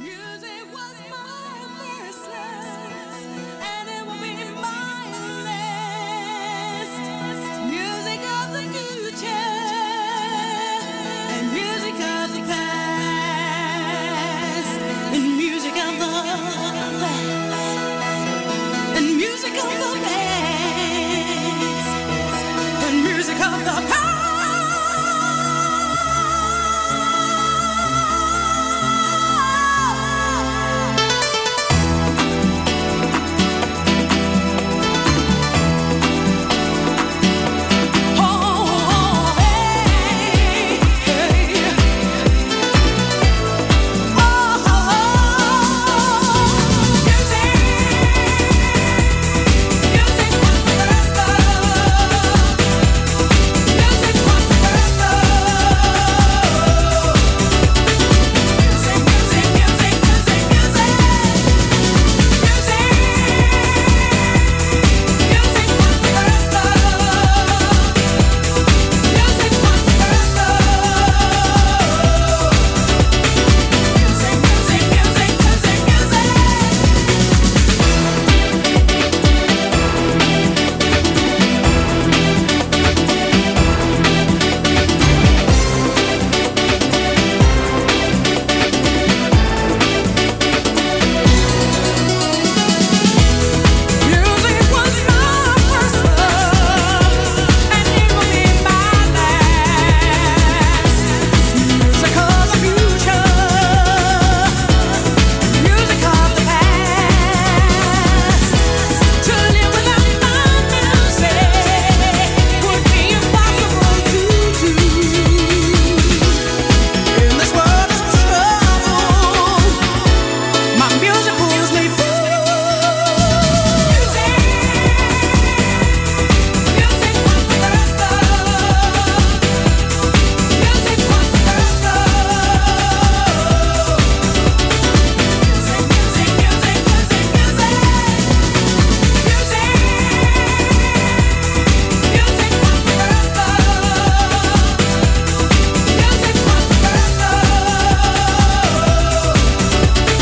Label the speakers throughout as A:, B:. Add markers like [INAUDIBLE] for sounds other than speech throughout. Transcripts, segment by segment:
A: Music was my first love, and it will be my last. Music of the future and music of the past, and music of the past, and music of the past, and music of the past. Oh, hey, hey. Oh, music, music was the first love. Music was the first love. Music, music, music, music, music. Music, music was the first love. Music was the first love. Music, music, music, music, music. Music was my first love, and it will be my last. Music of the future, music of the past. To live without my music would be impossible to do. In this world of trouble. My music pulls me through. Music, music was the first love. Music was the first love. Music, music, music, music, music. Music, music was the first love. Music was the first love. Music, music, music, music, music.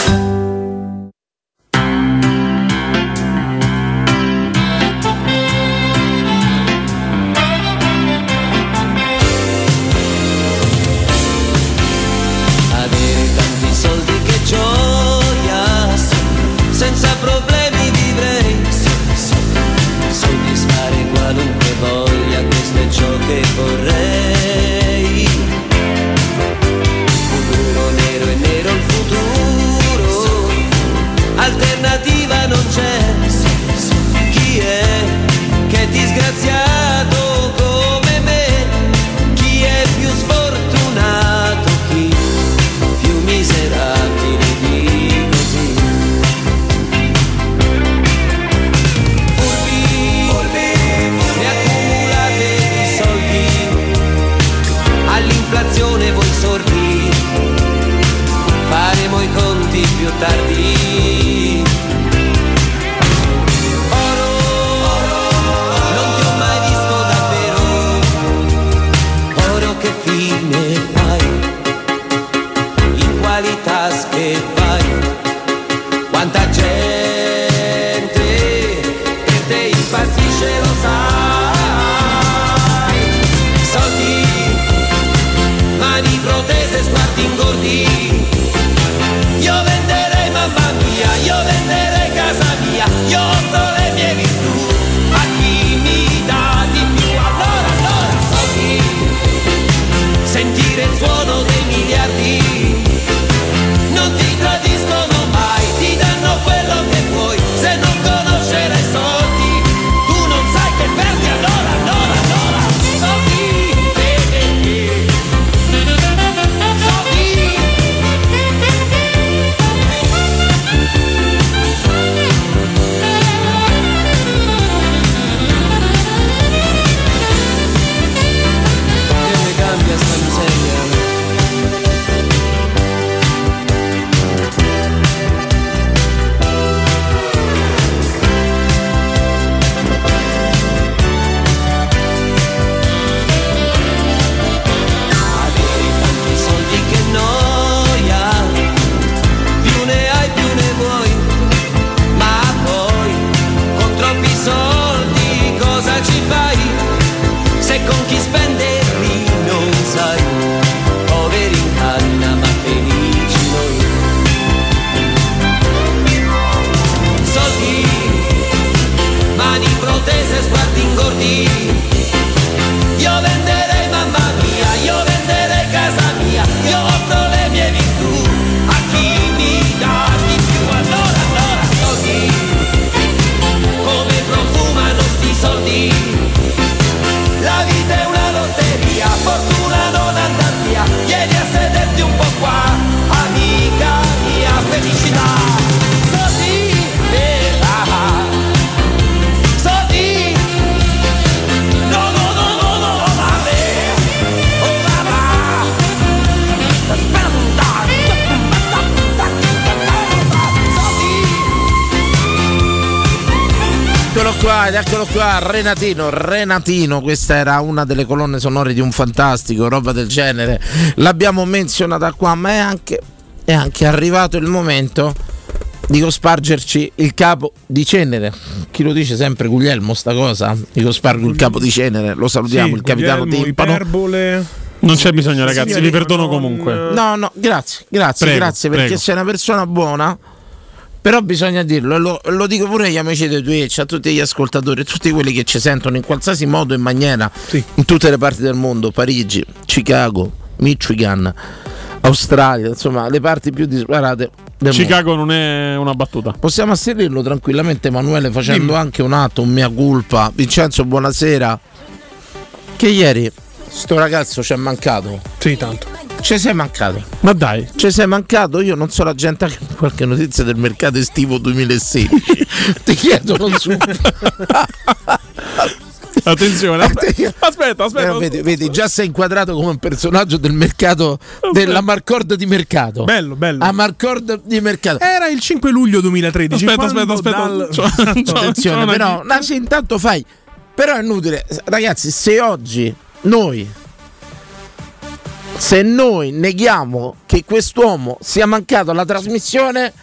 B: Avere tanti soldi che gioia, sì. senza problemi vivrei, sì, sì. soddisfare qualunque voglia, questo è ciò che vorrei. Futuro nero e nero il futuro, alternativa non c'è, sì, sì. chi è che è disgraziato come me, chi è più sfortunato, chi più miserabili di così. Furbi, ne accumulate di soldi, all'inflazione voi sordi, faremo i conti più tardi. Oro, non ti ho mai visto davvero, oro che fine fai? in quali tasche vai? Quanta gente che te impazzisce lo sai Soldi, mani protese, sguardi ingordi Io venderei mamma mia, io venderei casa mia Io offro le mie virtù a chi mi dà di più Allora, allora, soldi sentire il suono dei miliardi. Non ti tradiscono mai, ti danno quello che vuoi, se non conoscere i soldi, tu non sai che perdi allora, allora, allora. Soldi, eh, eh, eh. soldi. Che ne cambia sta miseria? Avere tanti soldi che noia, più ne hai più ne vuoi, ma poi con troppi soldi cosa ci fai? Se con chi spenderli non sai, poveri in canna ma felici noi. Soldi, mani protese, sguardi ingordi. Io venderei mamma mia, io venderei casa mia, io offro le mie virtù a chi mi dà di più. Allora, allora, soldi, come profumano sti soldi. La vita è una lotteria, fortuna non andar via, vieni a sederti un po' qua, amica mia, felicità. Soldi, eh, ah, ah. soldi, no, no, no, no, no, no, vabbè. Oh, vabbè. Aspetta.
C: Eccolo qua, ed eccolo qua, Renatino, Renatino, questa era una delle colonne sonore di un fantastico, roba del genere. L'abbiamo menzionata qua, ma è anche, è anche arrivato il momento di cospargerci il capo di cenere. Chi lo dice sempre Guglielmo sta cosa? Di cospargo il capo di cenere, lo salutiamo,
D: Sì,
C: il capitano
D: Guglielmo,
C: Timpano.
D: iperbole. Non c'è bisogno, ragazzi, vi perdono comunque.
C: No, no, grazie, grazie,
D: Prego,
C: grazie perché
D: prego.
C: sei una persona buona. Però bisogna dirlo, e lo, lo dico pure agli amici di Twitch, a tutti gli ascoltatori, a tutti quelli che ci sentono in qualsiasi modo e maniera, in tutte le parti del mondo, Parigi, Chicago, Michigan, Australia, insomma, le parti più disparate del mondo.
D: Chicago non è una battuta.
C: Possiamo asserirlo tranquillamente, Emanuele, facendo anche un atto, un mia colpa. Vincenzo, buonasera. Che ieri sto ragazzo ci è mancato.
D: Sì, tanto.
C: Ci sei mancato.
D: Ma dai,
C: Ci sei mancato, io non so la gente anche qualche notizia del mercato
D: [LAUGHS]
C: estivo 2016. Ti chiedono subito.
D: Attenzione. Aspetta, aspetta.
C: Eh, vedi, vedi, già sei inquadrato come un personaggio del mercato della Marcord di mercato.
D: Bello, bello.
C: A Marcord di mercato.
E: Era il 5 luglio 2013.
D: Aspetta,
E: quando
D: aspetta, aspetta. [LAUGHS]
E: dal-
C: [LAUGHS]
D: C'ho- c'ho-
C: Attenzione,
D: c'ho una-
C: però, no, sì, intanto fai. Però è inutile, ragazzi, se oggi noi se noi neghiamo che quest'uomo sia mancato alla trasmissione,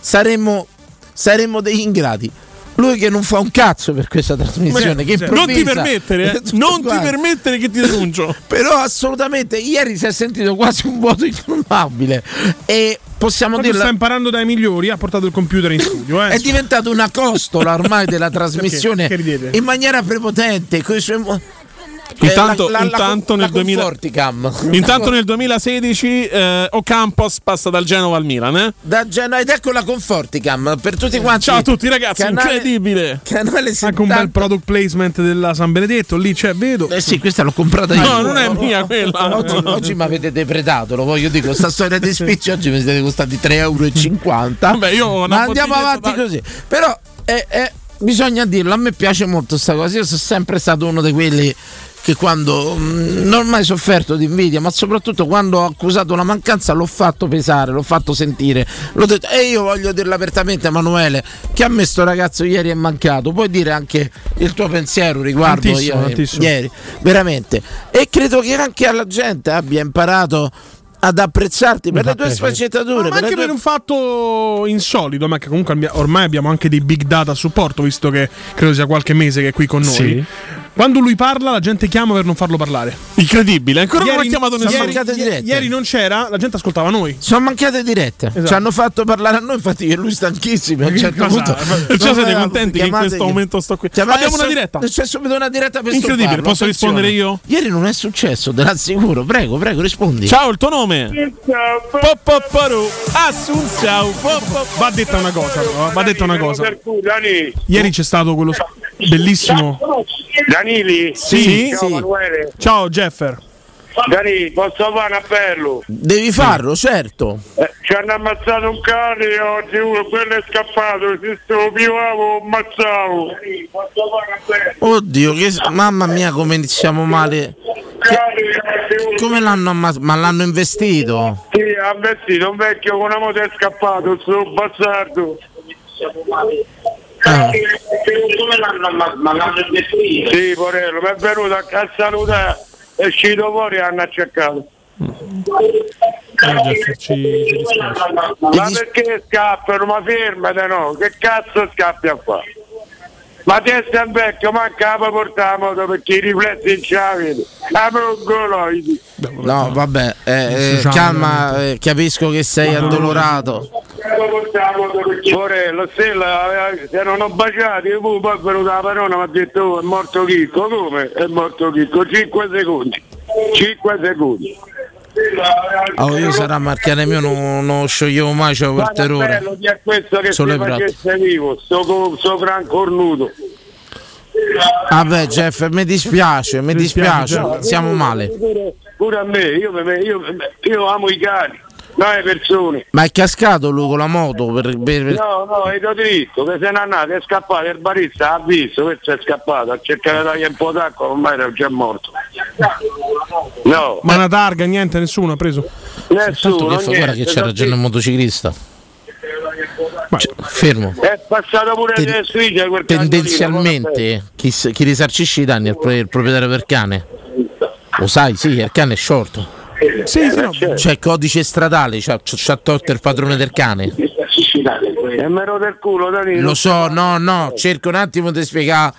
C: saremmo saremmo degli ingrati. Lui che non fa un cazzo per questa trasmissione, che
D: Non ti
C: improvvisa.
D: permettere,
C: [LAUGHS]
D: eh.
C: Tutto
D: non ti
C: quanto.
D: permettere che ti denuncio.
C: [LAUGHS] Però assolutamente ieri si è sentito quasi un vuoto incolmabile e possiamo
D: Proprio
C: dirlo
D: sta imparando dai migliori, ha portato il computer in studio, eh.
C: è diventato una costola ormai
D: [LAUGHS]
C: della trasmissione
D: Perché? Che ridete?
C: in maniera prepotente con i suoi mo-
D: Intanto,
C: Eh, la- la- la-
D: intanto
C: la
D: nel 2000
C: Conforticam. [LAUGHS]
D: Intanto nel 2016 eh, Ocampos passa dal Genova al Milan. eh.
C: da Genoa ed ecco la Conforticam per tutti quanti
D: Ciao a tutti ragazzi,
C: Canale-
D: incredibile!
C: canale 70
E: Anche un bel product placement della San Benedetto, lì c'è, vedo.
C: eh sì questa l'ho comprata io
D: No, non è mia quella.
C: Oggi, oggi mi avete depredato, lo voglio dire, questa storia dei spicci oggi mi siete costati 3,50 euro.
D: Vabbè, io ho una
C: Ma andiamo
D: bottiglietta
C: avanti
D: da-
C: così. Però eh, eh, bisogna dirlo, a me piace molto sta cosa. Io sono sempre stato uno di quelli che quando mh, non ho mai sofferto di invidia, ma soprattutto quando ho accusato una mancanza l'ho fatto pesare, l'ho fatto sentire. L'ho detto, e io voglio dirlo apertamente, Emanuele, che a me sto ragazzo ieri è mancato. Puoi dire anche il tuo pensiero riguardo
E: Tantissimo,
C: io- eh,
E: tantissimo.
C: ieri, veramente. E credo che anche alla gente abbia imparato ad apprezzarti per le tue sfaccettature,
D: Ma
C: per le
D: anche
C: tue
D: per un fatto insolito, ma che comunque abbi- ormai abbiamo anche dei big data a supporto, visto che credo sia qualche mese che è qui con noi.
E: Sì.
D: Quando lui parla, la gente chiama per non farlo parlare.
E: Incredibile, ancora
D: Ieri-
C: nessuno.
D: ieri-
C: Mancate dirette.
D: ieri non c'era, la gente ascoltava noi.
C: Sono mancate dirette.
D: Esatto.
C: Ci hanno fatto parlare a noi, infatti, che lui stanchissimo. A un certo
D: [LAUGHS] Cosa-
C: punto.
D: Cioè,
C: Non
D: siete
C: era-
D: contenti che in
C: chiamate-
D: questo momento sto qui?
C: Chiamate-
D: Abbiamo una
C: adesso-
D: diretta.
C: C'è subito una diretta per
D: Incredibile,
C: stopparlo,
D: posso
C: attenzione.
D: rispondere io?
C: Ieri non è successo, te l'assicuro. Prego, prego, rispondi.
D: Ciao, il tuo nome? Poppaparu Assunzao. Va detta una cosa, però, va detta una cosa.
F: Dani,
D: Ieri c'è stato quello s- bellissimo.
F: Danili,
D: Sì,
F: ciao Emanuele.
D: Ciao Jeffer.
F: Dani, posso fare un appello?
C: Devi farlo, certo.
F: Eh, ci hanno ammazzato un cane oggi, uno, quello è scappato, se lo pivavo, ammazzavo. Dani, posso fare un appello?
C: Oddio, che... mamma mia, come iniziamo male. Come l'hanno ammazzato? Ma l'hanno investito?
F: Sì, ha vestito un vecchio con una moto è scappato, sto bastardo.
C: Ah.
F: Come l'hanno ma l'hanno vestito? Sì, porello, mi è venuto a a salutare, è uscito fuori e hanno acciaccato. Ma
C: Devi-
F: perché scappano? Ma fermate no, che cazzo scappi a fare? Ma testa al vecchio, manca la portare la moto perché i riflessi in ciavino. Amongoloidi.
C: No, vabbè, eh, eh, calma, eh, capisco che sei addolorato.
F: Porello, Stella, eh, se non ho baciato, io poi poi è venuta la parola, mi ha detto "Oh, è morto Chicco, come? È morto Chicco, 5 secondi, 5 secondi.
C: Oh, io sarà marchiare mio, non, non scioglievo mai, cioè,
F: Ma
C: per terrore.
F: bello che è questo che
C: Solo
F: si
C: i prati.
F: facesse vivo, sto, co- sto gran cornuto.
C: Vabbè Jeff, mi dispiace, mi dispiace, siamo male.
F: Pure, pure a me, io, me- io- io amo i cani, non le persone.
C: Ma è cascato lui con la moto per, per- per-
F: No, no, è dritto, che se n'è andato, è scappato, il barista ha visto, questo è scappato, ha cercato di dargli un po' d'acqua, ormai era già morto. No,
D: Ma una targa, niente, nessuno ha preso.
C: Tanto
F: nessuno,
C: che fa- guarda che
F: niente,
C: c'ha ragione il motociclista. Cioè, fermo.
F: È passato pure
C: Ten-
F: le sfide quel
C: Tendenzialmente chi, s- chi risarcisce i danni è il, pro- il proprietario del cane. Lo sai, sì, il cane è sciolto.
F: sì, sì, no.
C: C'è il codice stradale, c'ha, c'ha tolto il padrone del cane.
F: Eh, E me lo del culo, Danilo.
C: Lo so, no, no,
F: Eh,
C: cerco un attimo di spiegare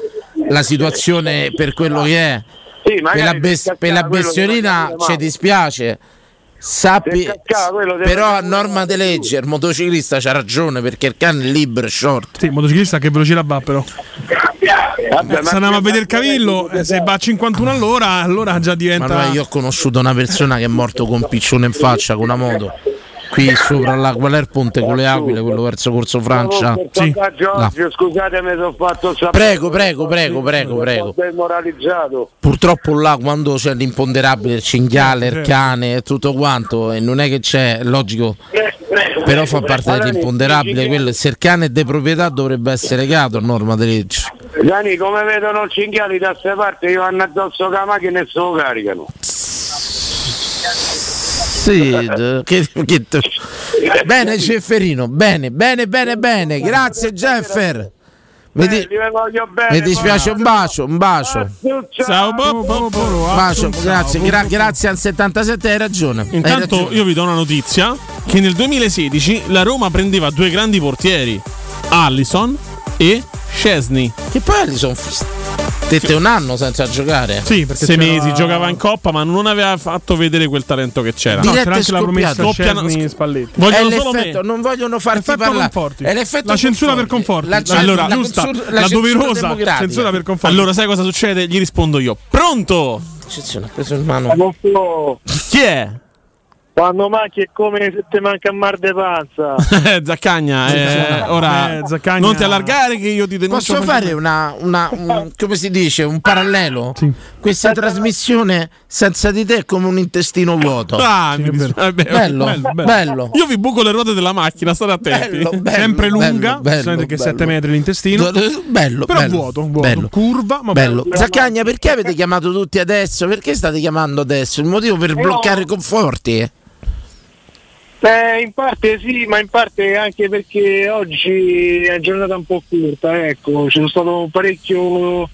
C: la situazione per quello che è.
F: Sì,
C: per
F: magari
C: la,
F: se
C: bes-
F: cascava
C: per la
F: quello che
C: bestiolina
F: faceva
C: ci
F: male.
C: dispiace. Sappi,
F: Se cascava quello, se
C: però a
F: faceva
C: norma di legge il motociclista c'ha ragione perché il cane è libero e short.
D: Sì, motociclista che velocità va però.
F: Vabbè,
D: Se andiamo a vedere il cavillo, eh, se va a 51 all'ora, allora già diventa.
C: Allora io ho conosciuto una persona che è morto con piccione in faccia con una moto. Qui sopra là, qual è il ponte con le aquile, quello verso Corso Francia?
F: Per vantaggio
C: No.
F: oggi, Scusate, mi sono fatto sapere.
C: Prego, prego, prego, prego,
F: Sono
C: prego.
F: demoralizzato.
C: Purtroppo là quando c'è l'imponderabile, il cinghiale, il cane e tutto quanto, e non è che c'è, è logico, però fa parte
F: Allora,
C: dell'imponderabile quello se il cane è di proprietà dovrebbe essere legato a norma di legge
G: Dani, come vedono cinghiali da queste parti, io vanno addosso con la macchina e se lo caricano.
C: Sì, d- che- che t- bene Cefferino, bene, bene, bene, bene, grazie Jeffer. Mi, di-
G: Li voglio bene.
C: mi dispiace, un bacio, un bacio.
G: porca.
E: Ciao, bo- bo- bo- bo-
C: Bacio,
E: ciao,
C: grazie,
E: bo-
C: gra-
E: bo-
C: grazie al 77, hai ragione. hai
E: Intanto
C: ragione.
E: io vi do una notizia che nel 2016 la Roma prendeva due grandi portieri, Allison e Scesni.
C: Che poi Alison Tette un anno senza giocare.
D: Sì, perché
E: Sei
D: c'era-
E: mesi giocava in coppa, ma non aveva fatto vedere quel talento che Eh, c'era.
D: No,
C: Dirette
D: c'era anche la
C: scoppiate.
D: promessa
E: Doppia-
D: Szczesny Spalletti.
C: È
E: Vogliono solo me.
C: l'effetto, non vogliono farti
D: Effetto
C: parlare.
D: Conforti.
C: È l'effetto
D: La censura per Conforti.
C: La, censura-
E: allora,
C: la
E: giusta,
C: censura-
E: la
C: censura
E: doverosa
C: democratica.
E: censura per conforto.
D: Allora,
E: Allora, sai cosa succede? Gli rispondo io. Pronto?
C: Attenzione, ha preso in mano.
G: Goffo,
E: Chi è? [LAUGHS]
G: Quando manchi è come se ti manca un mar de panza.
E: Eh, Zaccagna, eh, ora
D: Eh, Zaccagna.
E: non ti allargare che io ti denuncio.
C: Posso fare una, una- un- come si dice, un parallelo? Questa trasmissione senza di te è come un intestino vuoto.
E: Ah, mi dis- eh, beh,
C: bello, bello,
E: Io vi buco le ruote della macchina, state attenti.
C: Bello, bello,
D: Sempre
C: bello,
D: lunga,
C: bello,
D: sente che
C: bello.
D: 7 metri l'intestino.
C: Do- Bello,
D: Però
C: bello,
D: vuoto, vuoto.
C: bello.
D: Curva, ma
C: Bello.
D: bello.
C: Zaccagna, perché avete chiamato tutti adesso? Perché state chiamando adesso? Il motivo per bloccare i conforti?
G: Beh, Eh, in parte sì, ma in parte anche perché oggi è una giornata un po' corta, ecco, ci sono stato parecchio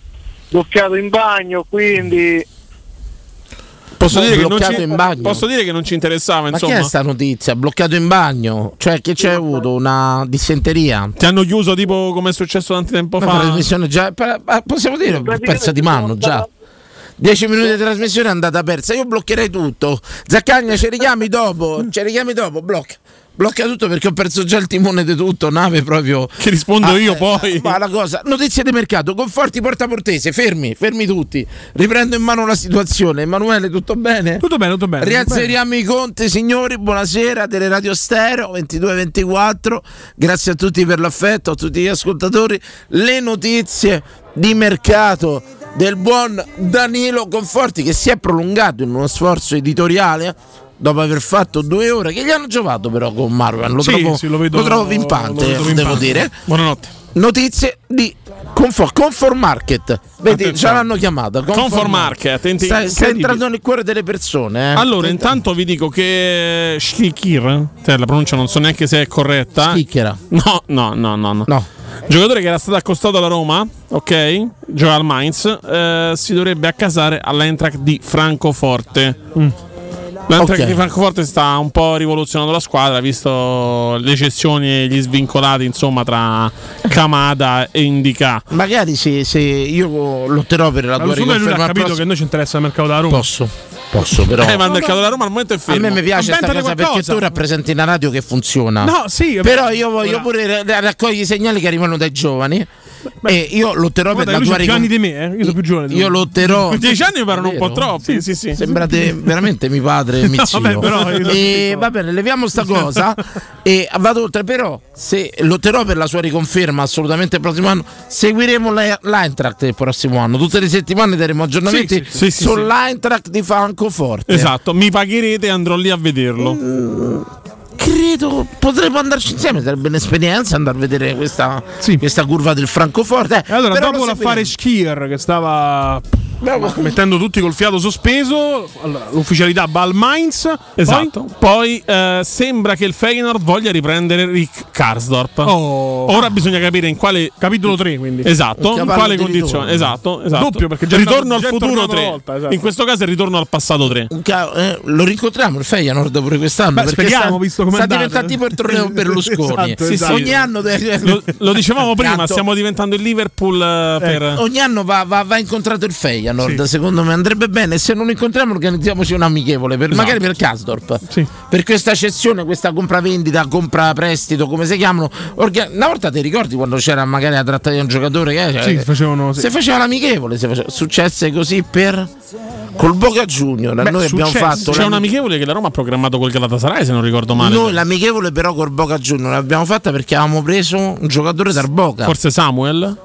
G: bloccato in bagno, quindi
E: Posso dire, che non
C: Bloccato in
E: ci,
C: bagno.
E: posso dire che non ci interessava,
C: Ma
E: insomma.
C: che è sta notizia? Bloccato in bagno? Cioè, che c'è avuto? Una dissenteria?
E: Ti hanno chiuso tipo come è successo tanto tempo
C: Una
E: fa.
C: trasmissione già. pa- pa- possiamo dire persa di mano già. Dieci minuti di trasmissione è andata persa. Io bloccherei tutto. Zaccagna, ci richiami dopo. Ci richiami dopo. Blocca. Blocca tutto perché ho perso già il timone di tutto. Nave proprio.
E: Che rispondo
C: Ah,
E: io
C: eh,
E: poi.
C: Ma la cosa, notizie di mercato, conforti porta portese, fermi, fermi tutti. Riprendo in mano la situazione. Emanuele, tutto bene?
D: Tutto bene, tutto bene.
C: Riazzeriamo i conti, signori. Buonasera, Teleradio Stereo 2224. Grazie a tutti per l'affetto, a tutti gli ascoltatori. Le notizie di mercato del buon Danilo Conforti che si è prolungato in uno sforzo editoriale. eh, Dopo aver fatto due ore, che gli hanno giovato però con Marwan, lo,
D: Sì,
C: trovo,
D: sì, lo vedo-
C: trovo pimpante,
D: lo vedo
C: devo
D: pimpante.
C: dire.
E: Buonanotte.
C: Notizie di Confor, Confor Market. Vedi, già l'hanno chiamata.
E: Confor Market, attenti-
C: Sta, sta
E: incredibile.
C: entrando nel cuore delle persone. eh.
E: Allora, intanto vi dico che Schlickir, cioè la pronuncia non so neanche se è corretta.
C: Schicchiera.
E: No, no, no, no, no.
C: No.
E: Giocatore che era stato accostato alla Roma, ok? Gioca al Mainz, eh, si dovrebbe accasare all'Eintracht di Francoforte. L'Eintracht
C: Mm. Ok.
E: di Francoforte sta un po' rivoluzionando la squadra, visto le cessioni e gli svincolati, insomma, tra Kamada e Indica.
C: Magari se, se io lotterò per la
D: Allora,
C: tua
D: secondo me lui ha
C: riconferma al
D: capito che
C: prossimo-
D: noi ci interessa il mercato della Roma.
C: posso, posso però.
E: Eh, ma il mercato della Roma al momento è
C: a
E: fermo.
C: me mi piace questa
D: Inventane
C: cosa perché
D: qualcosa.
C: tu rappresenti una radio che funziona.
D: No, sì, vabbè.
C: Però io voglio
D: Ora-
C: pure ra- ra- raccogliere i segnali che arrivano dai giovani. e io lotterò per
D: Guarda,
C: la
D: lui
C: tua
D: c'ha più anni
C: riconferma.
D: di me, eh. Io sono più giovane. di
C: Io
D: lui. [LAUGHS]
C: lotterò.
E: [LAUGHS] Dieci anni mi parano un po'
C: Vero?
E: troppo. Sì, sì, sì.
C: Sembrate veramente mio
E: [LAUGHS]
C: padre e mio zio.
D: vabbè, però io non
C: e
D: dico.
C: va bene, leviamo sta cosa e vado oltre. Però, se lotterò per la sua riconferma assolutamente il prossimo anno, seguiremo la- l'Eintracht del prossimo anno. Tutte le settimane daremo aggiornamenti
E: Sì, sì, sì, sì,
C: sull'Eintracht di Francoforte. Mm.
E: Esatto, mi pagherete e andrò lì a vederlo.
C: Credo potremmo andarci insieme, sarebbe un'esperienza andare a vedere questa,
D: Sì.
C: questa curva del Francoforte. Eh,
D: E allora, dopo l'affare
C: fare
D: Skier che stava
C: Bravo.
D: mettendo tutti col fiato sospeso, allora, l'ufficialità va al Mainz.
E: Esatto. Poi, eh, sembra che il Feyenoord voglia riprendere Rick Karsdorp.
D: Poi, oh,
E: Ora bisogna capire in quale
D: capitolo 3, quindi.
E: Esatto, in
C: Cavallo
E: quale
C: di ritorno.
E: condizione? Esatto, esatto.
D: Doppio, perché già
E: ritorno
D: andato-
E: al
D: già è
E: futuro
D: tornato una
E: 3.
D: volta, esatto.
E: In questo caso è ritorno al passato 3.
C: Un ca- eh, lo rincontriamo il Feyenoord pure quest'anno
D: Beh,
C: perché
D: speriamo,
C: sta,
D: visto com'è
C: sta
D: andata.
C: diventando tipo il
E: [LAUGHS]
D: [LAUGHS]
C: torneo Berlusconi
D: Esatto, esatto.
C: ogni anno eh, Esatto.
E: Lo, lo dicevamo prima,
C: Tanto-
E: stiamo diventando il Liverpool eh, per
C: ogni anno va, va- va incontrato il Feyenoord secondo me andrebbe bene se non lo incontriamo organizziamoci un amichevole per-
D: Esatto.
C: magari per Kasdorp per questa cessione questa compravendita compra prestito come si chiamano orga- una volta ti ricordi quando c'era magari la tratta di un giocatore che eh,
D: Sì, facevano- sì.
C: se faceva l'amichevole se faceva- successe così per col Boca Junior
D: Beh,
C: noi abbiamo
D: successo.
C: fatto l'amichevole-
E: C'è un amichevole che la Roma ha programmato col Galatasaray, se non ricordo male.
C: Noi l'amichevole però col Boca Junior l'abbiamo fatta perché avevamo preso un giocatore dal Boca.
E: Forse Samuel?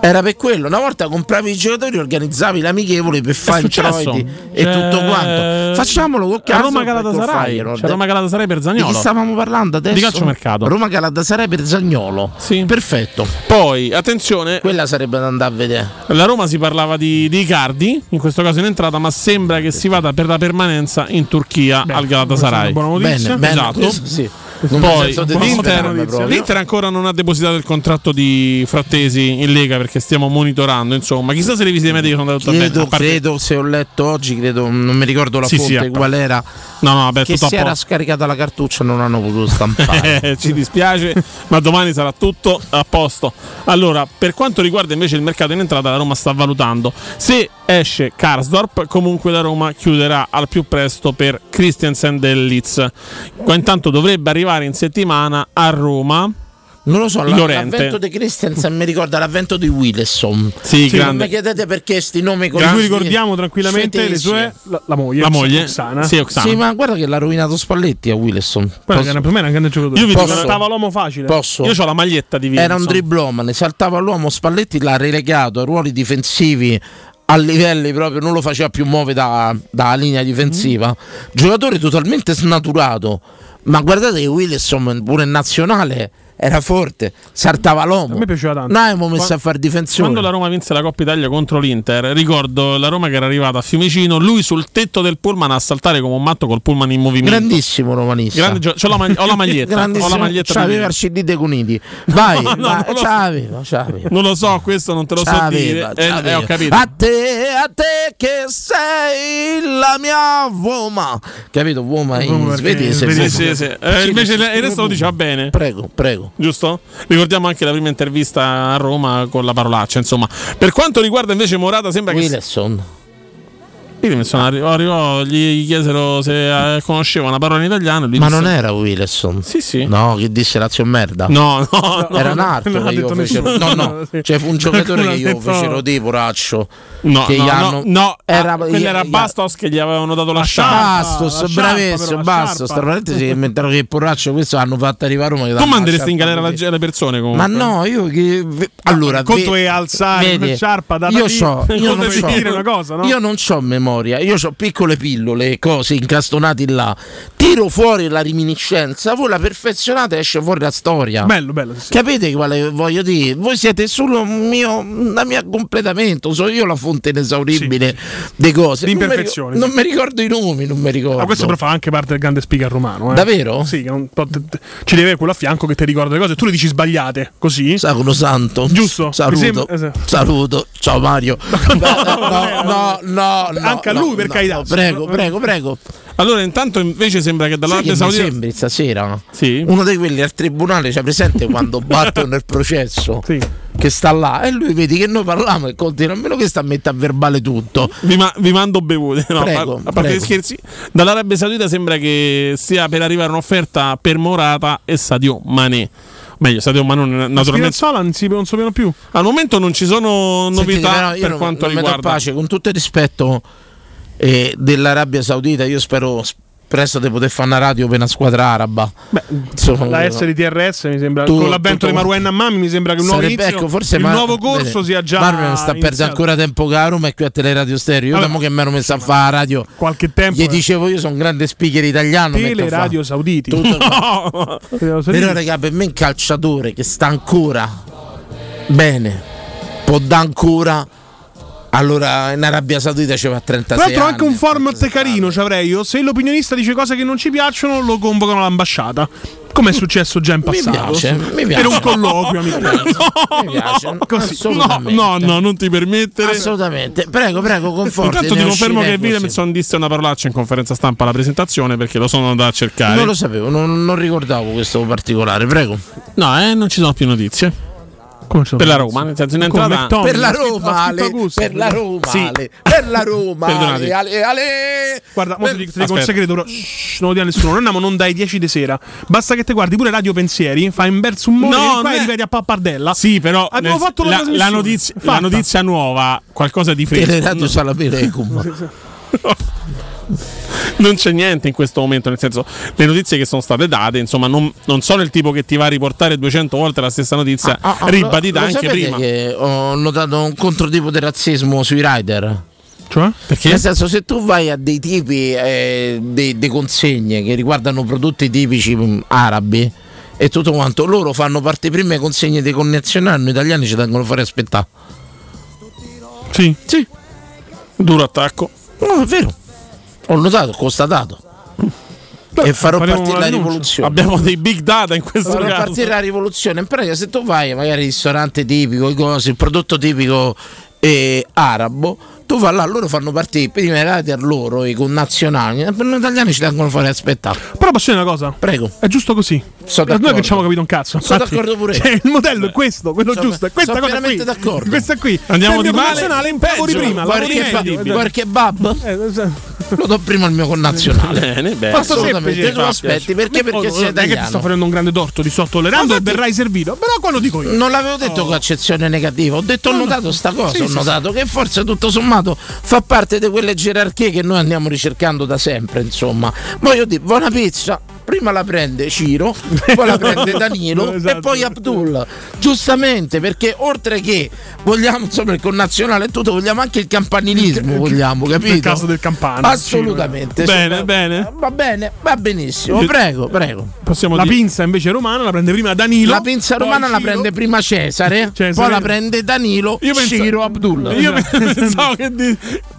C: Era per quello, una volta compravi i giocatori, organizzavi l'amichevole per fare
E: successo?
C: introiti e
E: C'è-
C: tutto quanto. Facciamolo con
E: A
C: calma.
E: Roma Galatasaray. C'è Roma Galatasaray per
C: Di chi
E: Zagnolo.
C: stavamo parlando adesso?
E: Di calciomercato.
C: Roma Galatasaray per Zagnolo.
E: Sì.
C: Perfetto.
E: Poi, attenzione,
C: Quella sarebbe da andare a vedere.
E: la Roma si parlava di, di Icardi, in questo caso in entrata, ma sembra che si vada per la permanenza in Turchia al
D: Questa è
E: Galatasaray.
D: una buona notizia.
C: Bene, bene.
E: Esatto.
C: Questo sì. Non
E: Poi
C: penso di
E: l'Inter,
C: disperarmi proprio.
E: l'Inter ancora non ha depositato il contratto di Frattesi in Lega perché stiamo monitorando, insomma, chissà se le visite mediche sono andate tutte bene.
C: Credo,
E: a parte-
C: credo, se ho letto oggi, credo, non mi ricordo la
E: Sì, sì,
C: fonte
E: a-
C: qual era,
E: No, no, vabbè,
C: che
E: tutto a
C: si era
E: posto.
C: scaricata la cartuccia e non hanno potuto
E: [LAUGHS]
C: stampare.
E: Eh, ci dispiace, ma domani sarà tutto a posto. Allora, per quanto riguarda invece il mercato in entrata, la Roma sta valutando. Se esce Karsdorp, comunque la Roma chiuderà al più presto per Christiansen del Leeds. Qua Intanto dovrebbe arrivare in settimana a Roma.
C: Non lo so, la-
E: Llorente.
C: l'avvento di Christensen mi ricorda l'avvento di Willesson.
E: Sì,
C: Sì, non
E: grande.
C: mi chiedete perché sti nomi con
D: Di cui ricordiamo tranquillamente le sue. La, la moglie.
E: La moglie,
D: Sana.
E: sì, Oksana.
C: Sì, ma guarda che l'ha rovinato Spalletti a Willesson. Posso-
D: per me era un grande giocatore.
E: Io vi
C: Posso?
E: dico, una-
D: Stava l'uomo facile.
C: Posso?
E: io ho la maglietta di Wilson.
C: Era un driblomane, saltava l'uomo Spalletti, l'ha relegato a ruoli difensivi a livelli proprio, non lo faceva più muovere da- dalla linea difensiva.
E: Mm-hmm.
C: Giocatore totalmente snaturato. Ma guardate che Wilson pure in nazionale era forte, saltava l'uomo.
D: A me piaceva tanto.
C: No, abbiamo messo
E: Qua-
C: a fare difensore.
E: Quando la Roma vinse la Coppa Italia contro l'Inter, ricordo la Roma che era arrivata a Fiumicino, lui sul tetto del pullman a saltare come un matto col pullman in movimento.
C: Grandissimo romanista.
E: Grande gio- c'ho la mag- ho la
C: [LAUGHS]
E: maglietta, ho la
C: Grandissimo.
E: maglietta di
C: C'aveva il
E: Wilson.
C: CD dei
E: [LAUGHS]
C: Cuniti. Vai,
E: No,
C: vai,
E: no, non lo so.
C: c'aveva, c'aveva.
E: Non lo so, questo non te lo so
C: C'aveva,
E: dire. Eh,
C: c'aveva.
E: eh, ho capito.
C: A te, a te che sei la mia uomo. Capito, uomo in
D: perché
C: svedese.
D: in
E: Sì,
C: uomo.
E: sì, sì. Eh,
C: Sì,
E: invece
C: sì,
E: il resto lo diceva bene.
C: Prego, prego.
E: Giusto? Ricordiamo anche la prima intervista a Roma con la parolaccia, insomma. Per quanto riguarda invece Morata, sembra che
C: Wilson.
E: Io mi sono arri- arrivò, gli gli chiesero se eh, conosceva una parola in italiano. e Lui
C: Ma
E: disse-
C: non era Wilson.
E: Sì, sì.
C: No, che disse Lazio merda.
E: No, no, no.
C: Era un altro
D: no, ha
C: che io
D: detto
C: fecero. No,
D: nessuno.
E: [LAUGHS]
C: no,
D: [LAUGHS] Sì.
C: c'è fu un giocatore che
D: Qualcuno ha
C: io
D: detto-
C: fecero di poraccio.
E: No,
C: che
E: no,
C: gli
E: no,
C: hanno-
E: no,
C: Era-
E: ah,
C: gli-
E: quello era
C: gli- Ah,
E: Bastos che gli avevano dato la sciarpa.
C: Bastos,
D: la sciarpa, però,
C: bravissimo,
D: la
C: Bastos.
D: sciarpa.
C: Tra parentesi, che inventarono che poraccio questo hanno fatto arrivare Roma. che
E: Tu
C: danno la
E: manderesti in
C: sciarpa
E: galera la-
C: così.
E: le persone comunque.
C: Ma no, io che. ve- Allora,
D: il conto
C: ve-
D: è alzare
C: vedi,
D: una sciarpa da
C: io
D: lì,
C: so,
D: il
C: io
D: conto
C: non
D: è
C: so.
D: dire una cosa, no?
C: Io non ho memoria, io ho piccole pillole, cose incastonate là. Tiro fuori la riminiscenza, voi la perfezionate e esce fuori la storia.
D: Bello, bello. sì, sì.
C: Capite quale voglio dire? Voi siete solo un mio, una mia completamento, sono io la fonte inesauribile di cose. Non mi ric-
D: L'imperfezione,
C: Non
D: sì.
C: mi ricordo i nomi, non mi ricordo.
D: Ma Ah, questo però fa anche parte del grande speaker romano. Eh.
C: Davvero?
D: Sì, che non- po- te- te- ci deve quello a fianco che ti ricorda le cose. Tu le dici sbagliate, così.
C: Sacro santo.
D: Giusto?
C: Saluto.
D: Mi sembra- esatto.
C: Saluto. Ciao Mario. No, no, no, no, no,
D: Anche a lui,
C: no,
D: per
C: no,
D: carità.
C: no, Prego, prego, prego.
E: Allora, intanto invece sembra che
C: Sai
E: dall'Arabia
C: che mi
E: Saudita
C: sembri stasera?
E: Sì.
C: Uno di quelli al tribunale, c'è presente
E: [LAUGHS]
C: quando battono il processo.
D: Sì.
C: Che sta là e lui vedi che noi parliamo e continua, a meno che sta a mettere a verbale tutto.
E: vi, ma- vi mando bevute. No,
C: Prego,
E: a par- a parte
C: prego.
E: gli scherzi, dall'Arabia Saudita sembra che stia per arrivare un'offerta per Morata e Sadio Mané. Meglio, Sadio Mané naturalmente.
D: Spinazzola non si non sappiamo più.
E: Al momento non ci sono
C: Sentite,
E: novità
C: però io
E: per
C: non-
E: quanto
C: non metto a
E: riguarda.
C: pace, con tutto il rispetto eh, dell'Arabia Saudita, io spero s- presto di poter fare una radio per una squadra araba. Insomma,
D: La S di TRS mi sembra.
C: Tu-
D: con l'avvento
C: tu-
D: di Maruenna Mammi mi sembra che un nuovo,
C: Sarebbe-
D: inizio-
C: ecco, forse
D: il
C: Mar-
D: nuovo corso
C: vedi,
D: sia già.
C: Marvel sta
D: iniziato.
C: perdendo ancora tempo con la Roma e qui a Teleradio Stereo. Io
D: Vabbè.
C: dopo che mi ero messo a fare la radio,
D: Qualche tempo.
C: gli
D: eh.
C: dicevo io sono un grande speaker italiano. metto a
D: Tele
C: fa-
D: Radio Sauditi. [LAUGHS]
C: tutto qua.
E: No,
D: Teleradio Sauditi.
C: Però raga, per me un calciatore che sta ancora bene, può dare ancora. Allora in Arabia Saudita ci va a 36
D: Tra l'altro anche
C: anni,
D: un format
C: 37
D: carino
C: anni.
D: ci avrei io. Se l'opinionista dice cose che non ci piacciono, lo convocano all'ambasciata. Come è successo già in
C: Mi
D: passato.
C: piace, mi piace.
D: Per un colloquio,
C: [LAUGHS]
D: amico.
C: Mi piace.
D: Così.
E: no,
C: Assolutamente.
E: no, no, non ti permettere.
C: Assolutamente. Prego, prego, conforti.
E: Intanto ti
C: ne
E: confermo che
C: uscite così.
E: Williamson disse una parolaccia in conferenza stampa alla presentazione perché lo sono andato a cercare.
C: Non lo sapevo, non, non ricordavo questo particolare, prego.
E: No, eh, non ci sono più notizie.
D: Come sono?
E: Per la Roma, nel senso in
D: Come
E: entrata.
D: Tom.
C: Per la
D: ha scritto- ha
C: Roma,
D: scritto
C: Ale,
D: Augusto.
C: per la Roma,
E: Sì.
C: Ale, per la Roma, Ale,
E: Perdonate.
C: Ale, Ale.
D: Guarda, mo ti dico ti dico un
E: Aspetta.
D: segreto, però shh, non lo dia nessuno. Non andiamo non dai 10 di sera. Basta che te guardi pure Radio Pensieri, fai un bel summone
E: No,
D: di qua
E: non
D: e
E: è-
D: rivedi a pappardella.
E: Sì, però
D: Abbiamo
E: nel-
D: fatto la
E: la,
D: trasmissione.
E: notizia,
D: Fatta.
E: la notizia nuova, qualcosa di fresco.
C: Teleradio Salapirecum.
E: [LAUGHS] non c'è niente in questo momento, nel senso le notizie che sono state date, insomma, non, non sono il tipo che ti va a riportare 200 volte la stessa notizia,
C: Ah, ah,
E: ribadita
C: lo- lo
E: anche
C: sapete
E: prima.
C: Che ho notato un controtipo di razzismo sui rider.
D: Cioè?
C: Nel senso, se tu vai a dei tipi eh, dei dei consegne che riguardano prodotti tipici mh, arabi e tutto quanto, loro fanno parte prime consegne dei connazionali, noi italiani ci tengono a fare aspettare.
D: Sì.
C: Sì,
E: Duro attacco.
C: no, è vero. Ho notato, ho constatato. e farò
D: faremo
C: partire la
D: l'annuncio.
C: rivoluzione. [LAUGHS]
E: Abbiamo dei big data in questo
C: Vorrei
E: caso.
C: partire la rivoluzione. In pratica, se tu vai magari al ristorante tipico, i cosi, il prodotto tipico eh, arabo, tu vai là, loro fanno partire prima i rider loro, i connazionali. Eh, Per noi italiani ci tengono a fare aspettare.
D: Però posso dire una cosa?
C: Prego.
D: È giusto così.
C: Sono
D: noi
C: d'accordo.
D: che ci abbiamo capito un cazzo.
C: Sono
D: infatti.
C: d'accordo pure io.
D: Cioè, il modello è questo, quello
C: Sono-
D: giusto. È questa
C: sono
D: cosa qui.
C: pienamente d'accordo.
D: Questa qui. Cioè,
E: Andiamo
D: Cambio
E: di male
D: nazionale in
E: in
D: peggio di
E: peggio.
D: prima. lavori
C: Qualche, ba-
D: meglio.
C: qualche bab
D: Eh, lo so.
C: lo do prima al mio connazionale.
E: [LAUGHS] Bene, bene.
D: Basta
C: Assolutamente,
D: semplice,
C: tu lo aspetti perché?
D: Oh,
C: Perché
D: no,
C: sei
D: non è che ti sto
C: italiano. Ah,
D: facendo un grande torto, ti sto tollerando e
E: infatti-
D: verrai servito. Però quello dico io.
C: Non l'avevo detto con accezione negativa, ho detto ho notato sta cosa,
D: Sì,
C: ho
D: sì,
C: notato che forse tutto sommato fa parte di quelle gerarchie che noi andiamo ricercando da sempre, insomma. Voglio dire, buona pizza, prima la prende Ciro, poi la
D: [LAUGHS]
C: prende Danilo
D: Esatto.
C: e poi Abdul. Giustamente, perché oltre che vogliamo, insomma, il connazionale e tutto, vogliamo anche il campanilismo, vogliamo, capito?
D: nel caso del campano.
C: Assolutamente.
E: Bene,
C: sì.
E: bene.
C: Va bene, va benissimo,
D: Eh,
E: Io-
C: prego, prego.
E: Possiamo
D: La
E: dire-
D: pinza invece romana la prende prima Danilo.
C: La pinza
D: poi
C: romana la
D: Ciro.
C: prende prima Cesare,
D: [LAUGHS] Cesare.
C: poi la prende Danilo,
E: Io penso-
C: Ciro Abdullah.
D: [LAUGHS]
E: Io pensavo che di-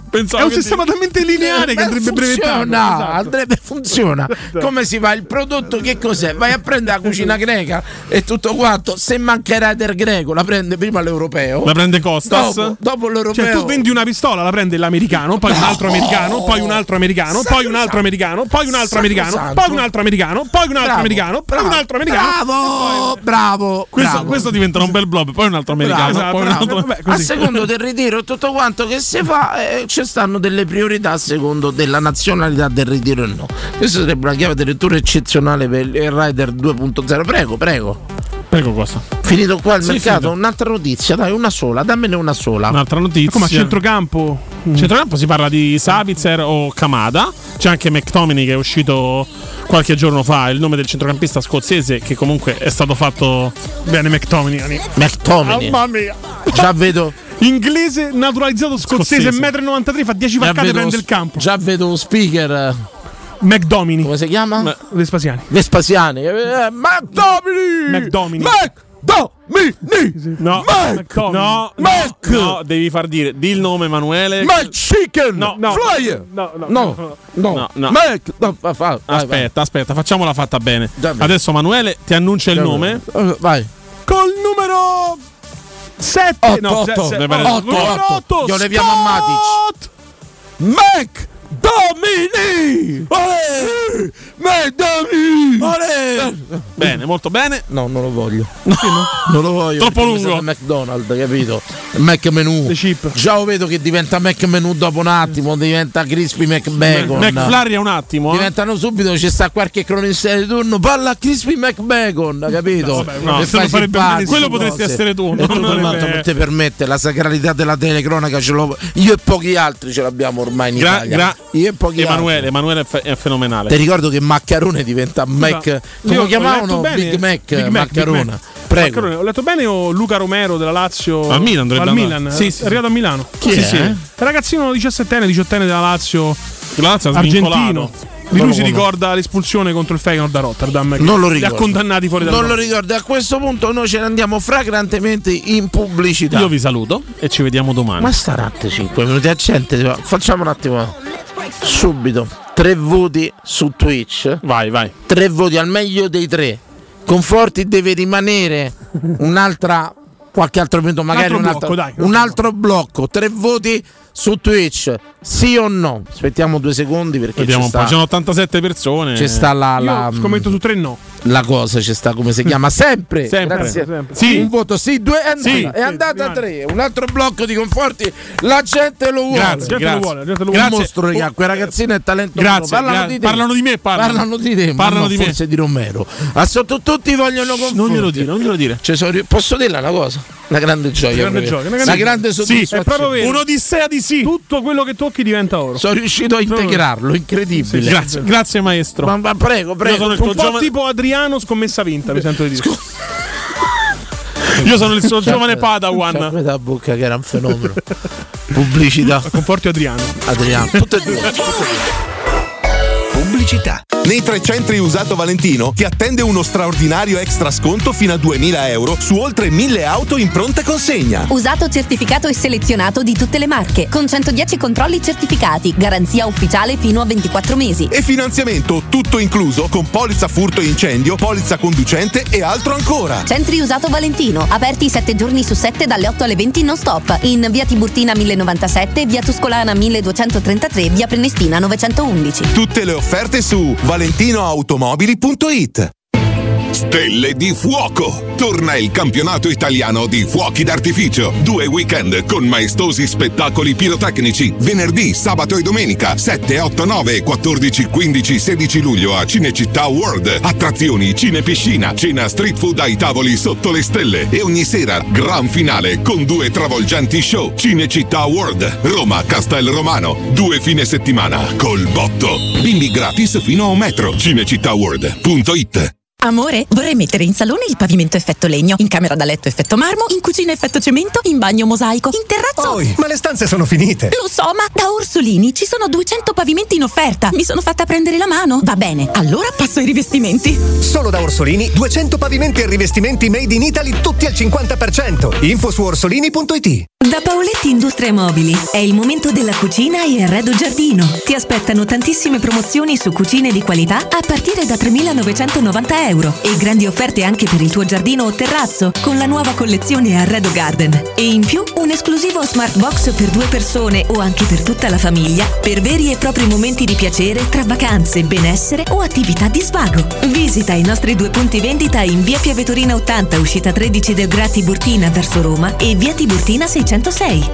E: pensavo
D: È un
E: che di-
D: sistema talmente lineare che
C: Beh,
D: andrebbe
C: funziona,
D: brevettato. Esatto.
C: andrebbe-
D: [LAUGHS]
C: funziona. Come si fa? Il prodotto che cos'è? Vai a prendere la cucina greca e tutto quanto. Se mancherà del greco, la prende prima l'europeo.
E: La prende Costas.
C: dopo, dopo l'europeo.
D: Cioè, tu vendi una pistola, la prende l'americano, poi un altro americano, poi un altro americano, poi un altro americano, poi un altro americano,
C: Sacrosanto.
D: poi un altro americano, poi un altro
C: Bravo,
D: americano, poi
C: bravo,
D: un altro americano.
C: Bravo, bravo.
E: Questo,
C: bravo.
E: questo diventerà un bel blob, poi un altro americano.
C: Bravo,
E: poi un
C: bravo.
E: altro-
D: Ah,
C: [LAUGHS]
D: esatto, Vabbè,
C: Diciamo, a
D: così.
C: secondo del ritiro e tutto quanto che si fa eh, ci stanno delle priorità a secondo della nazionalità del ritiro e no questa sarebbe una chiave addirittura eccezionale per il Rider 2.0 prego prego
E: Prego cosa.
C: finito qua il
E: Sì,
C: mercato
E: finito.
C: un'altra notizia dai una sola dammene una sola
E: Un'altra notizia.
D: Come a centrocampo?
E: In centrocampo si parla di Savitzer o Kamada. C'è anche McTominay che è uscito qualche giorno fa, il nome del centrocampista scozzese che comunque è stato fatto
D: Bene, McTominay.
C: McTominay
D: Ah, Mamma mia.
C: già vedo
D: Inglese naturalizzato scozzese,
E: Scozzese.
D: 1,93 m, fa 10
C: già
D: vaccate e
C: vedo
D: prende
C: lo-
D: il campo.
C: già vedo lo speaker eh,
D: McDomini.
C: come si chiama?
E: Ma-
D: Vespasiani.
C: Vespasiani eh, McTominay
D: McDomini.
C: McDomini
E: No,
C: Mac!
E: no,
C: Mac!
E: no, no, devi far dire, di il nome Emanuele.
C: McChicken
E: No, no.
C: Flyer
D: No, no,
C: No, no,
E: No, no.
C: Mac, no, fa- fa- vai,
E: Aspetta, aspetta, facciamola fatta bene.
C: Già bene.
E: Adesso Emanuele ti annuncia il
C: vai.
E: nome.
C: Eh, Vai.
D: Col numero 7.
C: Otto,
D: no, se-
C: otto.
D: se-
E: Deve
D: otto,
E: otto,
D: numero
C: otto.
D: otto,
C: Glielo leviamo a Matic.
D: Scott!
C: Mac Domini! Olè! Mac Domini! Olè!
E: Bene, molto bene.
C: No, non lo voglio. Non lo voglio.
E: Troppo
C: perché mi
E: lungo.
C: sa da McDonald's, capito? Mac Menù.
D: The chip.
C: Già lo vedo che diventa Mac Menù dopo un attimo, diventa Crispy Mac Bacon.
E: McFlurry è un attimo. eh.
C: Diventano subito, ci sta qualche cronista di turno, parla Crispy McBacon, capito?
D: vabbè,
E: no,
C: Che
E: se
C: fai
E: lo farebbe
C: simpatico,
E: benissimo. Quello
C: cose.
E: potresti essere tu,
C: E
E: non
C: tutto
E: dovrebbe-
C: quanto non ti permette, la sacralità della telecronaca ce l'ho, io e pochi altri ce l'abbiamo ormai in
E: Gra-
C: Italia.
E: gra-
C: io e pochi
E: Emanuele,
C: altri.
E: Emanuele è, fe- è fenomenale.
C: Ti ricordo che Maccarone diventa Mac, come
D: Esatto. io
C: lo
D: ho
C: chiamavano?
D: letto bene.
C: Big Mac,
D: Big Mac,
C: Maccarone.
D: Big Mac.
C: Prego.
D: Maccarone, ho letto bene o Luca Romero della Lazio
E: Al Milan dovrebbe
D: al
E: andare.
D: Milan,
E: Sì, sì,
D: è arrivato a Milano.
C: Chi
E: Sì,
C: è?
E: sì.
D: Ragazzino 17enne, 18enne della Lazio
E: La Lazio ha
D: argentino.
E: svincolato.
D: Di
C: Non
D: lui
C: lo
D: si
C: conosco.
D: ricorda l'espulsione contro il Feyenoord da Rotterdam. che
C: Non lo
D: Li ha
C: ricordo.
D: condannati fuori dal
C: Non lo
D: mondo.
C: ricordo, a questo punto noi ce ne andiamo fragrantemente in pubblicità.
E: Io vi saluto e ci vediamo domani.
C: Ma starate 5 minuti a gente, va. facciamo un attimo subito. Tre voti su Twitch,
E: Vai, vai.
C: tre voti al meglio dei tre. Conforti deve rimanere un'altra qualche altro minuto, magari
D: altro
C: un altro,
D: blocco, dai, un
C: un altro blocco, tre voti su Twitch, sì o no? Aspettiamo due secondi perché
E: Vediamo
C: ci
E: un po'. Ci
C: sta,
E: sono 87 persone.
C: ci sta la, la,
D: Io scommetto su tre no.
C: la cosa, ci sta come si chiama sempre.
E: Sempre.
C: Grazie.
D: Sempre.
E: Sì.
C: Un voto sì, due è andata,
E: Sì.
C: è andata a
D: rimane.
C: tre. Un altro blocco di conforti, la gente lo vuole.
E: Grazie,
D: Gente lo
E: grazie.
D: vuole, gente
C: Un
D: lo vuole.
E: Grazie.
C: mostro, raga, quel ragazzino è talento.
E: Grazie,
C: puro. parlano,
E: gra-
C: di te.
E: parlano di me, parlano.
C: Parlano di te, ma
E: Parlano
C: no,
E: di me.
C: forse di Romero. A sotto tutti vogliono conforti.
E: Non glielo dire, non glielo dire.
C: Cioè, sono ri- posso dirla una cosa? Una grande gioia.
D: Grande
C: proprio.
D: gioia,
C: una grande,
D: Sì, è
C: soddisfazione.
D: proprio vero.
E: Un'odissea di sì.
D: Tutto quello che tocchi diventa oro.
C: Sono riuscito a integrarlo, incredibile.
E: Grazie, grazie maestro.
C: Ma, ma prego,
E: Io
C: prego.
E: sono il
D: Un po'
E: tuo giovane-
D: tipo Adriano scommessa vinta, mi sento di dire.
E: [LAUGHS] Io sono il suo giovane
C: Giovane
E: Padawan.
C: da bocca che era un
E: [LAUGHS]
C: fenomeno. Pubblicità.
D: Conforti Adriano.
C: Adriano. Tutte e due.
H: Pubblicità. Nei tre centri usato Valentino ti attende uno straordinario extra sconto fino a 2000 euro su oltre 1000 auto in pronta consegna.
I: Usato certificato e selezionato di tutte le marche, con 110 controlli certificati, garanzia ufficiale fino a 24 mesi.
H: E finanziamento tutto incluso con polizza furto e incendio, polizza conducente e altro ancora.
I: Centri Usato Valentino, aperti 7 giorni su 7 dalle 8 alle 20 non stop, in via Tiburtina 1097, via Tuscolana 1233, via Prenestina 911.
H: Tutte le offerte su valentinoautomobili.it.
J: Stelle di fuoco! Torna il campionato italiano di fuochi d'artificio. Due weekend con maestosi spettacoli pirotecnici. Venerdì, sabato e domenica 7, 8, 9, 14, 15, 16 luglio a Cinecittà World. Attrazioni, cine piscina, cena street food ai tavoli sotto le stelle. E ogni sera gran finale con due travolgenti show. Cinecittà World, Roma, Castel Romano. Due fine settimana col botto. Bimbi gratis fino a un metro. Cinecittàworld.it
I: Amore, vorrei mettere in salone il pavimento effetto legno, in camera da letto effetto marmo, in cucina effetto cemento, in bagno mosaico, in terrazzo.
K: Oh.
L: ma le stanze sono finite.
I: Lo so, ma da Orsolini ci sono 200 pavimenti in offerta. Mi sono fatta prendere la mano. Va bene, allora passo ai rivestimenti.
L: Solo da Orsolini 200 pavimenti e rivestimenti made in Italy tutti al 50%. Info su orsolini.it.
M: Da Paoletti Industria Mobili è il momento della cucina e arredo giardino. Ti aspettano tantissime promozioni su cucine di qualità a partire da 3.990 euro e grandi offerte anche per il tuo giardino o terrazzo con la nuova collezione Arredo Garden. E in più un esclusivo smart box per due persone o anche per tutta la famiglia per veri e propri momenti di piacere tra vacanze, benessere o attività di svago. Visita i nostri due punti vendita in via Piavetorina 80, uscita 13 del Gra Tiburtina verso Roma e via Tiburtina 606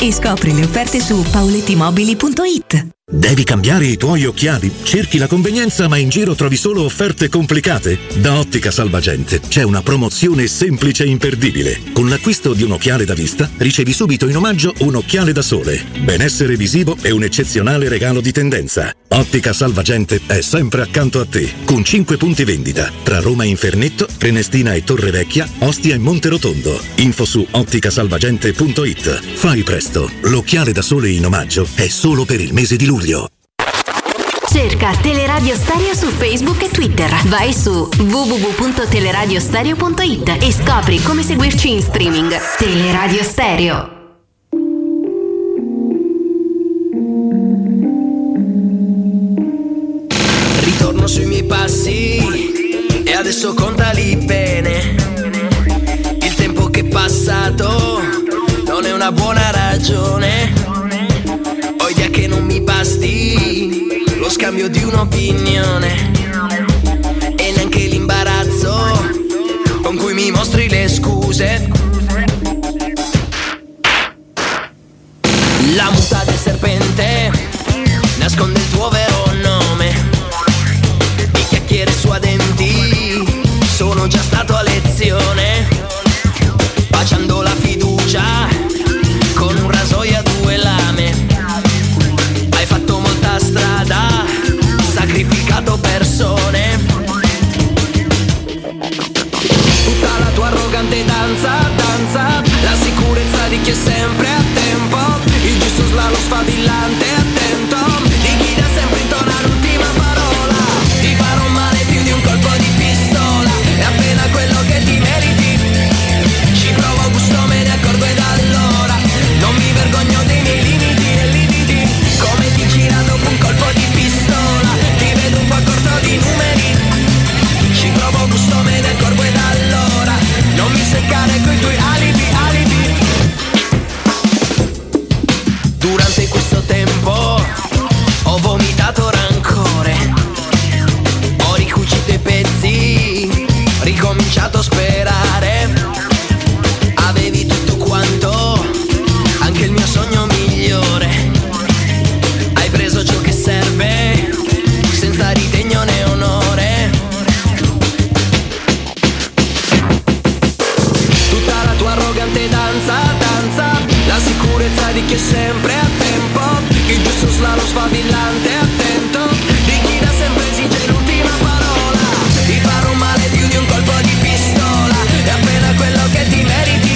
M: e scopri le offerte su paulettimobili.it.
N: Devi cambiare i tuoi occhiali? Cerchi la convenienza ma in giro trovi solo offerte complicate? Da Ottica Salvagente c'è una promozione semplice e imperdibile. Con l'acquisto di un occhiale da vista ricevi subito in omaggio un occhiale da sole. Benessere visivo è un eccezionale regalo di tendenza. Ottica Salvagente è sempre accanto a te, con 5 punti vendita tra Roma e Infernetto, Prenestina e Torre Vecchia, Ostia e Monterotondo. Info su otticasalvagente.it. Fai presto, l'occhiale da sole in omaggio è solo per il mese di luglio.
O: Cerca Teleradio Stereo su Facebook e Twitter. Vai su www.teleradiostereo.it e scopri come seguirci in streaming. Teleradio Stereo.
P: Ritorno sui miei passi e adesso contali bene. Il tempo che è passato non è una buona ragione. Ho idea che non mi basti lo scambio di un'opinione. E neanche l'imbarazzo con cui mi mostri le scuse. La muta del serpente nasconde il tuo vero nome. I chiacchiere suadenti sono già stato a lezione. Baciando la fiducia con un rasoio a due lame. Hai fatto molta strada, sacrificato persone. Tutta la tua arrogante danza, danza, la sicurezza di chi è sempre a tempo, il giusto slalom sfavillante, attento, di chi dà sempre intorno all'ultima parola, ti farò male più di un colpo di pistola, è appena quello che ti meriti, ci provo gusto, me ne accorgo ed allora, non mi vergogno dei miei limiti e lividi, come ti gira dopo un colpo di pistola, ti vedo un po' corto di numeri, ci provo gusto, me ne accorgo ed allora Non mi seccare coi tuoi alibi, alibi Durante questo tempo ho vomitato rancore Ho ricucito i pezzi, ricominciato a sperare Avevi tutto quanto, anche il mio sogno migliore Hai preso ciò che serve, senza ritegno né onore Tutta la tua che è sempre a tempo Il giusto slalom sfavillante e attento Di chi da sempre esige l'ultima parola Ti farò male più di un colpo di pistola È appena quello che ti meriti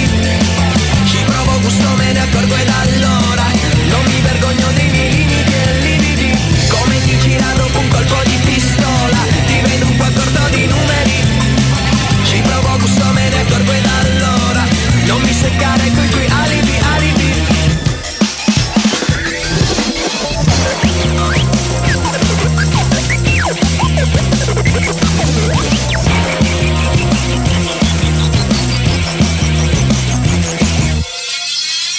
P: Ci provo gusto, me ne accorgo ed allora Non mi vergogno dei miei limiti e lividi Come ti gira dopo un colpo di pistola Ti vedo un po' accorto di numeri Ci provo gusto, me ne accorgo ed allora Non mi seccare coi tuoi alibi, alibi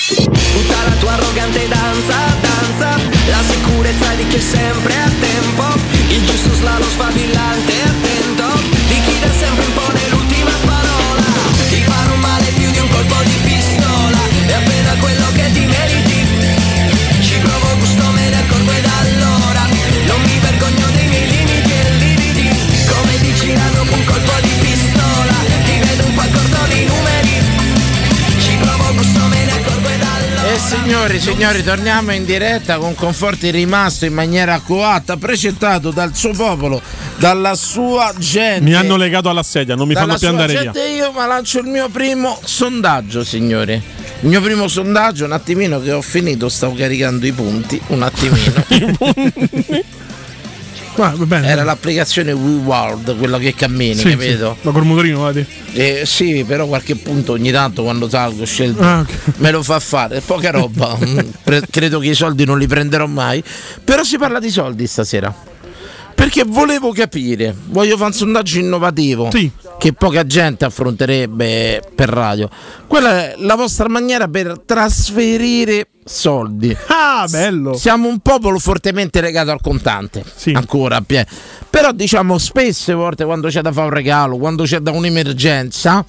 P: Tutta la tua arrogante danza, danza La sicurezza di chi è sempre a tempo Il giusto slalom sfavillante e attento Di chi da sempre impone l'ultima parola Ti farò male più di un colpo di pistola È appena quello che ti meriti Ci provo gusto, me ne accorgo ed allora Non mi vergogno dei miei limiti e lividi Come ti girano un colpo di pistola Ti vedo un po' accorto di numeri Ci provo gusto, me ne accorgo ed allora
C: E signori, signori, torniamo in diretta con Conforti rimasto in maniera coatta, precettato dal suo popolo, dalla sua gente.
E: Mi hanno legato alla sedia, non mi
C: Dalla
E: fanno più
C: sua
E: andare via.
C: gente io ma lancio il mio primo sondaggio, signori. Il mio primo sondaggio, un attimino che ho finito, stavo caricando i punti, un
E: [LAUGHS]
C: attimino. [LAUGHS] Era l'applicazione WeWorld, quella che cammini,
D: Sì,
C: capito?
D: sì, Ma col motorino, vedi.
C: Eh, sì, però qualche punto ogni tanto quando salgo scelgo
D: Ah, ok.
C: me lo fa fare, poca roba. Mm, pre- credo che i soldi non li prenderò mai. Però si parla di soldi stasera. Perché volevo capire, voglio fare un sondaggio innovativo che poca gente affronterebbe per radio. Quella è la vostra maniera per trasferire soldi.
D: Ah, bello!
C: siamo un popolo fortemente legato al contante. Ancora, pie- però diciamo spesse volte quando c'è da fare un regalo, quando c'è da un'emergenza,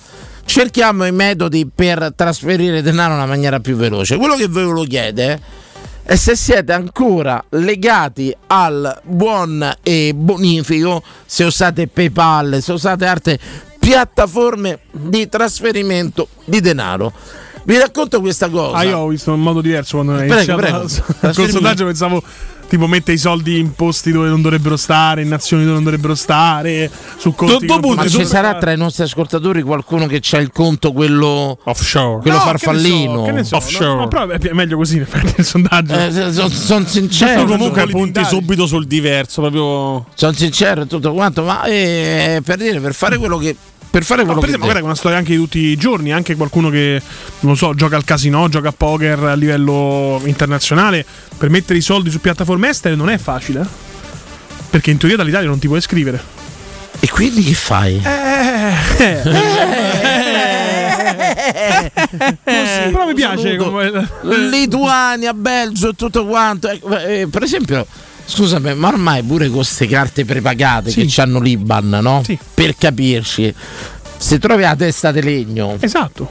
C: cerchiamo i metodi per trasferire denaro in una maniera più veloce. Quello che ve lo chiede è se siete ancora legati al buon e bonifico, se usate PayPal, se usate altre piattaforme di trasferimento di denaro. Vi racconto questa cosa.
D: Ah, io ho visto in modo diverso quando hai
C: Prego,
D: iniziato
C: prego.
D: la- col sondaggio pensavo tipo mette i soldi in posti dove non dovrebbero stare, in nazioni dove non dovrebbero stare, su conti che non
C: ma
D: potrebbero
C: ci sarà
D: stare.
C: tra i nostri ascoltatori qualcuno che c'ha il conto quello quello
E: offshore
D: No, che ne so,
C: farfallino
D: che ne so, no? No, però è pi- è meglio così [LAUGHS] in effetti il sondaggio. Certo,
C: Eh, se- so- son sincero.
E: Tu comunque
C: Sono
E: punti
C: solidari.
E: subito sul diverso, proprio.
C: sono sincero e tutto quanto ma eh, per dire per fare quello che per fare
D: No,
C: quello
D: per
C: che
D: esempio, magari è una storia anche di tutti i giorni, anche qualcuno che non so, gioca al casino, gioca a poker a livello internazionale, per mettere i soldi su piattaforme estere non è facile. eh? Perché in teoria dall'Italia non ti puoi scrivere.
C: E quindi che fai? Eh,
D: Eh, Così, però mi piace
C: saluto.
D: come-
C: Eh,
D: [LAUGHS]
C: Lituania, Belgio e tutto quanto. Ecco, eh, per esempio, scusami, ma ormai pure con queste carte prepagate che hanno l'Iban, no? Per capirci. Se trovi la testa di legno. eh,
D: Esatto.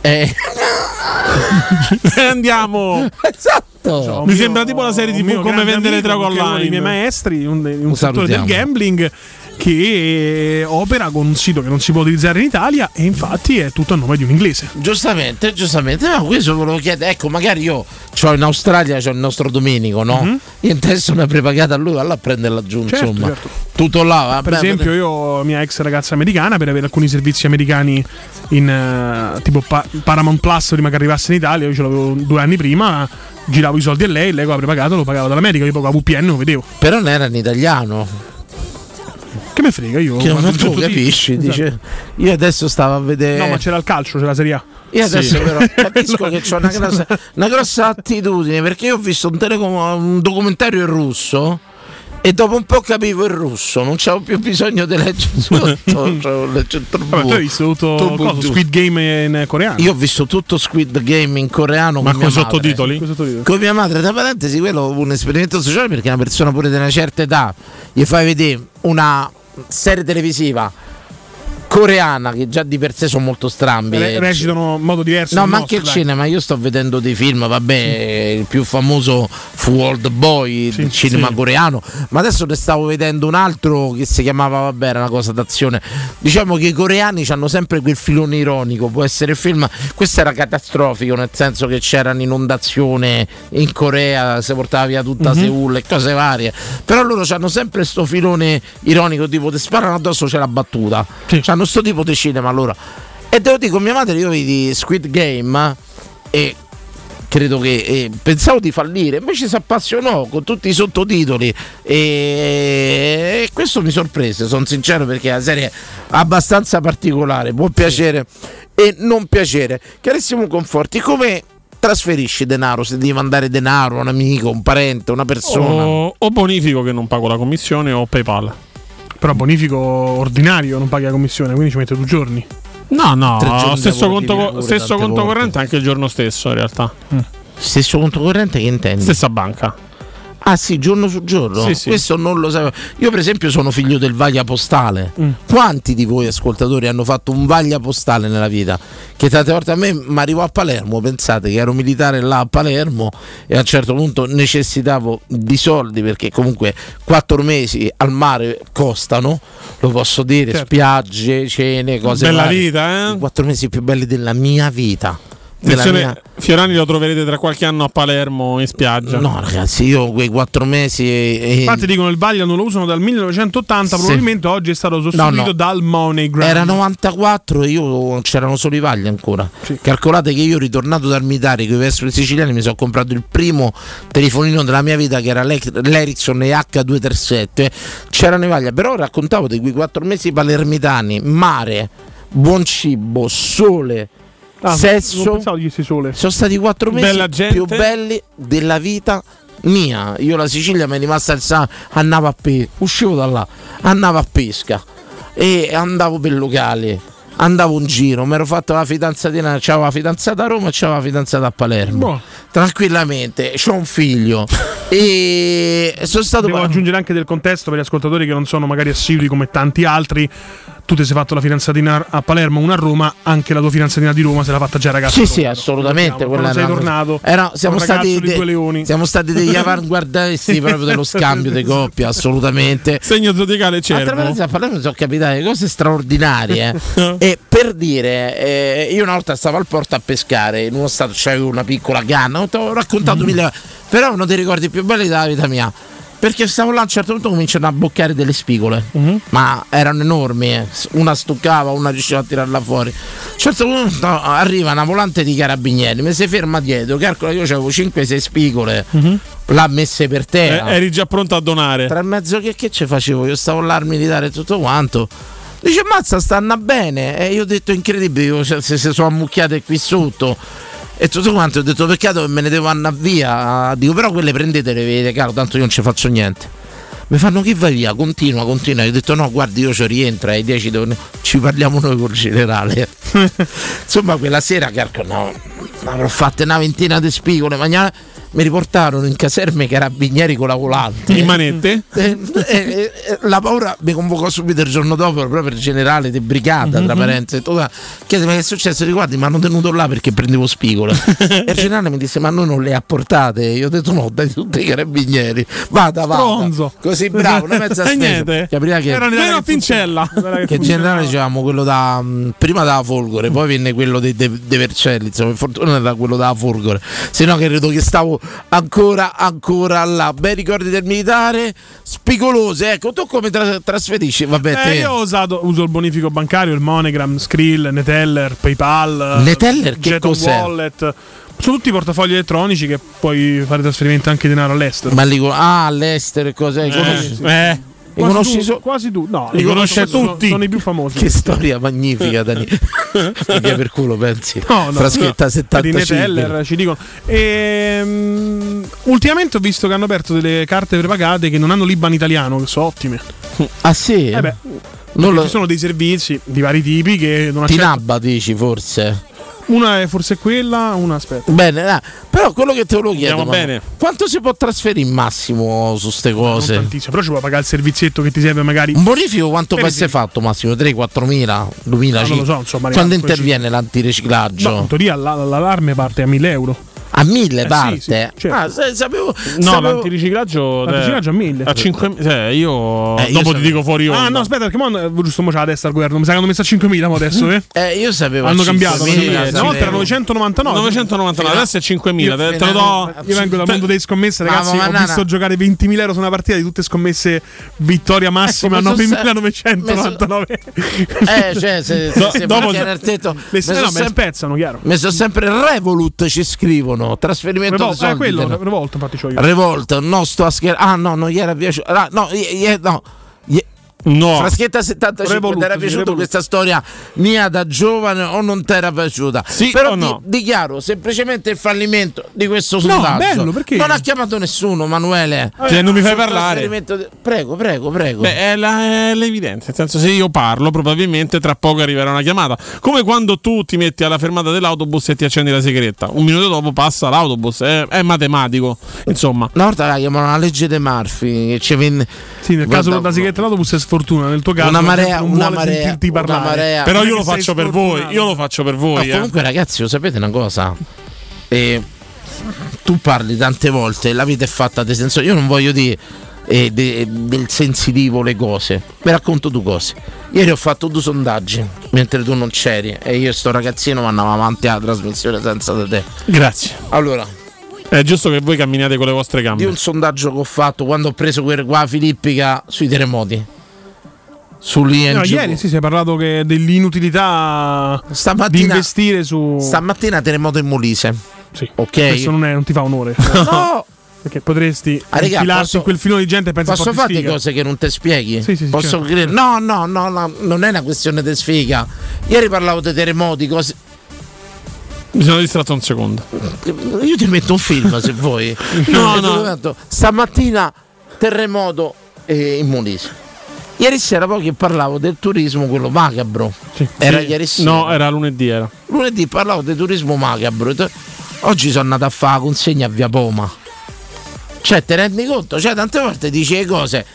E: Eh, [LAUGHS] Andiamo.
C: [LAUGHS] Esatto.
E: Mi sembra tipo la serie
D: un
E: TV
D: mio
E: come
D: grande
E: vendere
D: amico,
E: droga
D: che è Uno dei miei
E: online.
D: maestri, un, un
E: salutiamo.
D: settore del gambling che opera con un sito che non si può utilizzare in Italia e infatti è tutto a nome di un inglese.
C: Giustamente, giustamente, ma questo volevo chiedere. Ecco, magari io c'ho in Australia c'ho il nostro Domenico, no? Io adesso una prepagata a lui, valla a prenderla giù,
D: Mhm. Certo,
C: insomma.
D: certo.
C: Tutto là, Ah, vabbè,
D: per esempio, io, mia ex ragazza americana, per avere alcuni servizi americani in eh, tipo Pa- Paramount Plus prima che arrivasse in Italia, io ce l'avevo due anni prima, giravo i soldi a lei, lei lo aveva pagato, lo pagava dall'America, io pagavo VPN, lo vedevo.
C: Però non era in italiano.
D: Che me frega io?
C: Che non tu
D: tutto di-
C: capisci,
D: Esatto.
C: dice. Io adesso stavo a vedere.
D: No, ma c'era il calcio, c'era la Serie A.
C: Io adesso però capisco che c'ho una grossa, una grossa attitudine perché io ho visto un, telecom- un documentario in russo e dopo un po' capivo il russo, non c'avevo più bisogno di leggere
D: [LAUGHS]
C: sotto. cioè, ho letto il
D: Vabbè, tu
C: turbo-
D: hai visto tutto
C: turbo
D: cosa,
C: giusto.
D: Squid Game in coreano.
C: Io ho visto tutto Squid Game in coreano
E: Ma
C: con mia
E: con
C: madre.
E: sottotitoli?
D: Con sottotitoli.
C: Con mia madre, tra parentesi, quello è un esperimento sociale perché una persona pure di una certa età gli fai vedere una serie televisiva coreana che già di per sé sono molto strambi.
D: [LAUGHS] Re- recitano in modo diverso.
C: No,
D: dal
C: ma
D: nostro,
C: anche il
D: dai.
C: cinema, io sto vedendo dei film, vabbè, il più famoso fu Old Boy, il cinema
D: sì.
C: coreano, ma adesso ne stavo vedendo un altro che si chiamava, vabbè, era una cosa d'azione. Diciamo che i coreani hanno sempre quel filone ironico, può essere il film, questo era catastrofico, nel senso che c'era un'inondazione in Corea, si portava via tutta
Q: Mhm.
C: Seul e cose varie, però loro hanno sempre sto filone ironico, tipo ti sparano addosso c'è la battuta, hanno sto tipo di cinema allora. E te lo dico, mia madre, io vedi Squid Game eh, e credo che eh, pensavo di fallire, invece si appassionò con tutti i sottotitoli e, e questo mi sorprese, sono sincero perché è una serie abbastanza particolare, può piacere e non piacere. Chiarissimo Conforti, come trasferisci denaro se devi mandare denaro a un amico, un parente, una persona?
E: O, o bonifico che non pago la commissione o PayPal.
D: Però bonifico ordinario, non paghi la commissione, quindi ci mette due giorni.
E: No, no,
D: Tre giorni
E: Ah, stesso
D: lavorativi
E: conto, co-
D: pure,
E: stesso
D: tante
E: conto
D: volte.
E: corrente anche il giorno stesso in realtà.
D: Mm.
C: Stesso conto corrente che intendi?
E: Stessa banca.
C: Ah sì, giorno su giorno.
E: Sì, sì.
C: Questo non lo sapevo. Io per esempio sono figlio del vaglia postale.
E: Mm.
C: Quanti di voi ascoltatori hanno fatto un vaglia postale nella vita? Che tante volte a me mi arrivò a Palermo, pensate che ero militare là a Palermo e a un certo punto necessitavo di soldi perché comunque quattro mesi al mare costano, lo posso dire,
E: Certo.
C: spiagge, cene, cose
E: Bella
C: varie.
E: vita, eh?
C: I quattro mesi più belli della mia vita. Della
E: Attenzione,
C: mia-
E: Fiorani lo troverete tra qualche anno a Palermo in spiaggia.
C: No, ragazzi, io quei quattro mesi. E...
D: Infatti dicono il Vaglio non lo usano dal 1980,
C: Sì.
D: probabilmente oggi è stato sostituito
C: No, no.
D: dal MoneyGram.
C: Era 94 e io c'erano solo i vagli ancora. Calcolate che io ritornato dal militare con i vescovi siciliani mi sono comprato il primo telefonino della mia vita che era l'E- l'Ericsson EH237. C'erano i vaglia, però raccontavo di quei quattro mesi palermitani, mare, buon cibo, sole,
D: Ah, non
C: sesso.
D: pensavo dici sole.
C: Sono stati quattro mesi
D: Bella gente.
C: più belli della vita mia. Io la Sicilia mi è rimasta il sangue, andavo a pesca, uscivo da là, andavo a pesca e andavo per locali. Andavo in giro, mi ero fatto la fidanzatina, c'avevo la fidanzata a Roma e c'avevo la fidanzata a Palermo.
D: Boh.
C: Tranquillamente, ho un figlio.
D: [LAUGHS]
C: e eh, sono stato
D: Devo aggiungere anche del contesto per gli ascoltatori che non sono magari assidui come tanti altri. Tu ti sei fatto la fidanzatina a Palermo, una a Roma, anche la tua fidanzatina di Roma se l'ha fatta già ragazza.
C: Sì, sì, assolutamente.
D: Quando
C: quella
D: sei
C: era-
D: tornato,
C: era- siamo,
D: un ragazzo
C: stati
D: di due leoni.
C: siamo stati
D: [LAUGHS]
C: degli avanguardisti proprio dello scambio di coppia, assolutamente.
E: [LAUGHS] Segno zodicale cervo.
C: Attraverso a Palermo sono capitate cose straordinarie. e per dire, eh, io una volta stavo al porto a pescare, in uno stato c'avevo una piccola canna, ho raccontato mille volte, però è uno dei ricordi più belli della vita mia. Perché stavo là a un certo punto cominciano a boccare delle spigole, ma erano enormi, eh. una stuccava, una riusciva a tirarla fuori. A un certo punto arriva una volante di carabinieri, mi si ferma dietro, calcola che io avevo 5-6 spigole,
A: 嗯
C: l'ha messe per
E: Eh,
C: terra.
E: eri già pronto a donare.
C: Tra mezzo che, che ci facevo? Io stavo là al militare e tutto quanto. Dice, mazza, stanno bene. E io ho detto, incredibile, io, cioè, se, se sono ammucchiate qui sotto. E tutto quanto, ho detto, peccato che me ne devo andare via. Dico, però quelle prendetele, vedete, caro, tanto io non ci faccio niente. Mi fanno che vai via, continua, continua. Io ho detto no, guardi, io ci rientro, eh, ai 10 torno- ci parliamo noi col
E: [LAUGHS]
C: generale. Insomma, quella sera, carco, no, avrò fatto una ventina di spigole, ma mi riportarono in caserme i carabinieri con la volante.
E: In manette?
C: Eh, eh, eh, eh, la paura mi convocò subito il giorno dopo proprio il generale di brigata tra
E: Mhm.
C: parentesi tutto, chiedemi che è successo Dico, guardi mi hanno tenuto là perché prendevo
E: [LAUGHS]
C: spigole e il generale mi disse ma noi non le apportate io ho detto no dai tutti i carabinieri vada vada
E: Stronzo.
C: così bravo una
E: [LAUGHS]
C: mezza
E: E
C: spesa
E: Eh, niente.
C: Che prima che-
E: Era una pincella.
C: che in generale dicevamo quello da mh, prima da Folgore, poi venne quello dei dei- dei Vercelli. Insomma, per fortuna era quello da Folgore, se no credo che stavo ancora, ancora là. Bei ricordi del militare, spigolose. Ecco, tu come tra- trasferisci? Vabbè,
D: Eh,
C: te.
D: io ho usato, uso il bonifico bancario, il Monogram, Skrill, Neteller, PayPal, eh,
C: Neteller che
D: Jeton
C: cos'è?
D: Wallet. Sono tutti portafogli elettronici che puoi fare trasferimenti anche di denaro all'estero. Eh,
C: Ma li con- ah, all'estero, e cose.
E: Eh,
C: li conosci? Li
D: Quasi,
C: conosci
D: tu,
C: so-
D: quasi tu, no,
C: li conosce
D: conosco- sono-
C: tutti.
D: Sono, i più famosi.
C: Che storia
D: [LAUGHS]
C: magnifica, Dani. Mi dia per culo, pensi?
D: No, no,
C: Fraschetta
D: no.
C: 75.
D: Di Neteller ci dicono. Ehm, ultimamente ho visto che hanno aperto delle carte prepagate che non hanno l'Iban italiano, che sono ottime.
C: Ah sì?
D: Eh beh,
C: Non
D: perché
C: lo-
D: ci sono dei servizi di vari tipi che non
C: Ti
D: accettano.
C: nabba dici forse?
D: Una è forse quella, una aspetta.
C: Bene, dai. però quello che te lo chiedo,
D: Andiamo
C: Manu,
D: bene.
C: quanto si può trasferire in massimo su ste cose?
D: tantissimo, però ci può pagare il servizietto che ti serve magari.
C: Un bonifico quanto può
D: Per
C: essere fatto massimo? 3, 4 mila, 2000?
D: Ah, non lo so, insomma,
C: quando
D: arriva-
C: interviene l'antiriciclaggio?
D: No, in teoria la- la- l'allarme parte a 1000 euro.
C: A 1000
D: parte?
C: Ah, se- sapevo.
E: No,
D: sapevo-
E: l'antiriciclaggio.
D: L'antiriciclaggio a 1000.
E: A 5 eh, io.
D: Eh, io
E: dopo ti
D: sapevo.
E: dico fuori onda.
D: Ah, no, aspetta, perché mo, eh, giusto, mo c'ha la testa al governo. Mi sa che hanno messo a 5.000 mo
E: [LAUGHS]
D: adesso, eh?
C: Eh, io sapevo.
D: Hanno
E: a
D: cambiato.
E: 5.000,
D: hanno cambiato. Una volta era
E: sapevo.
D: 999.
E: 999, adesso è 5.000,
D: Io-
E: te- te lo do-
D: Io vengo dal mondo dei scommesse,
C: Ma-
D: ragazzi.
C: ma-
D: ho
C: ma-
D: visto
C: no.
D: giocare 20.000 euro su una partita di tutte scommesse vittoria massima
C: Ecco, mi son se-
D: 9.999.
C: Eh, cioè, se, se,
D: Do-
C: se
D: dopo-
C: mantiene il tetto,
D: Le
C: mi
D: se-
C: son
D: no, me le
C: sempre-
D: spezzano, chiaro.
C: mi sono sempre Revolut ci scrivono trasferimento di
D: Revol- eh,
C: soldi
D: quello,
C: te-
D: Revolt, infatti, c'ho io.
C: Revolt, no, sto a scherzare. Ah, no, non gli era piaciuto. Ah, no, gli- gli- no. gli-
E: No.
C: Fraschetta 75
E: Revolut,
C: ti era piaciuta
E: Revolut.
C: questa storia mia da giovane o non ti era piaciuta?
E: Sì
C: Però
E: o no?
C: di- dichiaro semplicemente il fallimento di questo
E: No,
C: sondaggio.
E: bello, perché?
C: Non ha chiamato nessuno, Manuele.
E: Eh, non mi fai
C: Sul
E: parlare.
C: trasferimento di- Prego, prego, prego.
E: Beh, è, la- è l'evidenza. Nel senso, se io parlo, probabilmente tra poco arriverà una chiamata. Come quando tu ti metti alla fermata dell'autobus e ti accendi la sigaretta. Un minuto dopo passa l'autobus. È, è matematico. Insomma.
C: Una volta la chiamano la legge dei Murphy che ci venne.
D: Sì, nel caso della sigaretta l'autobus è sfortuna, nel tuo caso
C: Una marea,
D: non
C: una
D: vuole
C: marea,
D: sentirti
C: una
D: parlare.
C: marea.
E: Però
C: non
E: io
C: è
E: lo
C: che sei
E: faccio per
C: sfortunato.
E: voi. Io lo faccio per
C: Ma
E: voi. eh.
C: comunque, ragazzi, lo sapete una cosa? Eh, tu parli tante volte, la vita è fatta di senso. Io non voglio dire eh, de- del sensitivo le cose. Vi racconto due cose. Ieri ho fatto due sondaggi mentre tu non c'eri e io e sto ragazzino andavamo avanti alla trasmissione senza di te.
E: Grazie.
C: Allora.
E: È giusto che voi camminiate con le vostre
C: Di
E: gambe.
C: un sondaggio che ho fatto quando ho preso quel qua Filippica sui terremoti. Sull'ING.
D: No, ieri sì, si è parlato che dell'inutilità
C: Stamattina-
D: di investire su.
C: Stamattina terremoto in Molise.
D: Sì.
C: Ok.
D: Questo non, è- non ti fa onore.
C: [LAUGHS] No!
D: Perché potresti
C: Ah, raga,
D: infilarti
C: posso-
D: in quel filone di gente e pensa
C: Posso
D: un po'
C: fare
D: di
C: delle
D: sfiga.
C: cose che non ti spieghi?
D: Sì, sì, sì,
C: Posso
D: certo.
C: credere? No, no, no, no, non è una questione di sfiga. Ieri parlavo dei terremoti, cose.
E: Mi sono distratto un secondo.
C: Io ti metto un film se vuoi.
E: [LAUGHS] No,
C: [LAUGHS] Perché
E: no.
C: tu tanto- Stamattina terremoto eh, in Molise. Ieri sera poi che parlavo del turismo, quello macabro. Era
E: Sì.
C: ieri sera.
E: No, era lunedì. Era.
C: Lunedì parlavo di turismo macabro. Te- Oggi sono andato a fare la consegna a Via Poma. Cioè, te rendi conto? Cioè, tante volte dici le cose.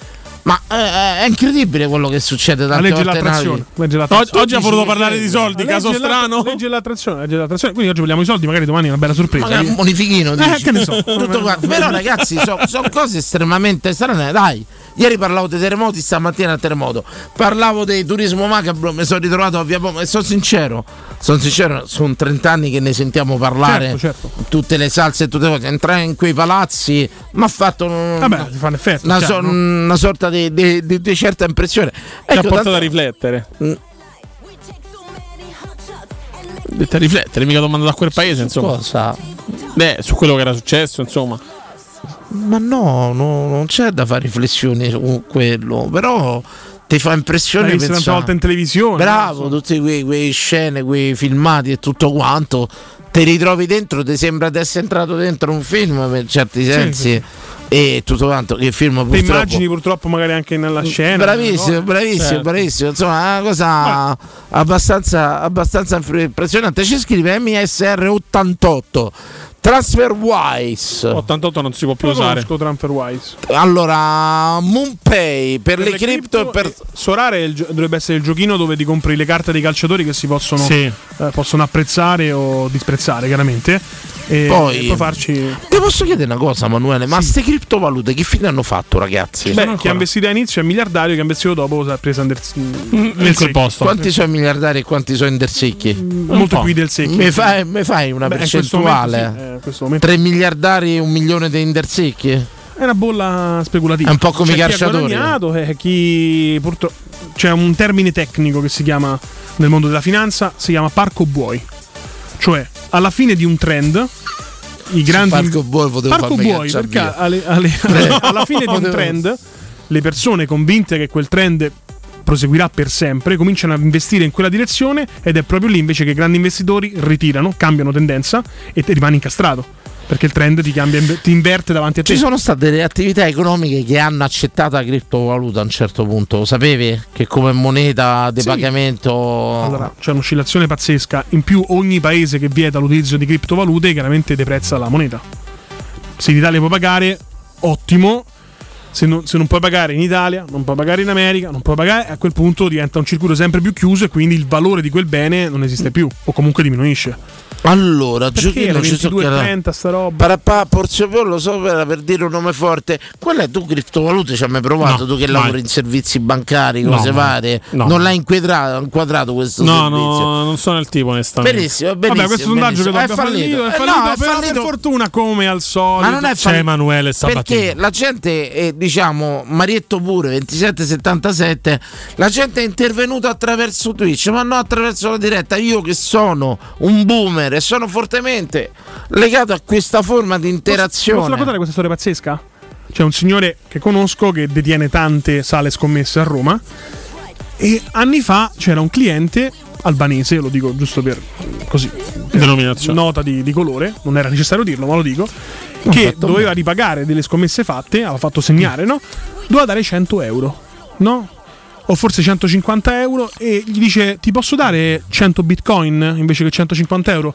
C: Ma eh, eh, è incredibile quello che succede tante
D: legge
C: volte nella
D: l'attrazione,
C: vita.
D: legge l'attrazione.
E: Oggi ha voluto parlare di soldi,
D: Legge
E: caso
D: la-
E: strano.
D: Legge l'attrazione, legge l'attrazione. Quindi oggi vogliamo i soldi, magari domani è una bella sorpresa.
C: Magari un bonifichino,
D: Eh,
C: dici.
D: che ne so.
C: [LAUGHS] Tutto qua. Però, ragazzi, sono cose estremamente strane. Dai, ieri parlavo dei terremoti, stamattina al terremoto. Parlavo di turismo macabro, mi sono ritrovato a Via Poma. E sono sincero, sono sincero, sono 30 anni che ne sentiamo parlare.
D: Certo, certo.
C: Tutte le salse e tutte le cose. Entrare in quei palazzi mi ha fatto un-
D: Vabbè, ti fa un effetto.
C: una,
D: chiaro,
C: so-
D: no?
C: una sorta di, di- di- di certa impressione.
E: Ti ha
C: Ecco,
E: portato a
C: tante-
E: riflettere.
C: Mm.
E: Ho detto a riflettere, mica domanda da quel paese, insomma.
C: cosa?
E: Beh, su quello che era successo, insomma.
C: Ma no, no, non c'è da fare riflessioni su quello, però ti fa impressione
D: L'hai visto tante
C: pensare-
D: volte in televisione.
C: Bravo, tutte quei, quei scene, quei filmati e tutto quanto. Ti ritrovi dentro, ti sembra di essere entrato dentro un film per certi sensi. E tutto quanto, che film
D: Te
C: purtroppo.
D: immagini purtroppo magari anche nella scena.
C: Bravissimo,
D: no?
C: bravissimo,
D: Certo.
C: bravissimo. Insomma, è una cosa abbastanza, abbastanza fr- impressionante. Ci scrive MSR88 TransferWise.
E: 88 non si può più
D: Lo
E: usare.
D: conosco TransferWise.
C: Allora, Moonpay per, le, cripto, e per.
D: e- Sorare è il gio- dovrebbe essere il giochino dove ti compri le carte dei calciatori che si possono,
E: Sì.
D: eh, possono apprezzare o disprezzare, chiaramente. E
C: Poi-
D: e puoi farci.
C: Ti posso chiedere una cosa, Manuele? Ma queste criptovalute che fine hanno fatto, ragazzi?
D: Beh, chi ha investito all'inizio è miliardario, chi ha investito dopo ha preso Anderson.
E: nel Mm, quel posto.
C: Quanti sono miliardari e quanti sono intersecchi?
D: Mm, Molto più del secchio.
C: Mi fai, mi fai una
D: Beh, in questo momento
C: percentuale?
D: sì, eh, in questo momento-
C: 3 miliardari e un milione di intersecchi?
D: È una bolla speculativa.
C: È un po' come
D: C'è
C: i calciatori.
D: Chi ha guadagnato e chi purtroppo. C'è un termine tecnico che si chiama nel mondo della finanza, si chiama parco buoi. Cioè, alla fine di un trend, i grandi.
C: Parco Buoi potevo
D: Parco
C: farmi
D: buoi,
C: cacciar
D: perché
C: via.
D: alle- alle- [LAUGHS]
C: Eh.
D: alla fine di un
C: Potevo-
D: trend, le persone convinte che quel trend proseguirà per sempre, cominciano a investire in quella direzione ed è proprio lì invece che i grandi investitori ritirano, cambiano tendenza e te rimani incastrato. Perché il trend ti cambia, ti inverte davanti a te.
C: Ci sono state delle attività economiche che hanno accettato la criptovaluta a un certo punto. Lo Sapevi che come moneta di
D: Sì.
C: pagamento.
D: Allora, c'è un'oscillazione pazzesca. In più, ogni paese che vieta l'utilizzo di criptovalute chiaramente deprezza la moneta. Se in Italia puoi pagare, ottimo. Se non, se non puoi pagare in Italia, non puoi pagare in America, non puoi pagare, a quel punto diventa un circuito sempre più chiuso e quindi il valore di quel bene non esiste più o comunque diminuisce.
C: Mm. Allora,
D: Perché
C: giochino
D: era
C: ci so che era-
D: 22,30 sta roba?
C: Parapà, Porziopiolo, so per, per dire un nome forte. Qual è tu criptovalute? Ci hai mai provato?
E: No,
C: tu che
E: mai.
C: lavori in servizi bancari,
E: No,
C: cose
E: mai.
C: varie?
E: No.
C: Non l'hai inquadrato, inquadrato questo
E: No,
C: servizio?
E: no, non sono il tipo onestamente.
C: Benissimo, benissimo.
D: Vabbè, questo sondaggio che
C: benissimo.
D: l'abbiamo fallito, è
C: Eh,
D: fallito,
C: no, è
D: però per
C: fallito.
D: fortuna come al
C: Ma
D: solito.
C: non è
E: C'è
C: fallito.
E: Emanuele Sabatini.
C: Perché la gente, eh, diciamo, Marietto pure 2777, la gente è intervenuta attraverso Twitch, ma non attraverso la diretta. Io che sono un boomer e sono fortemente legato a questa forma di
D: Posso- Posso
C: interazione.
D: raccontare questa storia pazzesca? C'è un signore che conosco che detiene tante sale scommesse a Roma e anni fa c'era un cliente albanese, lo dico giusto per così per nota di, di colore, non era necessario dirlo, ma lo dico, che
C: fatto
D: doveva ripagare delle scommesse fatte, aveva fatto segnare, no? Doveva dare 100 euro, no? O forse 150 euro e gli dice ti posso dare 100 bitcoin invece che 150 euro?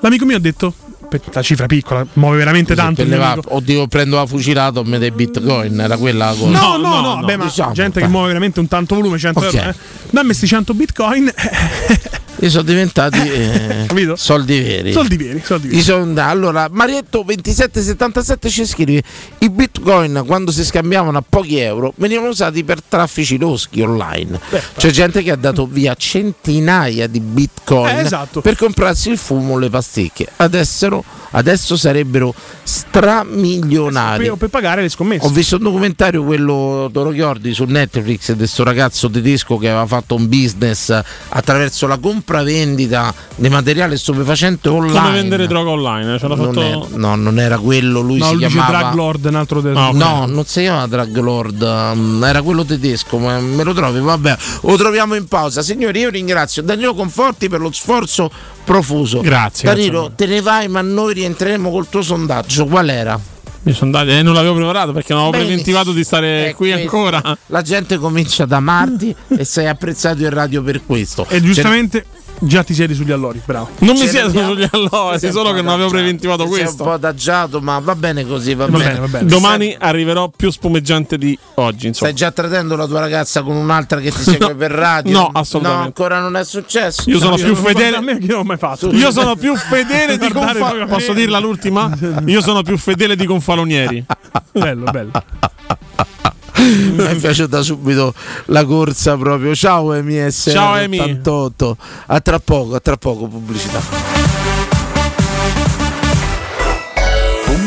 D: L'amico mio ha detto, per la cifra piccola, muove veramente tanto. il mio
C: Prendeva-
D: amico.
C: oddio, prendo la fucilata o me dei bitcoin, era quella la cosa.
D: No, no, no, vabbè, ma gente che
C: diciamo, dai.
D: muove veramente un tanto volume, 100
C: Ok.
D: euro. Eh. Dammi sti 100 bitcoin, [LAUGHS] eh,
C: E sono diventati eh, soldi veri.
D: soldi veri, soldi
C: I
D: veri.
C: sonda- allora, Marietto 2777 ci scrive: I bitcoin quando si scambiavano a pochi euro venivano usati per traffici loschi online. C'è gente che ha dato via centinaia di bitcoin
D: Eh, esatto.
C: per comprarsi il fumo o le pasticche. Adesso, adesso sarebbero
D: Eh
C: stramilionari.
D: Per, per pagare le scommesse.
C: Ho visto un documentario, quello Toro Chiordi su Netflix, di sto ragazzo tedesco che aveva fatto un business attraverso la compravendita di materiale stupefacente online.
E: Come vendere droga online? eh, Ce l'ha
C: Non
E: fatto.
C: era- no, non era quello, lui
D: No,
C: si
D: lui dice
C: chiamava
D: Drug Lord, un altro del-
E: Ah,
C: No, no, non si chiama Drug Lord, um, era quello tedesco, ma me lo trovi, vabbè, lo troviamo in pausa. Signori, io ringrazio Danilo Conforti per lo sforzo profuso.
E: Grazie,
C: Danilo,
E: grazie
C: te ne vai, ma noi rientreremo col tuo sondaggio. Qual era?
E: Mi sono andati- eh, non l'avevo preparato perché non avevo
C: Bene.
E: preventivato di stare
C: È
E: qui
C: questo.
E: ancora.
C: La gente comincia ad amarti e sei apprezzato in radio per questo.
D: E giustamente già ti siedi sugli allori, bravo.
C: Ce ne-
E: Non mi
C: ce ne
E: siedo
C: andiamo.
E: sugli allori,
C: Sei un
E: solo
C: po'
E: che non avevo
C: adagiato,
E: preventivato
C: sei
E: questo.
C: un po' adagiato, ma va bene così, va, bene.
E: Domani arriverò più spumeggiante di oggi. Insomma.
C: Stai già tradendo la tua ragazza con un'altra che ti
E: [LAUGHS]
C: segue per radio?
E: no, assolutamente.
C: No, ancora non è successo.
E: Io sono
C: No,
E: più fedele.
D: A me che non ho mai fatto.
E: Io sono più fedele di
D: Guardare
E: Confalonieri.
D: proprio me.
E: Posso dirla l'ultima? Io sono più fedele di Confalonieri.
D: Bello, bello.
C: [LAUGHS] Mi è piaciuta subito la corsa proprio. Ciao MS.
E: Ciao, Emi.
C: 88. A tra poco, a tra poco pubblicità.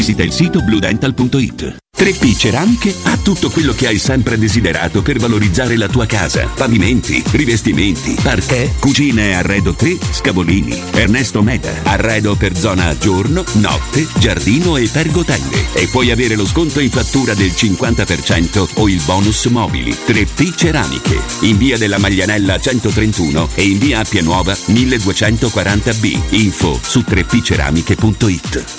Q: visita il sito bludental.it. 3P Ceramiche ha tutto quello che hai sempre desiderato per valorizzare la tua casa. Pavimenti, rivestimenti, parquet, cucina e arredo 3, Scavolini. Ernesto Meda, arredo per zona giorno, notte, giardino e pergotelle. E puoi avere lo sconto in fattura del 50% o il bonus mobili. 3P Ceramiche, in via della Maglianella 131 e in via Appia Nuova 1240B. Info su 3pceramiche.it.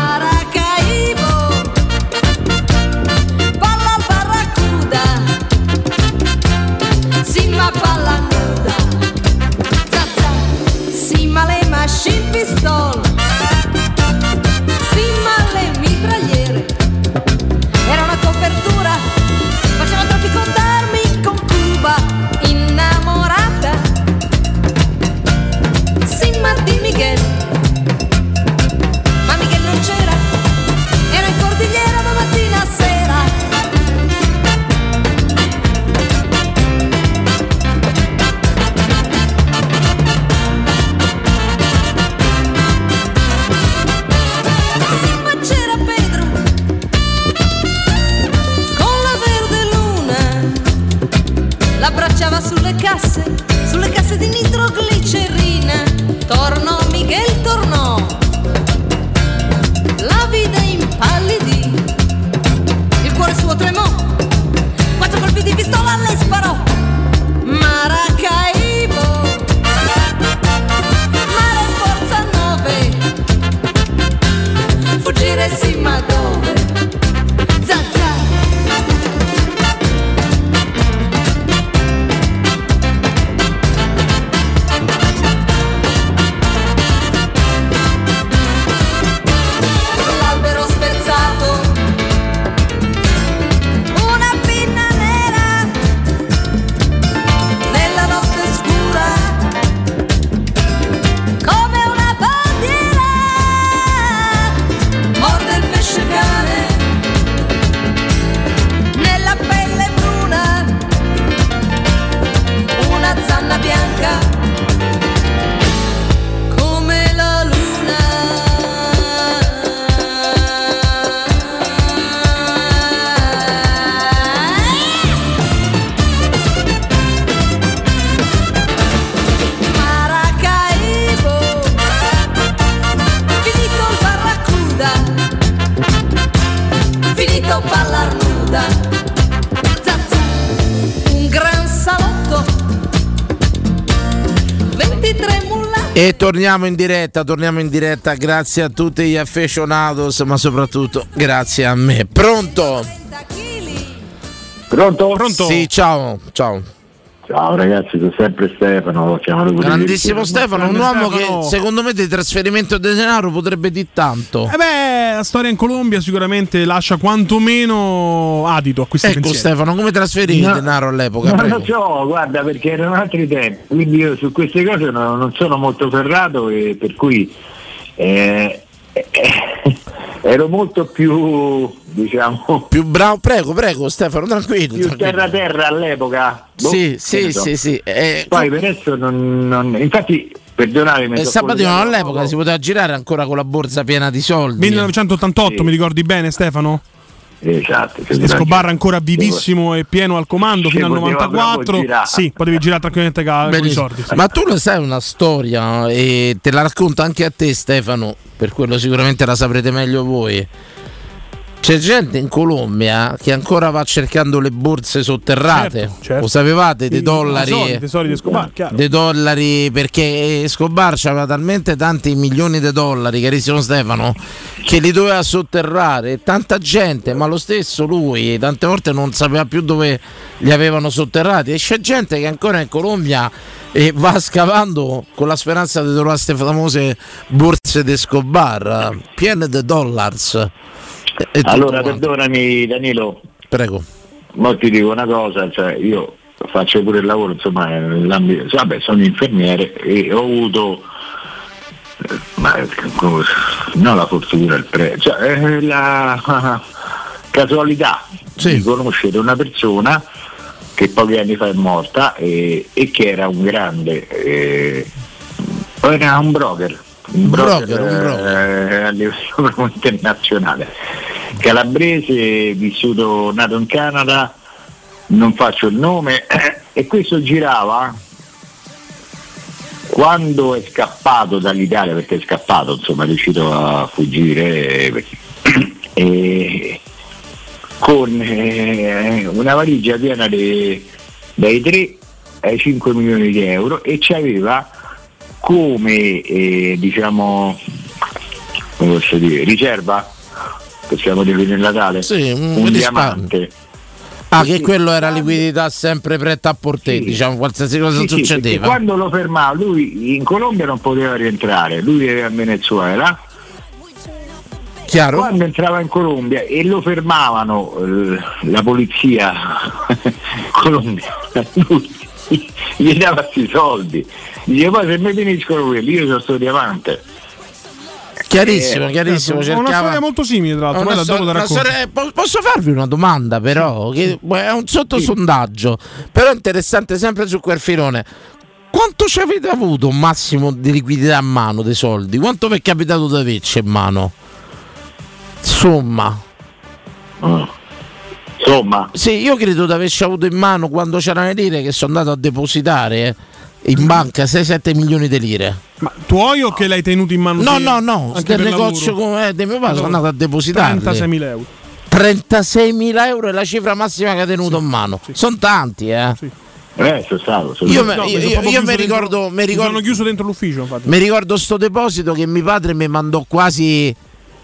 A: Maracaibo, palla al barracuda, Silva palla nuda, zazza, Sima le machine pistol, Sima le mitragliere, era una copertura, faceva traffico d'armi con Cuba, innamorata, Sima di Miguel, ma Miguel non c'era, era in cordigliera da mattina a sera. Sì, ma c'era Pedro con la verde luna, l'abbracciava sulle casse, sulle casse di nitroglicerina. Tornò Miguel, tornò. La vide impallidì, il cuore suo tremò, quattro colpi di pistola le sparò. Maracaibo, mare forza 9, fuggire sì ma dove? Zazza, l'albero spezzato, una pinna nera nella notte scura, come una bandiera, morde il pesce cane, nella pelle bruna, una zanna bianca, come la luna. Maracaibo, finito il barracuda, finito ballar nuda, zazza, un gran salotto, 23 mulatti.
C: E torniamo in diretta, torniamo in diretta, grazie a tutti gli affezionados, ma soprattutto grazie a me. Pronto?
R: Pronto?
C: Sì, ciao, ciao.
R: Ciao ragazzi, sono sempre Stefano, lo chiamo lui.
C: Grandissimo Stefano, un
R: Grande
C: uomo
R: Stefano.
C: che secondo me di trasferimento di denaro potrebbe dire tanto.
D: Eh beh, la storia in Colombia sicuramente lascia quantomeno adito a questo
C: Ecco
D: pensiero.
C: Stefano, come trasferivi
D: No.
C: denaro all'epoca?
R: Non
C: prego?
R: lo so, guarda, perché erano altri tempi, quindi io su queste cose no- non sono molto ferrato e per cui eh, eh, ero molto più, diciamo...
C: Più bravo, prego, prego Stefano, tranquillo.
R: Più
C: tranquillo.
R: terra-terra all'epoca. Boh,
C: Sì,
R: che
C: sì,
R: ne so.
C: sì, sì, eh,
R: Poi per adesso non... non- infatti, perdonatemi...
C: E
R: sono
C: Sabatino eh,
R: collegato-
C: all'epoca si poteva girare ancora con la borsa piena di soldi.
D: 1988, mi ricordi bene Stefano?
R: Esatto.
D: Escobar ancora vivissimo e pieno al comando
C: Se
D: fino al
C: poteva proprio
D: 94.
C: girare.
D: Sì, potevi girare tranquillamente ca- Ah, con i
C: Benissimo.
D: soldi.
C: Ma tu lo sai una storia eh, e te la racconto anche a te Stefano, per quello sicuramente la saprete meglio voi. C'è gente in Colombia che ancora va cercando le borse sotterrate.
D: Certo, certo.
C: Lo sapevate
D: I
C: dei dollari?
D: tesori- i tesori di Escobar, chiaro.
C: dei dollari perché Escobar aveva talmente tanti milioni di dollari, carissimo Stefano, che li doveva sotterrare. Tanta gente, ma lo stesso lui tante volte non sapeva più dove li avevano sotterrati. E c'è gente che ancora in Colombia eh, va scavando con la speranza di trovare queste famose borse di Escobar, eh, piene di dollars. E- e tutto
R: Allora,
C: quanto.
R: perdonami Danilo,
C: prego.
R: Mo ti dico una cosa, cioè io faccio pure il lavoro, insomma, nell'ambito- vabbè, sono infermiere e ho avuto eh, ma, come- non la fortuna, il pre, cioè, eh, la [LAUGHS] casualità di conoscere una persona che pochi anni fa è morta e, e che era un grande, eh, era un broker, un broker, eh, a livello [LAUGHS] proprio internazionale, calabrese, vissuto, nato in Canada, non faccio il nome, [CLEARS THROAT] e questo girava quando è scappato dall'Italia, perché è scappato, insomma, è riuscito a fuggire eh, perché- [CLEARS THROAT] e con eh, una valigia piena di- dai 3 ai 5 milioni di euro e ci aveva come eh, diciamo come posso dire, riserva possiamo dire nel Natale
C: un
R: un
C: risparmio.
R: diamante
C: Ah, che quello era liquidità sempre pretta a portè, diciamo, qualsiasi cosa
R: Sì, sì, perché
C: succedeva.
R: quando lo fermava, lui in Colombia non poteva rientrare, lui era in Venezuela. Quando entrava in Colombia e lo fermavano eh, la polizia [LAUGHS] colombiana, lui gli dava questi soldi. Dice poi se mi finiscono quelli, io sono sto diamante.
C: Chiarissimo,
R: Eh,
C: chiarissimo.
R: certo,
D: Una
C: cercava-
D: storia molto simile, tra l'altro.
C: Una
D: quella
C: so-
D: dopo la
C: una
D: racconto.
C: storia- po- posso farvi una domanda, però? Che è un sottosondaggio, però è interessante sempre su quel filone. Quanto ci avete avuto un massimo di liquidità a mano dei soldi? Quanto vi è capitato di averci in mano? Somma.
R: Insomma.
C: Sì, io credo di averci avuto in mano quando c'erano le lire che sono andato a depositare in banca 6-7 milioni di lire.
D: Ma tuoi o che l'hai tenuto in mano?
C: No,
D: te?
C: no, no,
D: Anche
C: del
D: per
C: negozio
D: lavoro?
C: come eh, di mio padre sono
D: Allora,
C: andato a depositare.
D: 36.000 euro.
C: 36.000 euro è la cifra massima che ha tenuto in mano. Sono tanti, eh.
R: Eh, sono stato, sono
C: Io
R: stato.
C: me-
D: No,
C: io-
D: sono
C: io-
D: proprio
C: io
D: chiuso
C: mi
D: dentro-
C: ricordo, mi
D: mi
C: ricordo,
D: Sono chiuso dentro l'ufficio, infatti.
C: mi ricordo sto deposito che mio padre mi mandò quasi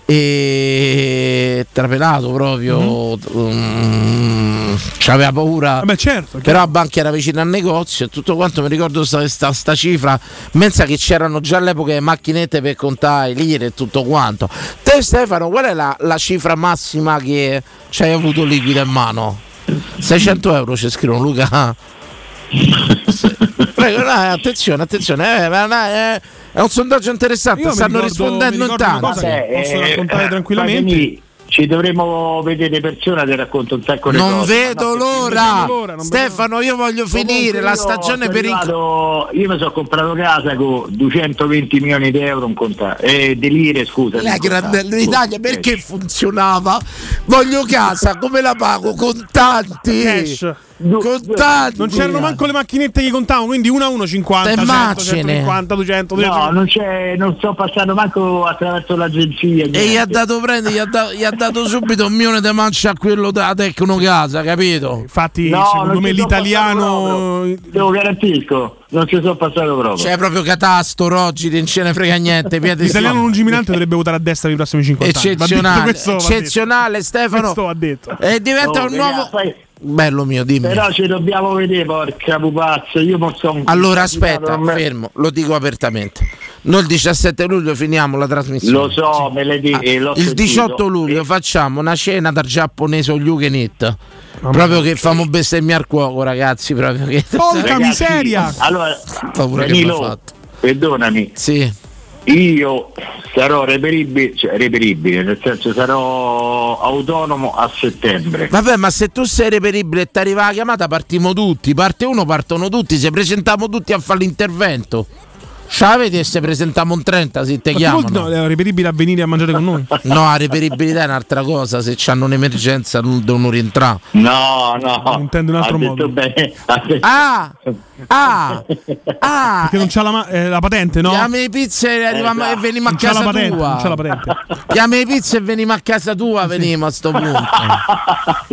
C: eh, trapelato proprio. Mm, c'aveva paura.
D: Mhm. Beh, certo.
C: Però la banca era vicina al negozio e tutto quanto mi ricordo sta, sta- sta cifra. Pensa che c'erano già all'epoca le macchinette per contare lire e tutto quanto. Te Stefano, qual è la, la cifra massima che ci hai avuto liquida in mano? 600 euro ci scrivono Luca. Prego, no, attenzione, attenzione, eh, ma no, eh, è un sondaggio interessante,
R: Io mi
C: stanno
R: ricordo-
C: rispondendo
R: mi
C: in
R: ricordo una
C: tanti.
R: cosa che posso raccontare tranquillamente. eh, ci dovremmo vedere persona, ti racconto un sacco di
C: Non
R: cose.
C: vedo
R: Ma no,
C: l'ora. Stefano, io voglio
R: Comunque
C: finire la
R: io
C: stagione
R: sono
C: per in-
R: arrivato- Io mi sono comprato casa con 220 milioni di euro in conta, eh, di lire, scusa.
C: la
R: in contanti.
C: grande
R: Eh,
C: l'Italia perché funzionava? Voglio casa, come la pago? Contanti.
D: Cash.
C: Contanti.
D: Non c'erano manco le macchinette che contavano, quindi 1 a 1, 50,
C: Te
D: 100,
C: immagini?
D: 150, 200, 200.
R: No, non c'è, eh, non sto passando manco attraverso l'agenzia.
C: E
R: niente.
C: gli ha dato prendi, gli ha, da- gli ha dato subito un milione di mancia a quello da Tecnocasa, capito?
D: Infatti,
R: No,
C: cioè,
R: non ci sono passato proprio. Te lo garantisco, non ci sono passato proprio.
C: C'è proprio catastro oggi, non ce ne frega niente. piedi
D: [LAUGHS] L'italiano
C: sotto.
D: lungimirante dovrebbe votare a destra nei prossimi 50 anni. Va detto
C: Eccezionale,
D: questo, va detto.
C: eccezionale Stefano.
D: Questo va detto.
C: E diventa
R: Oh,
C: un
R: vediamo,
C: nuovo...
R: poi-
C: Bello mio, dimmi.
R: Però ci dobbiamo vedere, porca pupazza, io posso
C: Allora aspetta, fermo, lo dico apertamente. Noi il 17 luglio finiamo la trasmissione. Ah,
R: Lo so, me le di- eh, l'ho
C: il
R: sentito.
C: 18 luglio facciamo una cena dal giapponese o Yukenit. Proprio che famo bestemmiar cuoco, ragazzi. Proprio che...
R: Ragazzi, eh, ah, Allora,
C: Paura che
R: Danilo,
C: mi ha fatto.
R: perdonami. Io sarò reperibile, cioè reperibile, nel senso sarò autonomo a settembre.
C: Vabbè, ma se tu sei reperibile e ti arriva la chiamata, partiamo tutti. Parte uno, partono tutti. Se presentiamo tutti a fare l'intervento. Ciao, vedi se presentiamo un 30 se te
D: Ma tu
C: chiamano.
D: vuol- no, è reperibile a venire a mangiare con
R: [LAUGHS]
D: noi.
C: No, la reperibilità è un'altra cosa. Se hanno un'emergenza non devono rientrare.
R: No, no. Intendo
D: Mm, un altro
R: ha detto
D: modo.
R: Bene, ha detto-
C: Ah! Ah! Ah!
D: Perché non c'ha la, ma- eh, la patente, no?
C: Chiami le pizze
R: Eh,
C: e, arriviamo-
D: Esatto.
C: e veniamo a
D: Non c'ha
C: casa
D: la patente,
C: tua.
D: non c'ha la patente.
C: Chiami le pizze e veniamo a casa tua, veniamo a sto
R: [LAUGHS]
C: punto.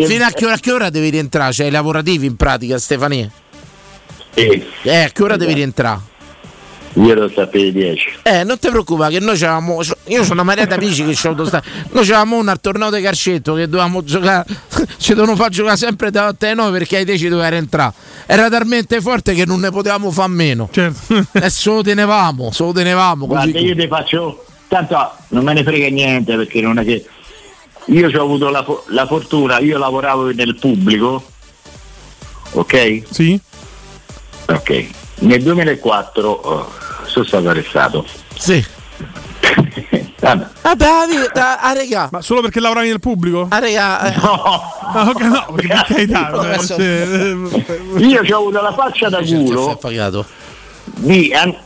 C: Fino a che ora, a che ora devi rientrare? Cioè, i lavorativi in pratica, Stefania?
R: Sì.
C: Eh, a che ora devi rientrare?
R: Io lo sapevo 10.
C: Eh, non ti preoccupare che noi c'avevamo. Io sono una marea di amici che ci hanno sta. Noi c'avevamo una al torneo di carcetto che dovevamo giocare. [LAUGHS] Ci dovevano far giocare sempre da 8 ai 9 perché ai 10 doveva rientrare. Era talmente forte che non ne potevamo far meno. [LAUGHS]
D: Certo.
C: E solo tenevamo, solo tenevamo così.
R: Guarda, io ti faccio. Tanto non me ne frega niente perché non è che. Io ci ho avuto la, fo- la fortuna, io lavoravo nel pubblico ok?
D: Sì.
R: Ok. Nel 2004 oh, sono stato arrestato.
C: Sì.
R: Vabbè.
C: Ah, bravi, ah, ah, regà.
D: Ma solo perché lavoravi nel pubblico?
C: Ah, regà. eh.
D: Ah, ok, no, perché per carità,
C: [LAUGHS] Adesso-
D: cioè,
R: Io ci ho avuto la faccia da culo di an-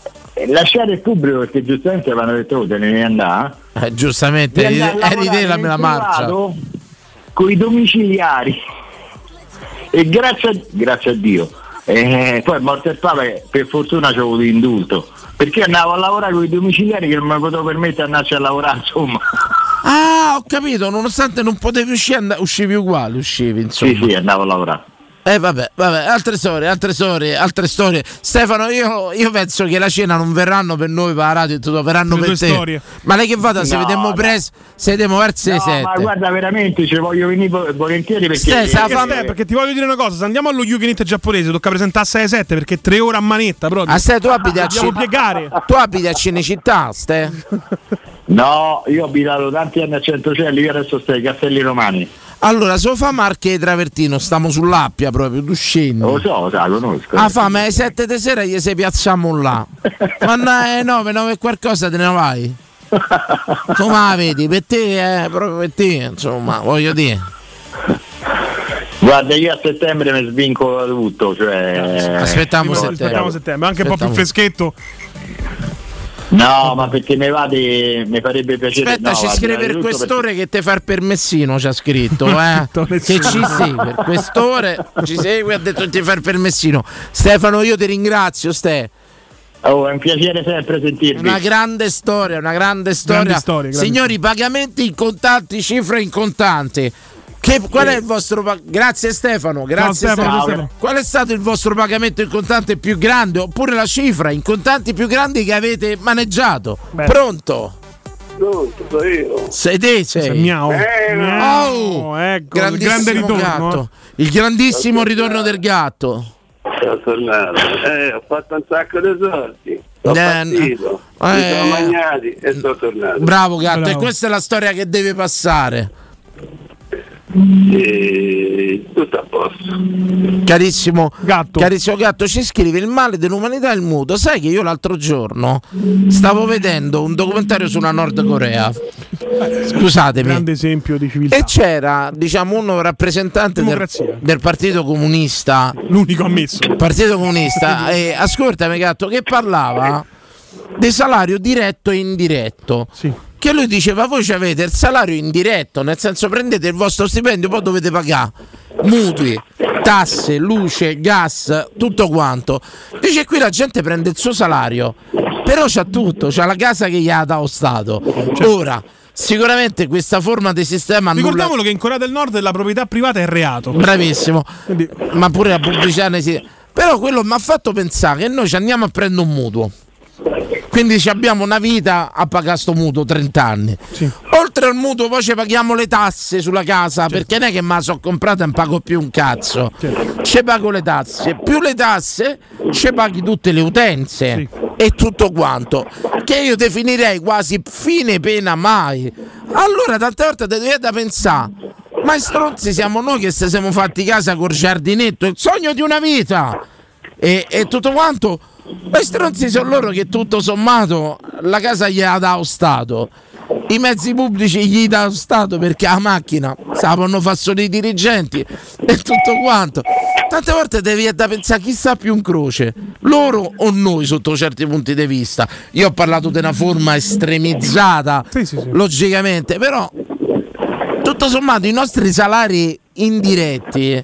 R: lasciare il pubblico perché giustamente avevano detto "Oh, te ne devi andare.
C: Eh, giustamente, eri, eri te la me la marcia.
R: Con i domiciliari. E grazie a, grazie a Dio. eh, poi è morto il Papa e per fortuna ci ho avuto indulto. Perché andavo a lavorare con i domiciliari che non mi potevo permettere di andarci a lavorare, insomma.
C: Ah, ho capito, nonostante non potevi uscire, and- uscivi uguale, uscivi, insomma.
R: Sì, sì, andavo a lavorare.
C: Eh vabbè, vabbè, altre storie, altre storie, altre storie. Stefano, io, io penso che la cena non verranno per noi, per la radio e tutto, verranno
R: Per
C: per,
R: le
C: te.
R: tue storie.
C: Ma lei che vada, se
R: No,
C: vediamo
R: no.
C: pres, se vediamo verso le
R: No, ma
C: sette.
R: guarda veramente ci voglio venire vo- volentieri perché eh,
D: Perché, Stef, perché ti voglio dire una cosa, se andiamo allo Yukinit giapponese, tocca presentare a 6-7 perché 3 ore a manetta proprio.
C: Ah, Ste, tu abiti a
D: Dobbiamo
C: Cin-
D: piegare.
C: Tu abiti a Cinecittà, Ste?
R: No, io ho abitato tanti anni a Centocelli, io adesso sto ai Castelli Romani.
C: Allora, se lo fa Marche e Travertino, stiamo sull'appia proprio, tu scendi.
R: Lo so, lo so, lo conosco.
C: Ah, fa, ma alle 7 di sera gli se piazziamo
R: [LAUGHS]
C: là. Ma alle 9, 9 e qualcosa te ne vai. Come la vedi? Per te, eh, proprio per te, insomma, voglio dire.
R: Guarda, io a settembre mi svincolo da tutto, cioè...
C: Aspettiamo
R: no,
C: settembre.
D: Aspettiamo settembre, anche un po' più freschetto.
R: No, ma perché mi vade, mi farebbe piacere...
C: Aspetta,
R: no,
C: ci
R: guarda,
C: scrive per
R: innanzitutto
C: questore che te fa il permessino, ci ha scritto,
R: [LAUGHS]
C: eh. che ci segue, per questore ci segue, ha detto che ti fa il permessino. Stefano, io ti ringrazio, Ste.
R: perché- Oh, è un piacere sempre sentirvi.
C: Una grande storia, una grande storia.
R: storie, grandi
C: Signori, pagamenti in contanti, cifre in contanti. Che- qual è il vostro pa- grazie Stefano, grazie
D: Ciao, Stefano,
C: Stefano.
D: Stefano.
C: Qual è stato il vostro pagamento in contante più grande oppure la cifra in contanti più grandi che avete maneggiato? Pronto?
S: Pronto, sono io.
C: Sei te, sei.
S: Miau. Eh, miau.
C: Oh,
D: ecco,
S: il
C: grandissimo
S: grande ritorno,
C: gatto. Il grandissimo ritorno del gatto.
S: Sono tornato. Eh, ho fatto un sacco di sorti. Sono
C: Eh,
S: partito.
C: no.
S: Mi
C: Eh.
S: sono magnati e sono tornato.
C: Bravo gatto, e questa è la storia che deve passare.
S: E Eh, tutto a posto.
C: Carissimo gatto. carissimo gatto, ci scrive il male dell'umanità e il muto. Sai che io l'altro giorno stavo vedendo un documentario sulla Nord Corea. Scusatemi.
D: Grande esempio di civiltà.
C: E c'era, diciamo, un rappresentante del, del Partito Comunista.
D: L'unico ammesso.
C: Partito Comunista. e ascoltami, gatto, che parlava di salario diretto e indiretto. Che lui diceva, voi ci avete il salario indiretto, nel senso prendete il vostro stipendio, poi dovete pagare mutui, tasse, luce, gas, tutto quanto. Dice qui la gente prende il suo salario, però c'ha tutto, c'ha la casa che gli ha dato Stato.
D: Certo.
C: Ora, sicuramente questa forma di sistema... annulla-
D: Ricordiamolo che in Corea del Nord la proprietà privata è reato.
C: Bravissimo. Ma pure la pubblicità ne si. Però quello mi ha fatto pensare che noi ci andiamo a prendere un mutuo. Quindi ci abbiamo una vita a pagare sto mutuo 30 anni. Oltre al mutuo poi ci paghiamo le tasse sulla casa, perché non è che me la so comprata e non pago più un cazzo. Ci pago le tasse, più le tasse ci paghi tutte le utenze e tutto quanto. Che io definirei quasi fine pena mai. Allora tante volte ti viene da pensare ma i stronzi siamo noi che se siamo fatti casa col giardinetto, il sogno di una vita e, e tutto quanto. Ma i stronzi sono loro che tutto sommato la casa gliela dà lo Stato. I mezzi pubblici gli dà lo Stato perché la macchina se la fanno fare solo i dirigenti e tutto quanto. Tante volte devi da pensare chissà più un croce, loro o noi sotto certi punti di vista. Io ho parlato di una forma estremizzata, logicamente, però tutto sommato i nostri salari indiretti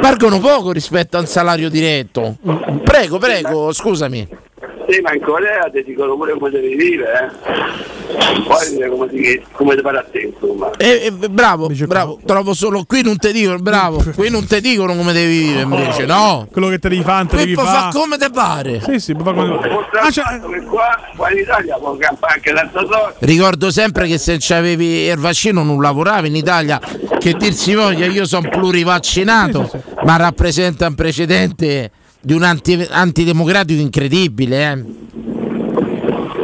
C: valgono poco rispetto al salario diretto. Prego, prego, scusami.
S: Sì, ma in Corea ti dicono pure come devi vivere, eh. Poi dire come ti, come ti pare a te, insomma.
C: Eh, eh, bravo, bravo, trovo solo qui non ti dicono, bravo, qui non ti dicono come devi vivere invece, no?
D: Quello che te devi fare, te
C: Qui
D: devi
C: può
D: fare.
C: fa come te pare.
D: Sì, sì, può fare come te pare.
S: Ah, che qua, qua in Italia può campare anche tanto soldi.
C: Ricordo sempre che se avevi il vaccino non lavoravi in Italia, che dirsi voglia, io sono plurivaccinato, ma rappresenta un precedente di un anti- antidemocratico incredibile, eh.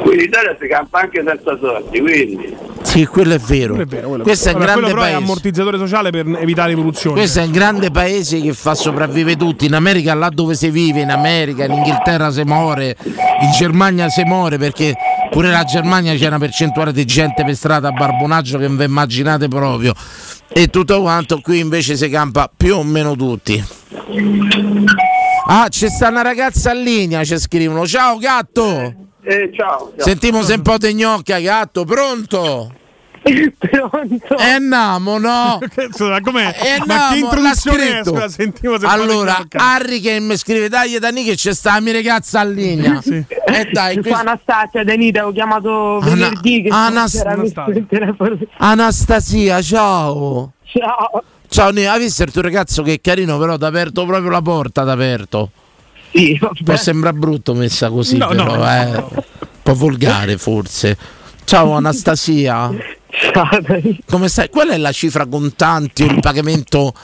S: Qui in Italia si campa anche senza soldi, quindi.
C: Sì, quello è vero.
D: Quello è vero, quello
C: Questo è un
D: Vabbè,
C: grande
D: quello però è
C: paese.
D: ammortizzatore sociale per evitare evoluzioni.
C: Questo è un grande paese che fa sopravvivere tutti. In America, là dove si vive, in America, in Inghilterra si muore, in Germania si muore perché pure la Germania c'è una percentuale di gente per strada a barbonaggio che non vi immaginate proprio. E tutto quanto qui invece si campa più o meno tutti. Ah, c'è sta una ragazza in linea, ci scrivono. Ciao gatto!
S: Eh, ciao, ciao.
C: Sentimo se un po' di gnocca, gatto, pronto? Pronto? E namo,
D: [LAUGHS]
C: no?
D: Com'è?
C: Eh,
D: Ma che
C: namo, l'ha
D: introduzione è?
C: scritto.
D: Scusa, sentivo se
C: allora,
D: parli con la
C: Harry che mi scrive, dai, Dani che c'è sta la mia ragazza a linea. E dai, qui-
T: Qua Anastasia, Danita, ho chiamato Oh, venerdì che
C: Anas-
T: c'era messo il telefono.
C: Anastasia, ciao.
T: Ciao.
C: Ciao, ne hai visto il tuo ragazzo che è carino, però ti ha aperto proprio la porta, ti aperto.
T: Sì,
C: Può sembrare brutto messa così,
T: No,
C: però,
T: no,
C: eh. Un po' volgare forse. Ciao
T: [LAUGHS]
C: Anastasia. Come stai? Qual è la cifra contanti o il pagamento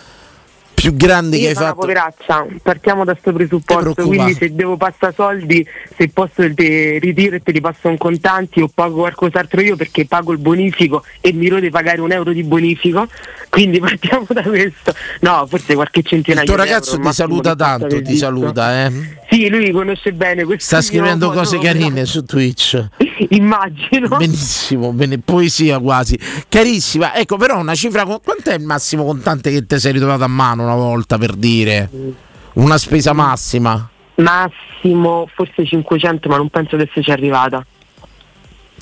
C: più grande che
T: Io
C: hai
T: sono una
C: fatto?
T: poveraccia, partiamo da sto presupposto,
C: preoccupa?
T: quindi se devo passare soldi, se posso te ritiro e te li passo in contanti o pago qualcos'altro io perché pago il bonifico e mi rode pagare un euro di bonifico, quindi [LAUGHS] partiamo da questo. No, forse qualche
C: Il
T: centinaio
C: tuo
T: di
C: ragazzo
T: euro,
C: ti
T: massimo,
C: saluta
T: per forza
C: tanto,
T: del
C: ti
T: disco.
C: saluta, eh.
T: Sì, lui conosce bene questo.
C: Sta
T: mio
C: scrivendo cose
T: modo-
C: carine su Twitch.
T: Immagino.
C: Benissimo, bene, poesia quasi. Carissima, ecco però una cifra, con- quant'è il massimo contante che ti sei ritrovato a mano una volta per dire? Una spesa massima?
T: Massimo, forse 500, ma non penso di esserci arrivata.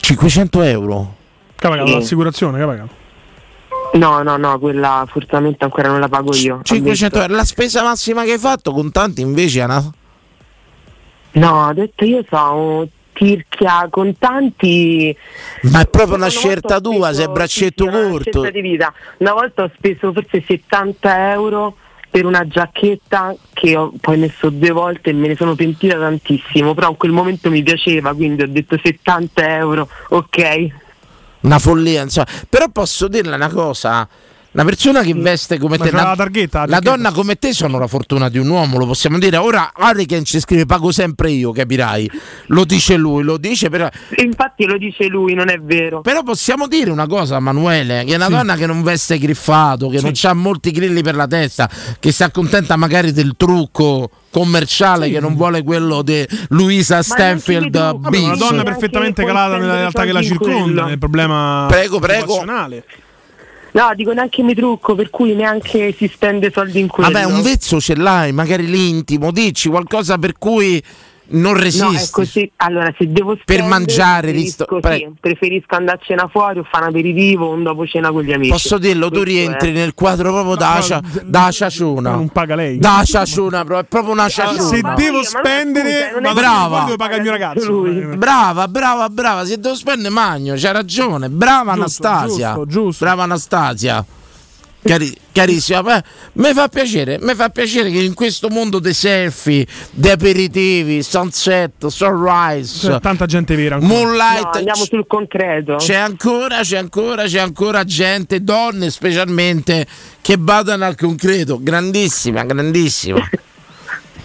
C: 500 euro?
D: Cavagano,
T: Sì.
D: l'assicurazione, cavagano.
T: No, no, no, quella fortunatamente ancora non la pago io.
C: 500 euro, la spesa massima che hai fatto contanti invece è una...
T: No, ho detto io so tirchia con tanti
C: Ma è proprio una scelta tua, sei a braccetto corto.
T: scelta di vita. Una volta ho speso forse 70 euro per una giacchetta che ho poi messo due volte e me ne sono pentita tantissimo, però in quel momento mi piaceva, quindi ho detto 70 euro, ok.
C: Una follia, insomma. Però posso dirle una cosa. Una persona che veste come
D: Mm. Ma
C: te,
D: c'ha
C: una-
D: la targhetta, la
C: la
D: targhetta.
C: donna come te sono la fortuna di un uomo, lo possiamo dire. Ora Hurricane ci scrive pago sempre io, capirai. Lo dice lui, lo dice però
T: Infatti lo dice lui, non è vero.
C: Però possiamo dire una cosa, Manuele, che è una donna che non veste griffato, che non ha molti grilli per la testa, che si accontenta magari del trucco commerciale che non vuole quello di Luisa Stanfield
D: Vabbè, una
C: Beach.
D: donna perfettamente calata nella realtà che la circonda. Il problema
C: Prego, prego.
D: occupazionale.
T: No, dico neanche mi trucco, per cui neanche si spende soldi in quello.
C: Vabbè, un vezzo ce l'hai, magari l'intimo, dici qualcosa per cui non resisti.
T: No, è così. Allora, se devo
C: Per
T: spendere,
C: mangiare,
T: preferisco,
C: risto- pre-
T: sì, preferisco andare a cena fuori o fare un aperitivo o un dopo cena con gli amici.
C: Posso dirlo, tu
T: Questo
C: rientri
T: è.
C: nel quadro proprio da, cia- da ciaciona. Non
D: paga lei. Eh,
C: Da ciaciona, pro- è proprio una ciaciona.
D: Se devo spendere,
C: non è-
D: vado
C: Brava.
D: fuori dove paga il mio ragazzo. Eh,
C: Brava, brava, brava. Se devo spendere magno, c'ha ragione. Brava
D: Giusto,
C: Anastasia.
D: giusto,
C: Brava Anastasia. Cari- carissima, beh, mi fa piacere, mi fa piacere che in questo mondo dei selfie, di aperitivi, sunset, sunrise,
D: C'è tanta gente vera. ancora.
C: moonlight, c-
T: sul concreto.
C: c'è ancora, c'è ancora, c'è ancora gente, donne specialmente, che vadano al concreto. Grandissima, grandissima.
T: [LAUGHS]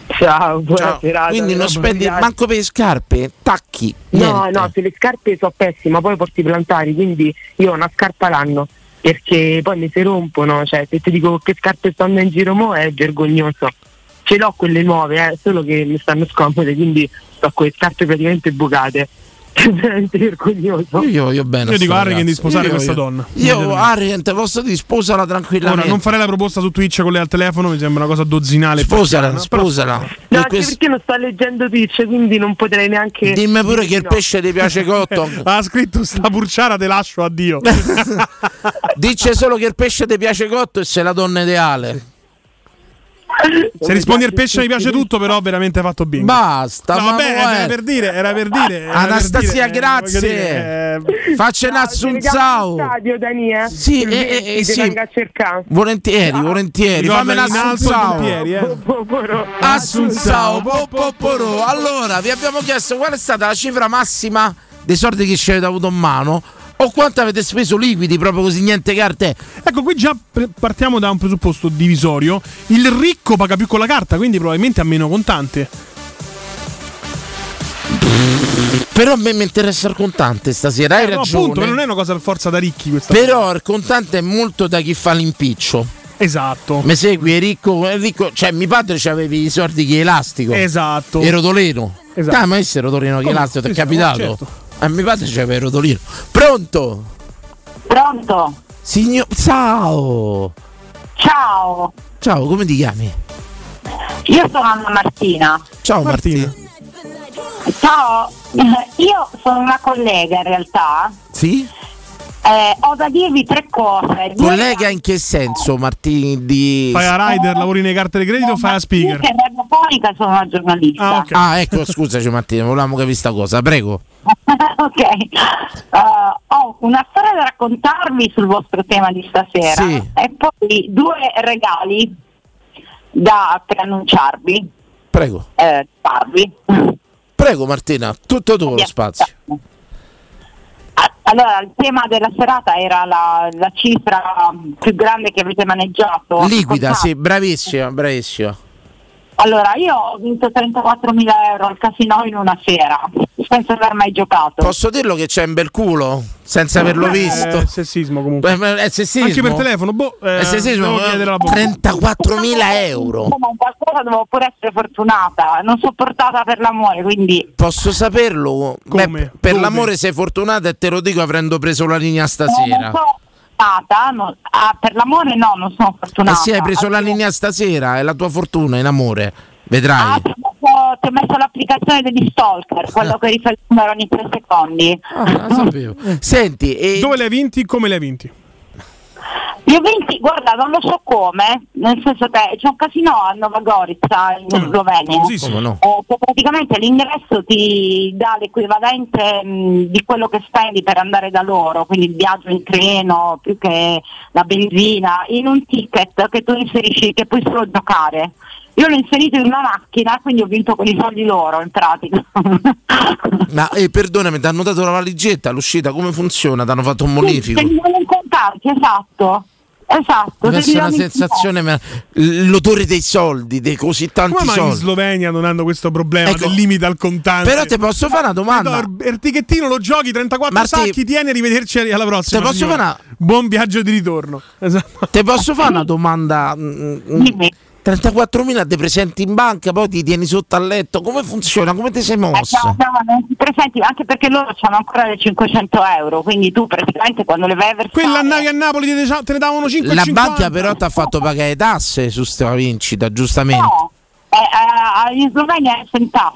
T: Ciao, buona
C: Ciao.
T: serata.
C: Quindi non
T: buona
C: spendi
T: serata.
C: manco per le scarpe, tacchi.
T: No,
C: niente.
T: no, se le scarpe sono pessime, poi porti i plantari, quindi io ho una scarpa l'anno. Perché poi mi si rompono, cioè se ti dico che scarpe stanno in giro mo è vergognoso. Ce l'ho quelle nuove, eh, solo che mi stanno scomode, quindi sto con le scarpe praticamente bucate. [LAUGHS] È veramente vergognoso.
C: Io voglio bene.
D: Io dico
C: a
D: Harry che è di sposare questa donna.
C: Io,
D: Immediatamente.
C: Harry, te posso dire sposala tranquillamente.
D: Ora, non farei la proposta su Twitch con lei al telefono, mi sembra una cosa dozzinale.
C: Sposala, sposala.
T: No, anche perché non sto leggendo Twitch, quindi non potrei neanche.
C: Dimmi pure che il
T: No.
C: pesce ti piace
T: [LAUGHS]
C: cotto.
D: [LAUGHS] ha scritto sta purciara, te lascio, addio.
C: [LAUGHS] Dice solo che il pesce ti piace cotto e sei la donna ideale.
D: Se rispondi al pesce mi piace tutto, però veramente ha fatto bingo.
C: Basta,
D: No,
C: ma
D: vabbè,
C: mo è-
D: era per dire, era per dire. era
C: Anastasia,
D: per dire, eh,
C: grazie.
D: voglio dire, eh,
C: Faccia un
T: Ci vediamo allo stadio, Dania.
C: Sì,
T: Per
C: eh,
T: me,
C: eh,
T: ti
C: sì.
T: vengo a cercare. Ah.
C: Volentieri, volentieri. Fammi
D: Ricordami in alto i pompieri, eh.
C: Assunzao, po, po, poro. Allora, vi abbiamo chiesto qual è stata la cifra massima dei soldi che ci avete avuto in mano o quanto avete speso liquidi, proprio così, niente carte.
D: Ecco, qui già pre- partiamo da un presupposto divisorio. Il ricco paga più con la carta, quindi probabilmente ha meno contante.
C: Però a me mi interessa il contante stasera, hai
D: Eh, no,
C: ragione.
D: appunto, non è una cosa per forza da ricchi questa.
C: Però il contante è molto da chi fa l'impiccio.
D: Esatto.
C: Mi segui, è ricco, è ricco. Cioè, mio padre avevi i soldi che elastico.
D: Esatto.
C: E rotolino.
D: Esatto.
C: Dai, ma questo è rotolino che
D: Come?
C: elastico, ti è
D: Sì, sì,
C: capitato.
D: certo.
C: A mio padre c'aveva il rotolino. Pronto?
U: Pronto?
C: Signor. Ciao!
U: Ciao,
C: Ciao, come ti chiami?
U: io sono Anna Martina.
C: Ciao Martina.
U: Ciao, [LAUGHS] io sono una collega in realtà.
C: Sì?
U: Eh, ho da dirvi tre cose. Due
C: Collega in che senso, Martini? Di...
D: Fai a rider, lavori nei carte di credito, fai a
U: Io
D: speaker.
U: che radiofonica sono una giornalista.
C: Ah, ecco, scusaci Martina, volevamo capire sta cosa, prego.
U: ok. Eh, ho una storia da raccontarvi sul vostro tema di stasera
C: Sì.
U: e poi due regali da preannunciarvi,
C: Prego.
U: eh, farvi.
C: Prego Martina, tutto tuo lo spazio.
U: Allora, il tema della serata era la, la cifra più grande che avete maneggiato.
C: Liquida,
U: Ascoltate.
C: sì, bravissima, bravissima.
U: Allora, io ho vinto 34.000 euro al casino in una sera, senza aver mai giocato.
C: Posso dirlo che c'è un bel culo? Senza averlo
U: Eh,
C: visto. Eh,
D: sessismo comunque.
C: È sessismo.
D: Anche per telefono, boh, eh,
C: è sessismo.
D: devo chiedere alla Boh.
C: 34.000 euro.
U: Insomma, un qualcosa devo pure essere fortunata, non sono portata per l'amore, quindi...
C: Posso saperlo? Beh, per l'amore sei fortunata e te lo dico avendo preso la linea
U: Non
C: stasera.
U: sono fortunata, no, ah, per l'amore no, non sono
C: Eh
U: fortunata.
C: sì, hai preso la linea stasera, è la tua fortuna in amore. Vedrai.
U: Ah, ti ho messo- ti ho messo l'applicazione degli stalker, quello
C: Ah.
U: che rifà il numero ogni tre secondi. [LAUGHS]
C: Senti,
D: dove le hai vinti? Come le hai vinti?
U: Io ho vinti, guarda, non lo so come, nel senso che c'è un casino a Nova Gorica in Slovenia.
C: famosissimo. Come no?
U: eh, che praticamente l'ingresso ti dà l'equivalente mh, di quello che spendi per andare da loro, quindi il viaggio in treno, più che la benzina, in un ticket che tu inserisci che puoi solo giocare. Io l'ho inserito in una macchina, quindi ho vinto con i soldi loro in pratica.
C: Ma eh, perdonami, ti hanno dato la valigetta all'uscita, come funziona? Ti hanno fatto un
U: [LAUGHS] Se
C: monifico?
U: mi vogliono incontrarti, esatto. Esatto,
C: Deve
U: se
C: essere
U: mi
C: una
U: vogliono
C: sensazione, mer- l- l'odore dei soldi, dei così tanti
D: Come mai in
C: soldi.
D: Slovenia non hanno questo problema
C: Ecco.
D: del limite al contante?
C: Però ti posso fare una domanda?
D: Il Ertichettino lo giochi 34
C: Marti-
D: sacchi, tieni, arrivederci alla prossima.
C: Te posso
D: signora.
C: fare
D: Buon viaggio di ritorno. Esatto.
C: Te posso fare una domanda? Mm, mm, 34.000 ti presenti in banca, poi ti tieni sotto al letto. Come funziona? Come ti sei mossa?
U: Eh, No, no, non ti presenti anche perché loro hanno ancora le 500 euro, quindi tu praticamente quando le vai a versare...
D: Quella andavi a Napoli te, ne- te ne davano 5
C: La banca però ti ha fatto pagare tasse su sta vincita, giustamente.
U: No, eh, eh, in Slovenia è senza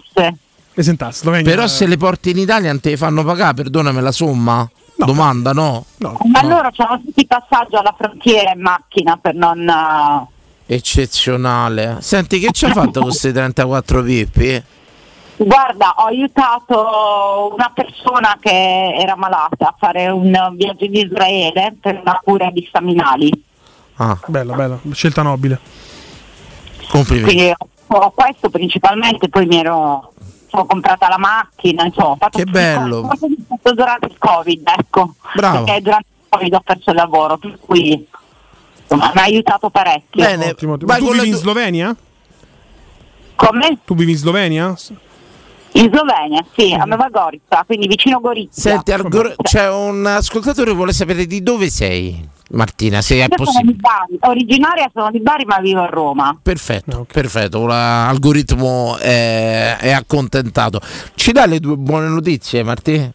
U: tasse.
C: Però se le porti in Italia non te le fanno pagare, perdonami la somma? Domanda, no?
U: Ma loro c'hanno tutti i passaggi alla frontiera in macchina per non... eh,
C: Eccezionale. Senti, che ci ha fatto con questi 34 pippi?
U: Guarda, ho aiutato una persona che era malata a fare un viaggio in Israele per una cura di staminali.
C: Ah.
D: Bella, bella, scelta nobile.
C: Complimenti.
U: Quindi ho questo principalmente, poi mi ero sono comprata la macchina, insomma, ho fatto
C: Che
U: tutto il
C: bello.
U: co- ho fatto tutto durante il Covid, ecco.
C: Bravo.
U: Perché durante il Covid ho perso il lavoro, per cui insomma, mi ha aiutato parecchio.
D: Bene, ottimo. ottimo. Ma tu vivi in Slovenia?
U: Come?
D: Tu vivi in Slovenia?
U: In Slovenia, sì, a Nova Gorica, quindi vicino Gorizia.
C: Senti, al gor- c'è un ascoltatore che vuole sapere di dove sei, Martina, se è
U: Io sono di
C: possibile.
U: Bari, originaria sono di Bari ma vivo a Roma.
C: Perfetto, perfetto, la- l'algoritmo è, è accontentato. Ci dai le due buone notizie, Martina?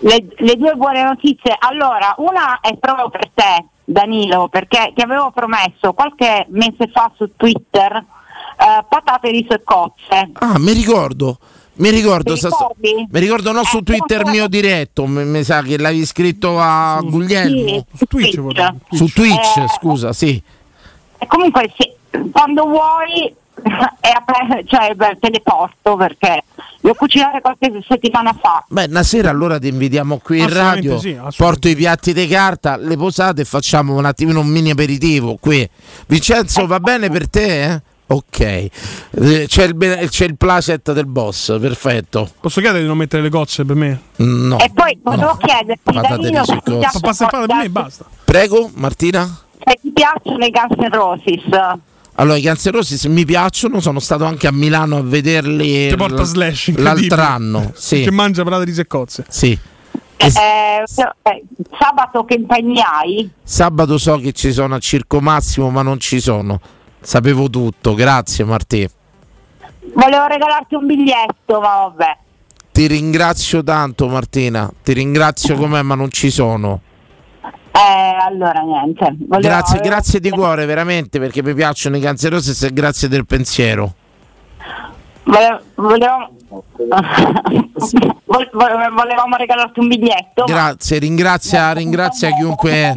U: Le, le due buone notizie. Allora, una è proprio per te, Danilo, perché ti avevo promesso qualche mese fa su Twitter eh, patate, riso e cozze.
C: Ah, mi ricordo. Mi ricordo,
U: Ti
C: sa-
U: ricordi? Eh,
C: mi ricordo no, su Twitter mio diretto, mi, mi sa che l'avevi scritto a Guglielmo.
U: su Twitch, Twitch.
C: Su Twitch,
U: Eh,
C: scusa, sì.
U: e comunque sì, quando vuoi [LAUGHS] è aperto, cioè beh, teleporto perché l'ho cucinato qualche settimana fa.
C: Beh, una sera allora ti invitiamo qui in
U: Assolutamente
C: radio,
U: sì, assolutamente.
C: porto i piatti di carta, le posate e facciamo un attimino un mini aperitivo qui. Vincenzo, va bene per te? eh? Ok, Eh, c'è il, be- c'è il placet del boss, perfetto.
D: Posso chiedere di non mettere le gocce per me?
U: Eh.
C: No.
U: E poi volevo chiederti,
C: Patate,
U: Danilo,
C: riso e
U: se ti,
C: cozze.
U: piacciono-
C: Pasta
D: e patate per me, basta.
C: Prego, Martina?
U: se ti piacciono i Guns N' Roses.
C: Allora, i Cancerossi se mi piacciono, sono stato anche a Milano a vederli
D: Che porta
C: l-
D: slash incredibile.
C: l'altro anno. Sì.
D: Che mangia parate di seccozze.
C: Sì.
U: Eh, no, eh, sabato che impegnai,
C: Sabato so che ci sono a Circo Massimo, ma non ci sono. Sapevo tutto, grazie Martì.
U: volevo regalarti un biglietto, ma vabbè.
C: Ti ringrazio tanto Martina, ti ringrazio com'è, ma non ci sono.
U: Eh, allora niente. volevo-
C: Grazie,
U: avevo-
C: grazie di cuore veramente perché mi piacciono i cancerosi e se- grazie del pensiero.
U: volevo- volevo- [LAUGHS] vol- vol- volevamo regalarti un biglietto. ma-
C: Grazie, ringrazia, ringrazia chiunque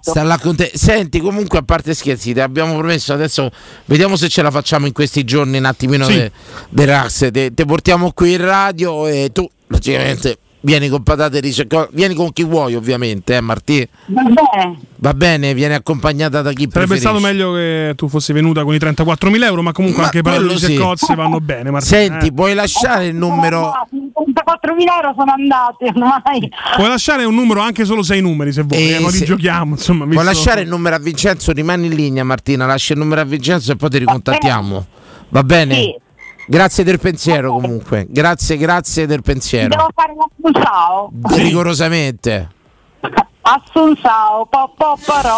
C: sta là con te. Senti, comunque a parte scherzi, ti abbiamo promesso adesso vediamo se ce la facciamo in questi giorni un attimino
D: Sì.
C: de, de relax. Te, te portiamo qui in radio e tu logicamente vieni con patate e riso e co- vieni con chi vuoi, ovviamente, eh Martì.
U: Va bene.
C: Va bene, vieni accompagnata da chi
D: Sarebbe
C: preferisci.
D: stato meglio che tu fossi venuta con i 34.000 euro, ma comunque anche anche parole
C: quello
D: di
C: sì.
D: seccozze vanno bene. Martina,
C: Senti,
D: eh.
C: puoi lasciare il numero
U: Ah, 34.000 euro sono andati ormai.
D: Puoi lasciare un numero anche solo sei numeri se vuoi,
C: Eh,
D: eh, ma li
C: sì.
D: giochiamo. Insomma,
C: Puoi
D: visto-
C: lasciare il numero a Vincenzo, rimani in linea Martina, lascia il numero a Vincenzo e poi ti ricontattiamo. Va bene?
U: Sì.
C: Grazie del pensiero comunque, grazie, grazie del pensiero.
U: Devo fare un assunzao.
C: Rigorosamente.
U: Assunzao, po po porò.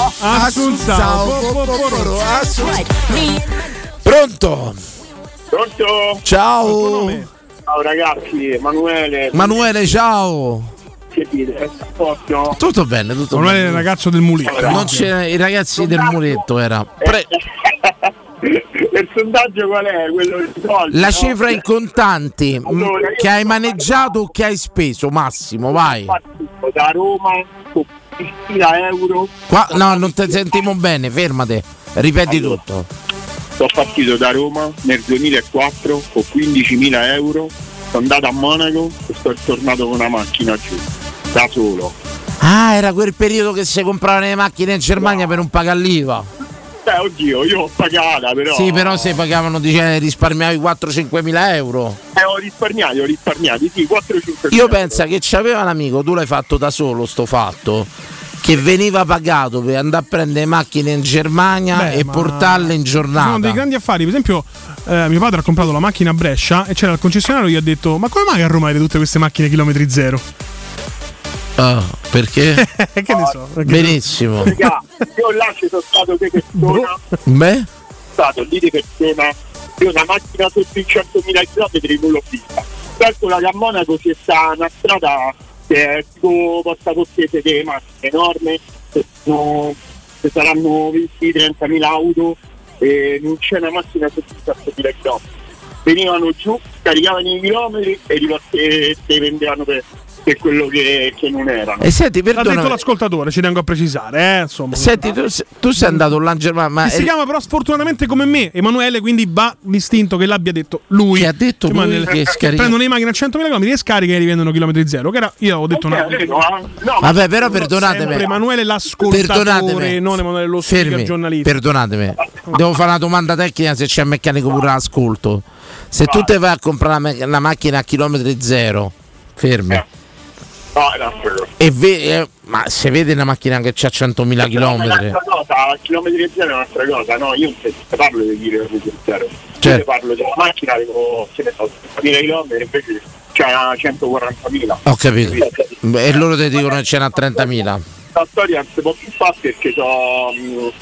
C: Pronto?
S: Pronto?
C: Ciao.
S: Ciao ragazzi, Emanuele.
C: Manuele, ciao.
S: Che dite? A posto?
C: Tutto bene, tutto
D: Manuele è
C: bene.
D: il ragazzo del muletto.
C: Non c'è- I ragazzi del muletto era. Pre-
S: Il sondaggio qual è? Quello di soldi,
C: La
S: no?
C: cifra in contanti mh, che hai maneggiato o che hai speso, Massimo, vai.
S: da Roma su 20.000 euro
C: Qua, no, non ti sentiamo bene, fermate. Ripeti tutto.
S: sono partito da Roma nel 2004 con 15.000 euro sono andato a Monaco e sono tornato con una macchina giù da solo
C: Ah, era quel periodo che si compravano le macchine in Germania per un pagare l'IVA.
S: beh oddio io ho pagata però
C: Sì, però se pagavano, dice, risparmiavi 4-5 mila euro.
S: Eh, ho risparmiato ho risparmiato
C: [LAUGHS]
S: sì 4-5
C: Io penso che c'aveva l'amico, tu l'hai fatto da solo sto fatto, che veniva pagato per andare a prendere macchine in Germania
D: Beh,
C: e
D: ma-
C: portarle in
D: Sono dei
C: giornata.
D: grandi affari. Per esempio, eh, mio padre ha comprato la macchina a Brescia e c'era il concessionario che gli ha detto: Ma come mai a Roma avete tutte queste macchine chilometri zero?
C: Ah, perché?
D: [LAUGHS] che ne so.
C: Benissimo.
S: Raga, io là ci sono stato di persona
C: Boh. Beh,
S: sono stato lì di persona io una macchina sotto i 100.000 km non l'ho vista calcola che a Monaco c'è sta una strada che è tipo Porta Cortese delle macchine enorme ci sono- ci saranno 20-30.000 auto e non c'è una macchina sotto i 100.000 km venivano giù caricavano i chilometri e li port- e te li vendevano per, per quello che, che non erano
C: E senti,
D: L'ha detto
C: perdonami.
D: l'ascoltatore, ci tengo a precisare. Eh, insomma.
C: senti, tu, tu sei andato là in Germania, ma
D: Che si chiama però sfortunatamente come me Emanuele, quindi va l'istinto che l'abbia detto lui.
C: Che ha detto
D: Cioè, ma
C: lui che scarica-
D: Prendono le macchine a 100.000 km e scarica e rivendono chilometri zero. Che era, io ho detto
S: Eh,
D: una.
C: Vabbè, però perdonatemi.
D: Sempre Emanuele l'ascoltatore,
C: Perdonatemi.
D: non Emanuele lo speaker
C: Fermi,
D: giornalista.
C: perdonatemi. Devo fare una domanda tecnica se c'è il meccanico pure l'ascolto. Se tu te vai a comprare la me- la macchina a chilometri zero, fermi.
S: no era quello
C: E ve- eh, ma se vede una macchina che c'ha 100.000 km,
S: Un'altra cosa, chilometri zero è un'altra cosa, no, io non ti parlo di chilometri zero, io
C: Certo.
S: ti parlo della macchina avevo, che ne so, 30.000 km invece c'ha 140.000.
C: ho capito. E loro ti dicono che ce n'ha 30.000.
S: La storia non si può più fare perché mm, sono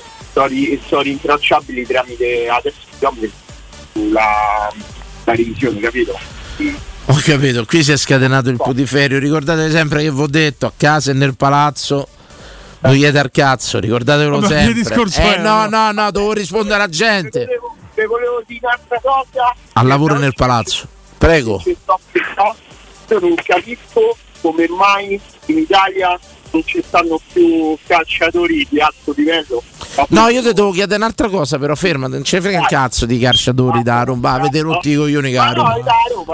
S: sono rintracciabili tramite adesso chilometri sulla mm, la revisione, capito?
C: Ho capito, qui si è scatenato il putiferio. Ricordate sempre che vi ho detto a casa e nel palazzo. Non chiede al cazzo, ricordatevelo
S: Ma che
C: sempre.
S: discorso
C: eh
S: è?
C: no, no, no, devo rispondere alla gente.
S: Se volevo dire un'altra cosa,
C: Al lavoro nel palazzo. Prego.
S: che sto pensando, io non capisco come mai in Italia non ci stanno più calciatori di alto livello. Ma
C: No, io ti devo chiedere un'altra cosa, però fermati, non ce ne frega un cazzo di calciatori da Roma, avete rotti i coglioni caro.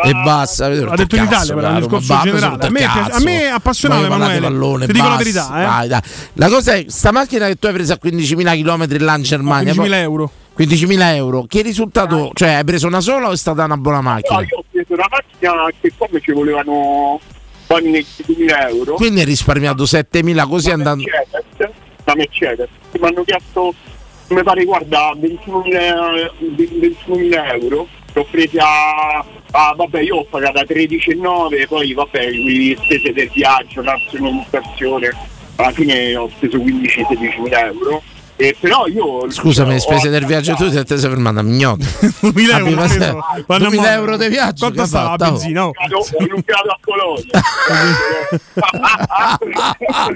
C: E basta, avete
D: Ha detto in Italia, però, il discorso generale. A me, piace- a me appassionava Emanuele.
C: Pallone,
D: ti dico la
C: basta,
D: verità, eh.
C: vai, dai. La cosa è, sta macchina che tu hai preso a 15.000 km là in Germania,
D: 15.000
C: poi-
D: euro.
C: 15.000 euro, che risultato, cioè hai preso una sola o è stata una buona
S: No,
C: macchina?
S: io ho preso una macchina che come ci volevano buoni 20.000 euro,
C: Quindi hai risparmiato 7.000 così andando...
S: la Mercedes, che mi hanno chiesto mi pare guarda 21.000 21.000 euro l'ho presa ah, vabbè io ho pagata 13,9 poi vabbè le spese del viaggio la comunicazione alla fine ho speso 15-16.000 euro e però io
C: Scusami,
S: ho-
C: spese del viaggio tu ti sei preso per mandare
D: [LAUGHS]
C: mignotte.
D: 2000
S: euro, preso. Quando
C: 2000
S: mo-
C: euro di viaggio.
S: Quanto
C: che
D: oh.
S: stava
C: fa?
S: la
C: Tavo.
S: benzina? Oh. Ho lucrato a
D: [LAUGHS]
S: Colonia. Vabbè,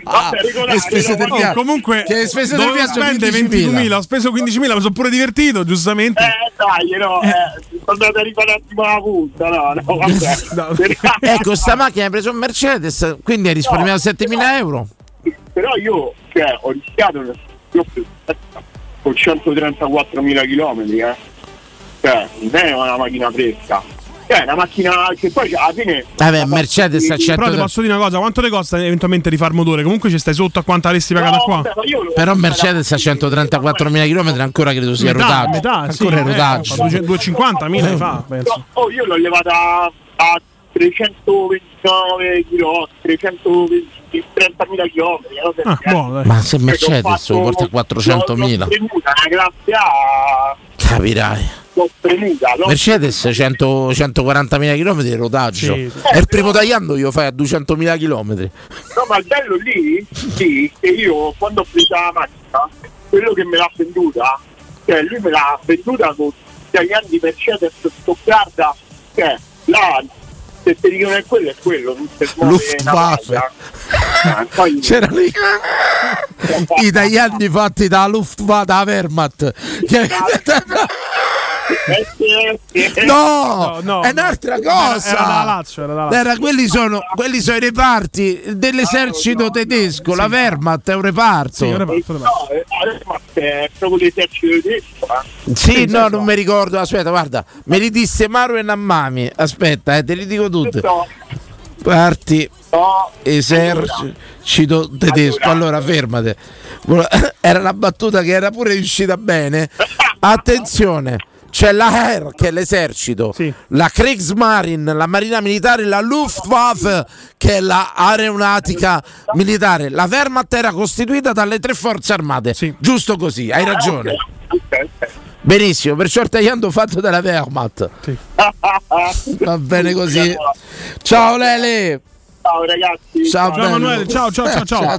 C: Ah,
D: Che
S: regolare,
D: spese
S: no,
D: del
S: no,
D: viaggio.
S: Oh, comunque
D: Che spese del
S: dovevo
D: viaggio
S: spendere
D: 25.000, ho speso 15.000, mi sono pure divertito, giustamente.
S: Eh, dai, no, eh, sono andato a arrivare un attimo alla punta, no, [LAUGHS] no, vabbè.
C: ecco, sta macchina hai preso un Mercedes, quindi hai risparmiato 7000 euro.
S: Però io cioè, ho rischiato una- io con 134.000 km, eh. Cioè, non è una macchina fresca. Cioè, è una macchina che poi alla fine
C: Vabbè, Mercedes a
D: Però ti
C: 100
D: posso dire una cosa, quanto ti costa eventualmente rifare motore? Comunque ci stai sotto a quanto avresti pagato qua?
C: però Mercedes a 134.000 km ancora credo sia
D: Metà,
C: rotaggio.
D: metà, sì,
C: ancora
D: eh,
C: è Eh, rotaggio.
D: fa 200 250.000 ne fa, penso.
S: No, oh, io l'ho levata a 329 km, 330.000 km.
D: Ah, buono, dai.
C: Ma se Mercedes lo porta a 400.000,
S: Premuta una classe A,
C: capirai.
S: l'ho premuta, l'ho
C: Mercedes 100 140.000 km di rotaggio.
S: Sì, sì.
C: E il primo tagliando io fai a 200.000 km.
S: No, ma il bello lì, sì, che io quando ho preso la macchina, quello che me l'ha venduta, cioè lui me l'ha venduta con gli anni di Mercedes Stoccarda, cioè là, se ti dicono è quello è quello, non si muove
C: Luftwaffe.
S: una merda. Eh, poi-
C: C'era lì i tagliandi fatti da Luftwaffe, da Wehrmacht. No, è un'altra cosa.
D: Era, era da Lazio, era da Lazio.
C: Era- quelli, sono, quelli sono i reparti dell'esercito tedesco, la Wehrmacht è un reparto.
S: No, eh, ma è proprio l'esercito tedesco, eh.
C: Sì, no, non mi ricordo. Aspetta, guarda, me li disse Maru e Nammami. Aspetta, eh, te li dico tutti.
S: No,
C: Parti,
S: no,
C: esercito tedesco. Allora, fermate. Vola- [LAUGHS] Era una battuta che era pure riuscita bene. Attenzione. C'è la Herr che è l'esercito, la Kriegsmarine, la marina militare, la Luftwaffe che è l'aeronautica militare. La Wehrmacht era costituita dalle tre forze armate. Giusto così, hai ragione. Benissimo, perciò il tagliando fatto dalla Wehrmacht. Va bene così. Ciao Lele.
S: Ciao ragazzi.
C: Ciao,
D: Ciao, Emanuele, ciao, ciao,
C: [LAUGHS]
D: ciao, [LAUGHS] ciao.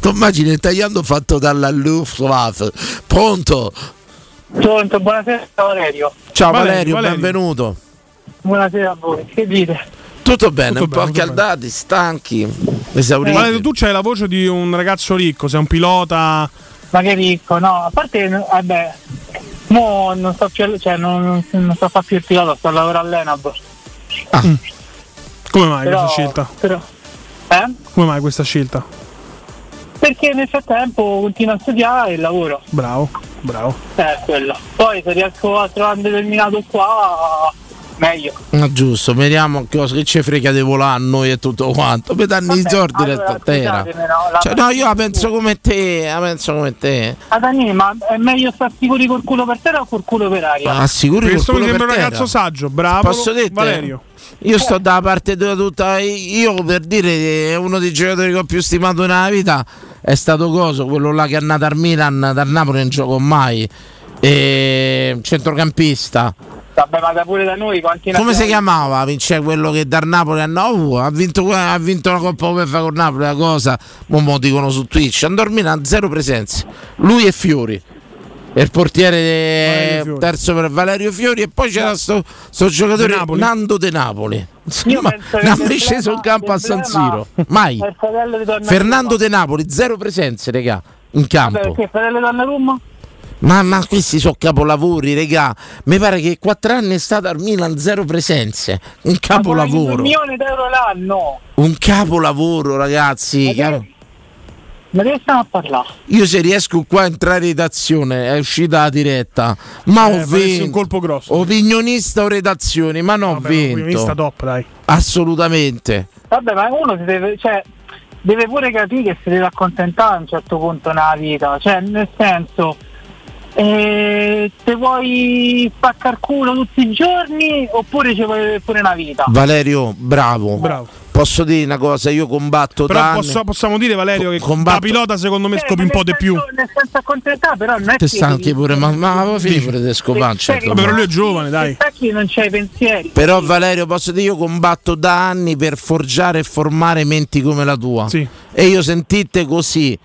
C: Tu immagini il tagliando fatto dalla Luftwaffe. Pronto?
G: Pronto, buonasera Valerio.
C: Ciao Valerio, benvenuto.
G: Buonasera a voi, che dite?
C: Tutto bene,
D: Tutto
C: un po'
D: bene, tutto
C: accaldati, stanchi, esauriti.
D: Guarda, tu c'hai la voce di un ragazzo ricco, sei un pilota.
G: Ma che ricco, no, a parte, vabbè, mo non sto più, cioè non, non sto a fare più il pilota, sto a lavorare all'Enab.
C: Ah.
D: Mm. Come mai
G: Però-
D: questa scelta?
G: però- eh?
D: Come mai questa scelta?
G: Perché nel frattempo continuo a studiare e lavoro,
D: Bravo, bravo.
G: eh, quello. Poi se riesco a trovare un determinato qua, meglio.
C: Ma giusto, vediamo che, cosa- che ci frega di volare a noi e tutto quanto. Per darmi i soldi
G: allora,
C: resta a terra.
G: scusatemi, no, la-
C: Cioè, no, io la penso come te, la penso come te.
G: Adani, ma è meglio star sicuri col culo per terra o col culo per aria?
C: Ma Ah, sicuri
D: Questo
C: col
D: mi
C: culo per
D: sembra un
C: terra.
D: ragazzo saggio, bravo.
C: Posso dirti?
D: Valerio.
C: Io sto dalla parte tua tutta. Io per dire, è uno dei giocatori che ho più stimato nella vita è stato Coso, quello là che è andato al Milan, dal Napoli non gioco mai. E, centrocampista.
G: Vabbè, ma da pure da noi, quanti ne
C: Come si
G: abbiamo?
C: chiamava? Vince quello che dal Napoli a Novo ha vinto, que- ha vinto la Coppa UEFA con Napoli, la cosa. Mo mo dicono su Twitch. Andò al Milan zero presenze. Lui e Fiori. E il portiere eh, terzo per Valerio Fiori e poi c'era sto, sto giocatore Nando De Napoli. Insomma,
G: penso che
C: Napoli è
G: l'emblema-
C: sceso in campo a San Siro. Mai.
G: È il Eh, fratello di Donnarumma.
C: Fernando De Napoli, zero presenze, regà, in campo.
G: Vabbè, perché il fratello di Donnarumma?
C: Ma, ma questi sono capolavori, regà. Mi pare che 4 anni è stato al Milan zero presenze. Un
G: Un
C: capolavoro.
G: milione d'euro l'anno.
C: Un capolavoro, ragazzi. Cap-
G: Ma di che stiamo a parlare?
C: Io se riesco qua a entrare in redazione, è uscita la diretta. Ma ho
D: faresti
C: vinto.
D: Eh, un colpo grosso.
C: Opinionista o redazione, ma non ho
D: opinionista
C: vinto.
D: top, dai.
C: Assolutamente.
G: Vabbè, ma uno si deve, cioè, deve pure capire che si deve accontentare a un certo punto nella vita. Cioè, nel senso, eh, se vuoi spaccar culo tutti i giorni oppure ci vuoi pure una vita.
C: Valerio, bravo. Posso dire una cosa? Io combatto da
D: Però
C: anni-
D: posso- possiamo dire Valerio che
C: combatto-
D: la pilota secondo
G: Eh,
D: me scopi un po' di più.
G: Nel senso accontentà, però non è
C: Te
G: che
C: stanchi pure, ma, ma fini pure di scopare. a un certo
D: Vabbè, però
C: punto.
D: lui è giovane, dai.
G: chi non c'hai pensieri.
C: Però Valerio, posso dire, io combatto da anni per forgiare e formare menti come la tua. E io sentite così,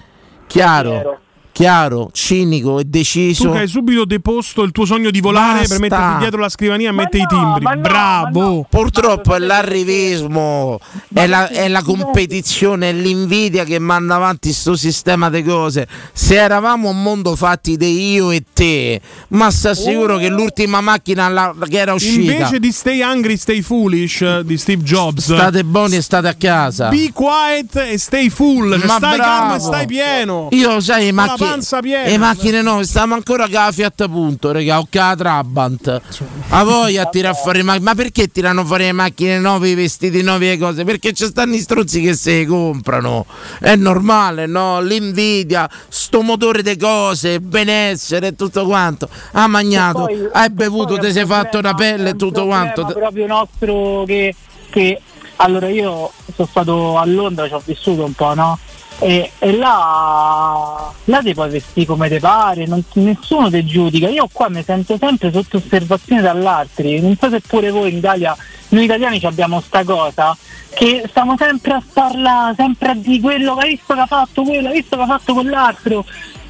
C: chiaro, chiaro, cinico e deciso.
D: Tu che hai subito deposto il tuo sogno di volare
C: Basta.
D: per metterti dietro la scrivania e mettere i timbri. Bravo!
C: Purtroppo è l'arrivismo, è la, è la competizione, è l'invidia che manda avanti sto sistema di cose. Se eravamo un mondo fatti di io e te, ma sta sicuro che l'ultima macchina alla- che era uscita.
D: Invece di Stay Angry, Stay Foolish eh, di Steve Jobs.
C: State buoni e state a casa.
D: Be quiet e stay full. Cioè,
C: Esatto. Ma
D: stai calmo e
C: bravo.
D: stai pieno.
C: Io sai, le
D: Con la
C: macchine,
D: panza piena.
C: le macchine no, stiamo ancora con la Fiat Punto, raga, o con la Trabant. A voi a tirare fuori le macchine. Ma perché tirano fuori le macchine nuove, i vestiti nuovi e le cose? Perché ci stanno i struzzi che se le comprano. È normale, no? L'invidia, sto motore di cose, il benessere e tutto quanto. Ha magnato, hai bevuto, ti sei fatto una pelle e tutto quanto.
G: problema proprio nostro che, che- allora io sono stato a Londra ci ho vissuto un po' no e, e là là ti puoi vestire come ti pare non- nessuno ti giudica io qua mi sento sempre sotto osservazione dall'altri non so se pure voi in Italia noi italiani ci abbiamo sta cosa che stiamo sempre a parlare sempre a di quello che hai visto che ha fatto quello hai visto che ha fatto quell'altro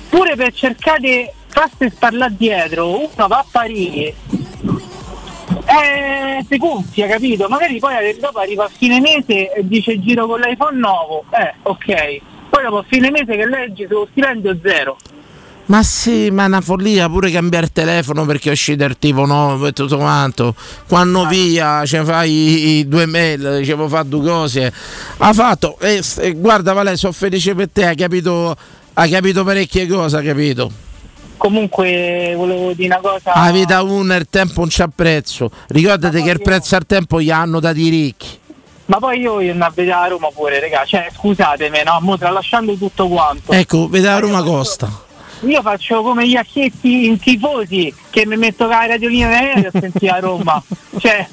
G: pure per cercare di farsi parlare dietro uno va a parire eh, si gonfia, capito? Magari poi dopo arriva a fine mese e dice giro con l'iPhone nuovo, eh, ok. Poi dopo a fine mese che leggi sullo stipendio zero.
C: Ma sì, ma è una follia pure cambiare il telefono perché è uscito il tipo nuovo e tutto quanto.
G: Ah.
C: Quando via, ci fai i- i due mail, ci puoi fare due cose. Ha fatto, e, s- e guarda Vale, sono felice per te, hai capito, hai capito parecchie cose, hai capito.
G: Comunque volevo dire una cosa.
C: La vita una, il tempo non c'ha prezzo. Ricordate che il prezzo al tempo gli hanno dati i ricchi.
G: Ma poi io in a vedere a Roma pure, raga, cioè scusatemi, no? Mo tralasciando tutto quanto.
C: Ecco, vedete a Roma costa.
G: Io faccio come gli acchietti in tifosi che mi metto con la radiolina in aereo a sentire a Roma. Cioè,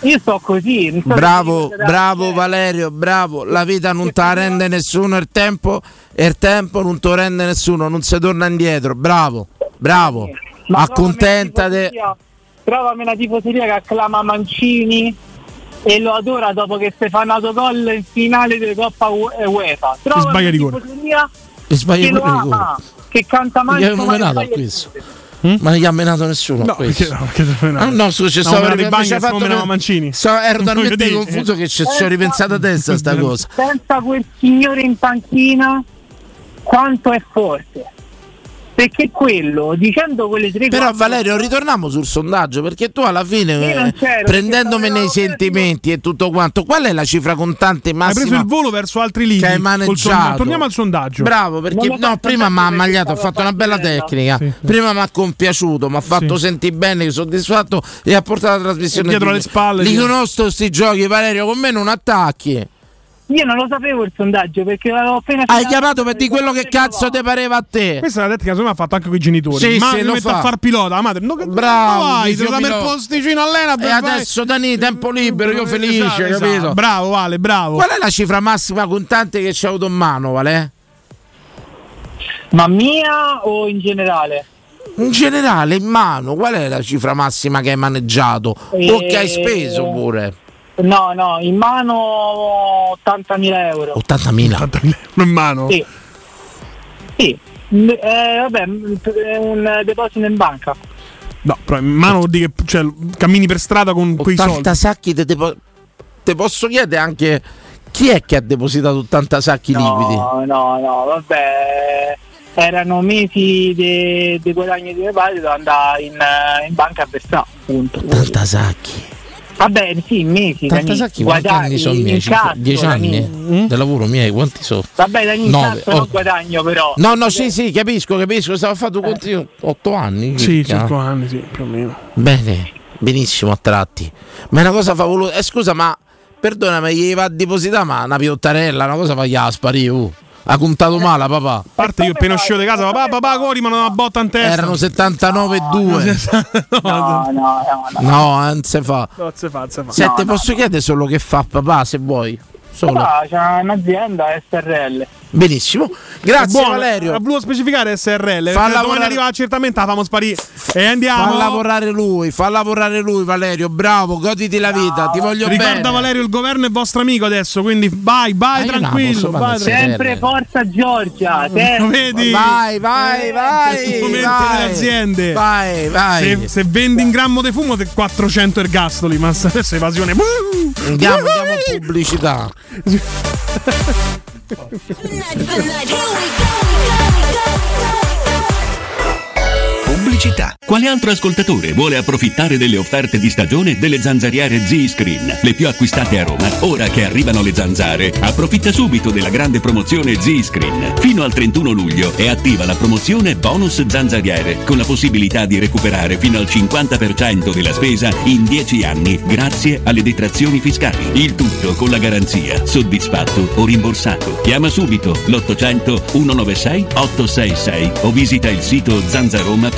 G: io sto così. non so se
C: Bravo,
G: vi ricordate.
C: bravo Valerio, bravo. La vita non ti rende nessuno il tempo e il tempo non ti rende nessuno, non si torna indietro. Bravo, bravo. Accontentate.
G: Trovami una tifoseria che acclama Mancini e lo adora dopo che Stefano gol in finale delle Coppa U- eh, UEFA. Trovami
C: sbaglia
G: una
C: rigore.
G: tifoseria
C: E sbaglia
G: che lo
C: pure rigore.
G: ama, che canta
C: Non gli
G: Mancini.
C: hanno menato a questo. Ma non gli ha menato nessuno. a
D: Hm? No,
C: questo.
D: perché no, perché dove no?
C: Ah, no, scusa,
D: No,
C: stavo
D: Menate
C: ripensando-
D: Bagna,
C: ci ha
D: stavo
C: fatto-
D: Menate Mancini.
C: so- ero
D: Voglio
C: talmente
D: dire,
C: confuso
D: eh.
C: che ci sono ripensato adesso a
D: [LAUGHS]
C: sta cosa.
G: Pensa quel signore in panchina quanto è forte. Perché quello, dicendo quelle tre
C: Però
G: cose-
C: Valerio, ritorniamo sul sondaggio perché tu alla
G: Io
C: fine,
G: non
C: eh,
G: c'ero,
C: prendendomene i sentimenti e tutto quanto, qual è la cifra contante massima?
D: preso il volo verso altri limiti
C: Che hai
D: col
C: maneggiato.
D: sondaggio. Torniamo al sondaggio.
C: Bravo, perché
D: Non lo
C: no,
D: faccio
C: prima mi ha
D: perché
C: ammagliato, ho
D: stavo
C: fatto una bella
D: partendo.
C: tecnica.
D: Sì.
C: Prima mi ha compiaciuto, mi ha fatto sentire bene, soddisfatto e ha portato la trasmissione.
D: E dietro
C: di-
D: le spalle,
C: Li
D: sì.
C: conosco sti giochi, Valerio, con me non attacchi.
G: Io non lo sapevo il sondaggio perché l'avevo appena
C: Hai chiamato per di quello che cazzo ti pareva a te.
D: Questa è la tecnica che ha fatto anche con i genitori.
C: Sì,
D: ma
C: sì,
D: mi
C: lo
D: metto
C: fa.
D: a far pilota. La madre, no, che
C: Bravo,
D: no, vai,
C: Dizio
D: devo dare il
C: Pilota.
D: posticino all'ena
C: E adesso Dani, tempo libero, io felice,
D: Esatto, esatto.
C: capito?
D: Bravo, Vale, bravo.
C: Qual è la cifra massima contante che c'è avuto in mano, Vale?
G: Ma mia o in generale?
C: In generale, in mano, qual è la cifra massima che hai maneggiato? O che
G: Eh,
C: hai speso pure?
G: No, no, in mano 80.000 euro.
C: 80.000.
D: 80.000 in mano?
G: Sì. Sì. Mm, eh, vabbè, mm, è un deposito in banca.
D: No, però in mano vuol dire che cioè, cammini per strada con quei
C: 80
D: soldi.
C: sacchi te, te po- te posso chiedere anche chi è che ha depositato 80 sacchi liquidi?
G: No, no, no, vabbè. Erano mesi di di guadagno di mio padre da andare in, eh, in banca a versare, appunto.
C: 80 sacchi.
G: Vabbè, sì, mesi.
C: 80
G: Dani,
C: sacchi, quanti anni sono miei? Cinque-
G: incasso,
C: 10
G: Dani.
C: anni eh, del lavoro miei, quanti sono?
G: Vabbè, Dani,
C: Nove,
G: incasso non
C: otto.
G: guadagno però.
C: No, no, sì, sì, capisco, capisco, stavo fatto conti io, 8 anni.
D: Sì,
C: circa.
D: 5 anni, sì, più o meno.
C: Bene, benissimo a tratti. Ma è una cosa favolosa. Eh, scusa, ma perdonami, gli va a depositare ma una piottarella, una cosa fa gli a sparire. uh. Ha contato male, papà. A
D: parte io appena uscivo di casa, papà, papà, Cori, ma non una botta in testa.
C: Erano 79,2.
D: [LAUGHS] No,
G: no,
C: No, eh, non si fa.
D: no, se fa, se fa.
C: Se te posso chiedere solo che fa papà, se vuoi. Solo.
G: Papà c'ha un'azienda SRL.
C: Benissimo. Grazie
D: Buono.
C: Valerio.
D: Ha voluto specificare SRL.
C: Fa
D: Fa domani
C: lavorare-
D: arriva certamente la famo sparire. E
C: Fa
D: andiamo.
C: lavorare lui, fa lavorare lui Valerio, bravo, goditi la vita, ti voglio
D: Ricorda
C: bene.
D: Valerio, il governo è vostro amico adesso, quindi vai, vai
C: io
D: tranquillo.
C: non posso
D: Vai,
C: fare
G: Sempre forza
D: [LAUGHS]
G: Giorgia, Eh,
D: Lo
G: sempre.
D: vedi?
C: Vai, vai, vai.
D: Momento
C: vai.
D: delle aziende.
C: Vai, vai.
D: Se, se vendi in grammo di fumo, te 400 ergastoli. Ma adesso è evasione.
C: Andiamo, andiamo in pubblicità.
Q: Pubblicità. Quale altro ascoltatore vuole approfittare delle offerte di stagione delle zanzariere Z-Screen, le più acquistate a Roma? Ora che arrivano le zanzare, approfitta subito della grande promozione Z-Screen. Fino al 31 luglio è attiva la promozione Bonus Zanzariere, con la possibilità di recuperare fino al 50% della spesa in 10 anni grazie alle detrazioni fiscali. Il tutto con la garanzia soddisfatto o rimborsato. Chiama subito l'800 196 866 o visita il sito zanzaroma.it.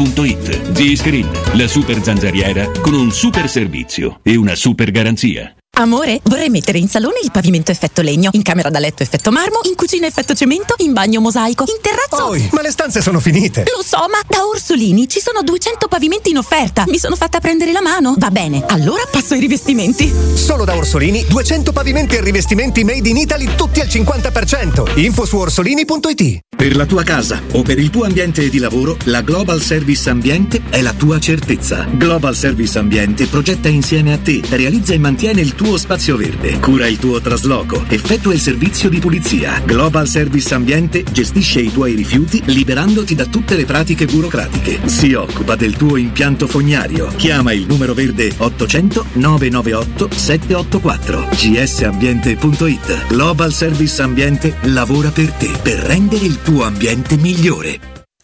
Q: Z-Screen, la super zanzariera con un super servizio e una super garanzia.
I: Amore, vorrei mettere in salone il pavimento effetto legno, in camera da letto effetto marmo, in cucina effetto cemento, in bagno mosaico, in terrazzo.
K: Poi, ma le stanze sono finite.
I: Lo so, ma da Orsolini ci sono 200 pavimenti in offerta. Mi sono fatta prendere la mano. Va bene, allora passo ai rivestimenti.
K: Solo da Orsolini 200 pavimenti e rivestimenti made in Italy tutti al 50%. Info su orsolini.it.
L: Per la tua casa o per il tuo ambiente di lavoro, la Global Service Ambiente è la tua certezza. Global Service Ambiente progetta insieme a te, realizza e mantiene il tuo spazio verde, cura il tuo trasloco, effettua il servizio di pulizia. Global Service Ambiente gestisce i tuoi rifiuti liberandoti da tutte le pratiche burocratiche. Si occupa del tuo impianto fognario. Chiama il numero verde 800 998 784 gsambiente.it. Global Service Ambiente lavora per te per rendere il tuo ambiente migliore.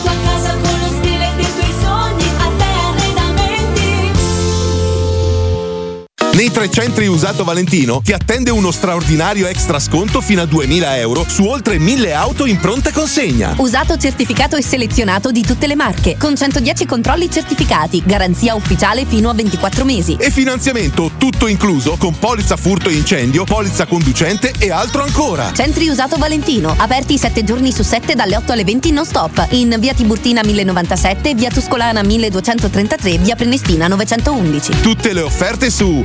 V: tua casa con lo stile dei tuoi sogni, a te arredamenti.
H: Nei tre centri usato Valentino ti attende uno straordinario extra sconto fino a 2000 euro su oltre 1000 auto in pronta consegna.
O: Usato certificato e selezionato di tutte le marche, con 110 controlli certificati, garanzia ufficiale fino a 24 mesi.
H: E finanziamento tutto incluso con polizza furto e incendio, polizza conducente e altro ancora.
O: Centri Usato Valentino, aperti 7 giorni su 7 dalle 8 alle 20 non stop, in via Tiburtina 1097, via Tuscolana 1233, via Prenestina 911.
H: Tutte le offerte su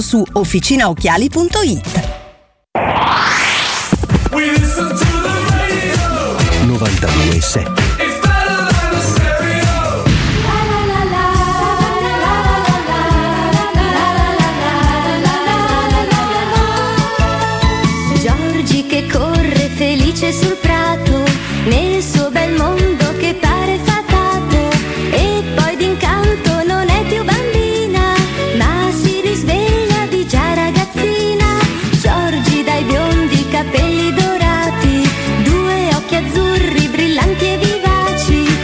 W: su officinaocchiali.it.
K: 92.7.
V: Giorgi che corre felice sul prato, nel suo bel mondo che pare fatato, e poi d'incanto non è più bambina, ma si risveglia di già ragazzina. Giorgi dai biondi capelli dorati, due occhi azzurri brillanti e vivaci.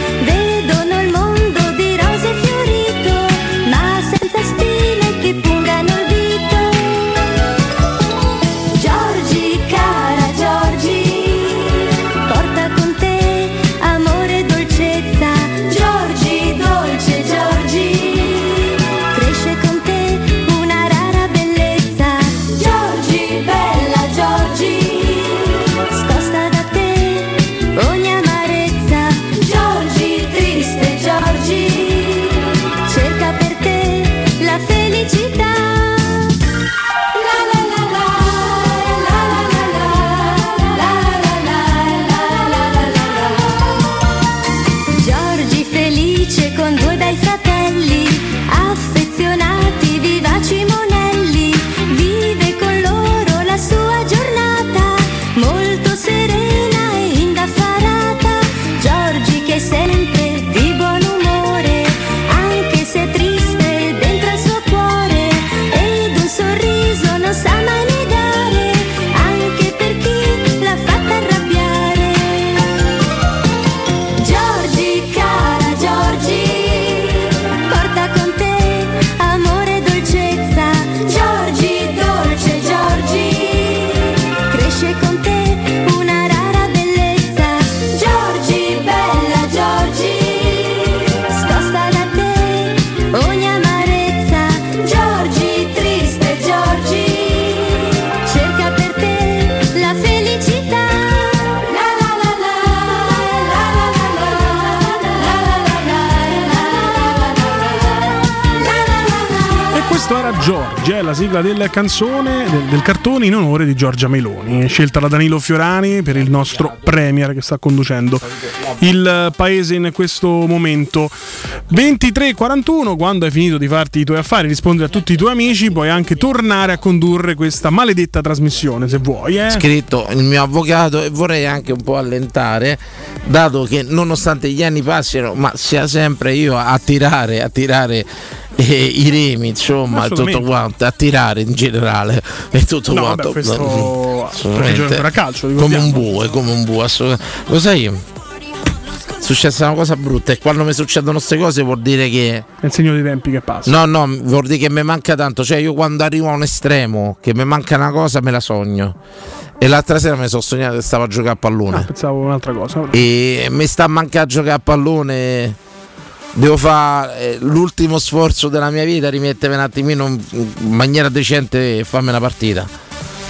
D: Stora Giorgia è la sigla della canzone, del, del cartone in onore di Giorgia Meloni, scelta da Danilo Fiorani per il nostro Premier che sta conducendo il paese in questo momento. 23.41, quando hai finito di farti i tuoi affari, rispondere a tutti i tuoi amici, puoi anche tornare a condurre questa maledetta trasmissione se vuoi. Eh.
C: scritto il mio avvocato e vorrei anche un po' allentare, dato che nonostante gli anni passino, ma sia sempre io a tirare, a tirare eh, i remi, insomma, e tutto
D: Assolutamente.
C: quanto, a tirare in generale e tutto
D: No,
C: quanto. [LAUGHS]
D: vabbè, questo
C: Assolutamente.
D: gioca ancora a calcio,
C: come
D: ricordiamo.
C: un bue, come un bue, assolutamente. Lo sai? È successa una cosa brutta e quando mi succedono queste cose vuol dire che
D: È il segno dei tempi che passa.
C: No, no, vuol dire che mi manca tanto. Cioè, io quando arrivo a un estremo che mi manca una cosa, me la sogno. E l'altra sera mi sono sognato che stavo a giocare a pallone.
D: Ah, Pensavo un'altra cosa.
C: E mi sta a mancare a giocare a pallone. Devo fare eh, l'ultimo sforzo della mia vita, rimettermi un attimino in in maniera decente e farmi una partita.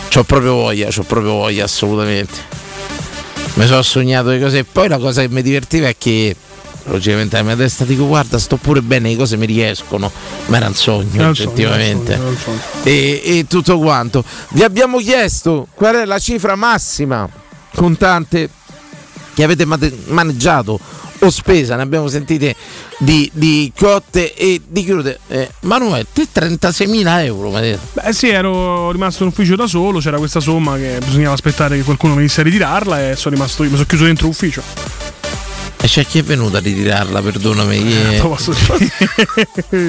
C: C'ho proprio voglia, c'ho proprio voglia, assolutamente. Mi sono sognato di cose. E poi la cosa che mi divertiva è che, logicamente, nella mia testa dico: guarda, sto pure bene, le cose mi riescono. Ma era un sogno,
D: Era un sogno,
C: oggettivamente.
D: era un sogno, era
C: E, e tutto quanto. Vi abbiamo chiesto qual è la cifra massima contante che avete mate- maneggiato o spesa, ne abbiamo sentite di, di cotte e di crude. Eh, Manuel, te 36.000 euro, mi hai detto.
D: Beh sì, ero rimasto in ufficio da solo, c'era questa somma che bisognava aspettare che qualcuno venisse a ritirarla e sono rimasto io, mi sono chiuso dentro ufficio.
C: E c'è chi è venuto a ritirarla, perdonami. chi è? Eh. [LAUGHS]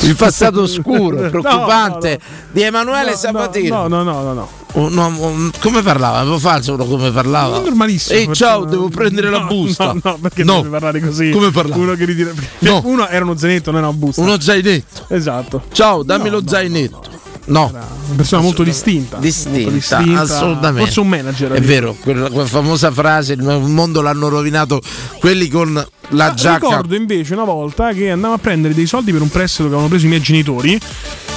C: Il passato oscuro, preoccupante di Emanuele Sabatino.
D: No, no, no, no, no.
C: Un uomo- un- Oh, mm, come parlava? Avevo falso come parlava.
D: Normalissimo.
C: Ehi,
D: perché-
C: ciao, devo prendere la
D: No,
C: busta.
D: No, no, perché
C: No.
D: devi parlare così?
C: Come parlava?
D: Uno che ritira.
C: No.
D: Uno era uno zainetto, non era una busta.
C: Uno zainetto.
D: Esatto.
C: Ciao, dammi lo zainetto. No,
D: una persona molto distinta.
C: Distinta,
D: Molto distinta.
C: assolutamente.
D: Forse un manager,
C: È
D: addirittura.
C: vero, quella, quella famosa frase, il mondo l'hanno rovinato quelli con la Ah, giacca.
D: Ah, Ricordo invece una volta che andavo a prendere dei soldi per un prestito che avevano preso i miei genitori.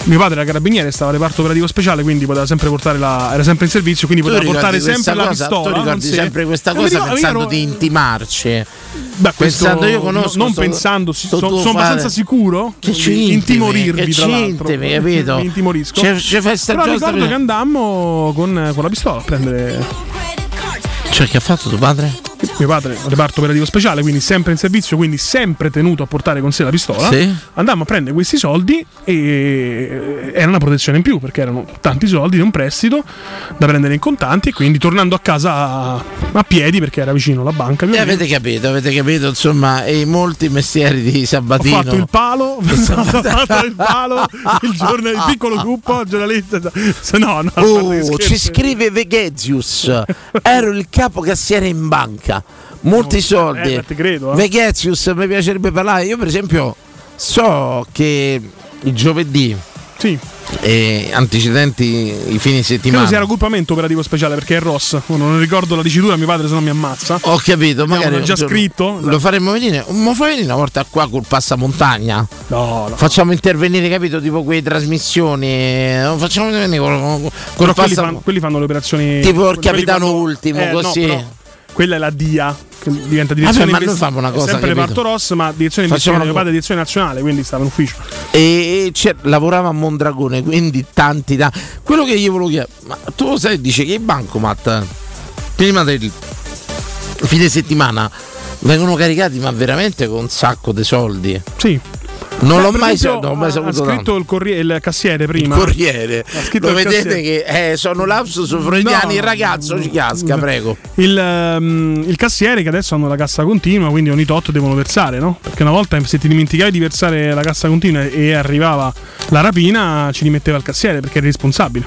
D: Mio padre era carabiniere, stava al reparto operativo speciale, quindi poteva sempre portare la. era sempre in servizio, quindi
C: Tu
D: poteva
C: ricordi
D: portare
C: questa
D: sempre la
C: cosa?
D: pistola.
C: Tu ricordi
D: con sé.
C: sempre questa
D: E mi
C: cosa
D: ricordo- io
C: pensando
D: ero-
C: di intimarci.
D: Beh, questo-
C: pensando io conosco.
D: no- non
C: sto-
D: pensando, sì,
C: sto
D: sono-
C: tuo
D: sono
C: padre.
D: abbastanza sicuro
C: Che
D: di
C: ci
D: intimorirvi,
C: che
D: tra
C: ci
D: l'altro.
C: intimi, capito?
D: Mi intimorisco.
C: C'è, c'è festa
D: Però
C: già
D: ricordo
C: sta-
D: che andammo con, con la pistola a prendere
C: Cioè, che ha fatto tuo padre?
D: Mio padre, reparto operativo speciale, quindi sempre in servizio, quindi sempre tenuto a portare con sé la pistola.
C: Sì.
D: Andammo a prendere questi soldi e era una protezione in più perché erano tanti soldi di un prestito da prendere in contanti e quindi tornando a casa a, a piedi perché era vicino la banca.
C: Eh,
D: ovviamente,
C: avete capito, avete capito, insomma, e molti mestieri di
D: Ho
C: Sabatino.
D: fatto
C: [LAUGHS]
D: il palo, [LAUGHS] ho fatto il palo, il, giorno, il piccolo gruppo, il giornalista. se [LAUGHS] No, no,
C: Oh, ci scrive Vegezius. Ero il capo cassiere in banca. Molti soldi.
D: eh, ma te credo, eh.
C: Vegezius, mi piacerebbe parlare. Io, per esempio, so che il giovedì. E antecedenti i fine
D: Credo
C: settimana.
D: sia raggruppamento operativo speciale perché è Ross. oh, Non ricordo la dicitura, mio padre se no mi ammazza.
C: Ho capito, magari
D: l'ho già
C: un giorno
D: scritto.
C: Lo faremmo venire, mo fai venire una volta qua col passamontagna.
D: No,
C: Facciamo intervenire, capito, tipo quelle trasmissioni. eh, Facciamo intervenire col, col
D: Però quelli,
C: passamontagna.
D: fanno, quelli fanno le operazioni.
C: Tipo il
D: quelli
C: capitano
D: fanno-
C: ultimo,
D: Eh, no,
C: così.
D: però quella è la DIA. Che diventa direzione
C: ma noi
D: investi-
C: fanno una
D: è
C: cosa,
D: Sempre
C: capito?
D: reparto Ross, ma direzione
C: Facciamo
D: investigativa.
C: una
D: Mio
C: cosa.
D: padre è direzione nazionale, quindi stava in ufficio.
C: e, e c'è- lavorava a Mondragone, quindi tanti da. Quello che io volevo chiedere, ma tu lo sai, dice che i bancomat prima del fine settimana vengono caricati, ma veramente con un sacco di soldi.
D: Sì.
C: Non
D: Beh,
C: l'ho
D: per
C: mai,
D: esempio,
C: saputo, non ho mai
D: ha-
C: saputo
D: Ha scritto il, corriere, il cassiere prima.
C: Il corriere.
D: scritto
C: Lo
D: il
C: vedete
D: cassiere.
C: che eh, sono lapsus freudiani,
D: No,
C: il ragazzo ci casca, prego.
D: Il, ehm, il cassiere che adesso hanno la cassa continua, quindi ogni tot devono versare, no? Perché una volta se ti dimenticavi di versare la cassa continua e arrivava la rapina, ci rimetteva il cassiere perché era responsabile.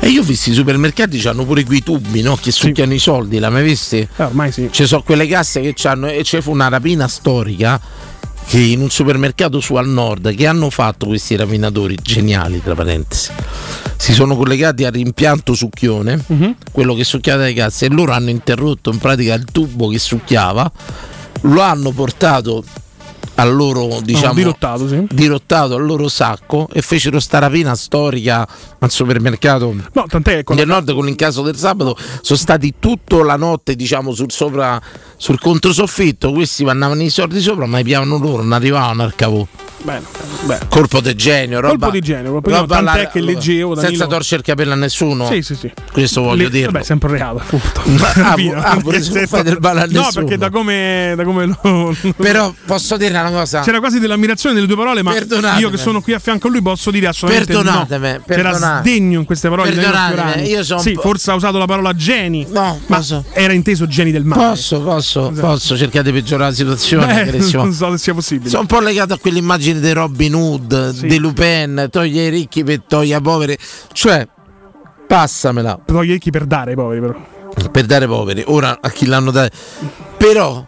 C: E io ho visto i supermercati hanno pure quei tubi no? che succhiano i soldi, l'hai mai visti?
D: Eh, ormai sì.
C: Ci sono quelle casse che hanno e c'è fu una rapina storica che in un supermercato su al nord che hanno fatto questi rapinatori geniali tra parentesi. Si sono collegati al rimpianto succhione,
D: Mhm.
C: quello che succhiava le casse, e loro hanno interrotto in pratica il tubo che succhiava, lo hanno portato al
D: Ah,
C: loro diciamo, dirottato, al loro sacco e fecero sta rapina storica al supermercato del nord con l'incaso del sabato sono stati tutta la notte diciamo, sul, sopra, sul controsoffitto questi mandavano i soldi sopra ma i piavano loro, non arrivavano al cavò
D: Bene, bene.
C: Colpo di genio, roba,
D: Colpo di genio, proprio io, tant'è che leggevo,
C: senza
D: Danilo-
C: torcere il capello a nessuno.
D: Sì, sì, sì.
C: Questo voglio
D: Le-
C: dirlo.
D: Vabbè, sempre reato, appunto.
C: [LAUGHS] ah,
D: Via.
C: ah, pure
D: Perché
C: se
D: se
C: non fai
D: fa-
C: del male a
D: No,
C: nessuno.
D: perché da come, da come lo...
C: Però posso dire una cosa.
D: C'era quasi dell'ammirazione delle due parole, ma
C: Perdonatemi.
D: io che sono qui a fianco a lui posso dire assolutamente
C: Perdonatemi,
D: no. C'era
C: perdonatemi.
D: sdegno in queste parole. di Danilo
C: Perdonatemi,
D: Fiorani.
C: io sono
D: Sì,
C: un po'-
D: forse ha usato la parola geni,
C: no,
D: ma era inteso geni del male. Esatto.
C: Posso, posso, posso cercare di peggiorare la situazione?
D: Beh,
C: che siamo-
D: non so se sia possibile.
C: Sono un po' legato a quell'immagine di Robin Hood, di Lupin, toglie i ricchi per toglie i poveri. Cioè, passamela.
D: Toglie i ricchi per dare ai poveri, però.
C: Per dare ai poveri. Ora a chi l'hanno dato. Però,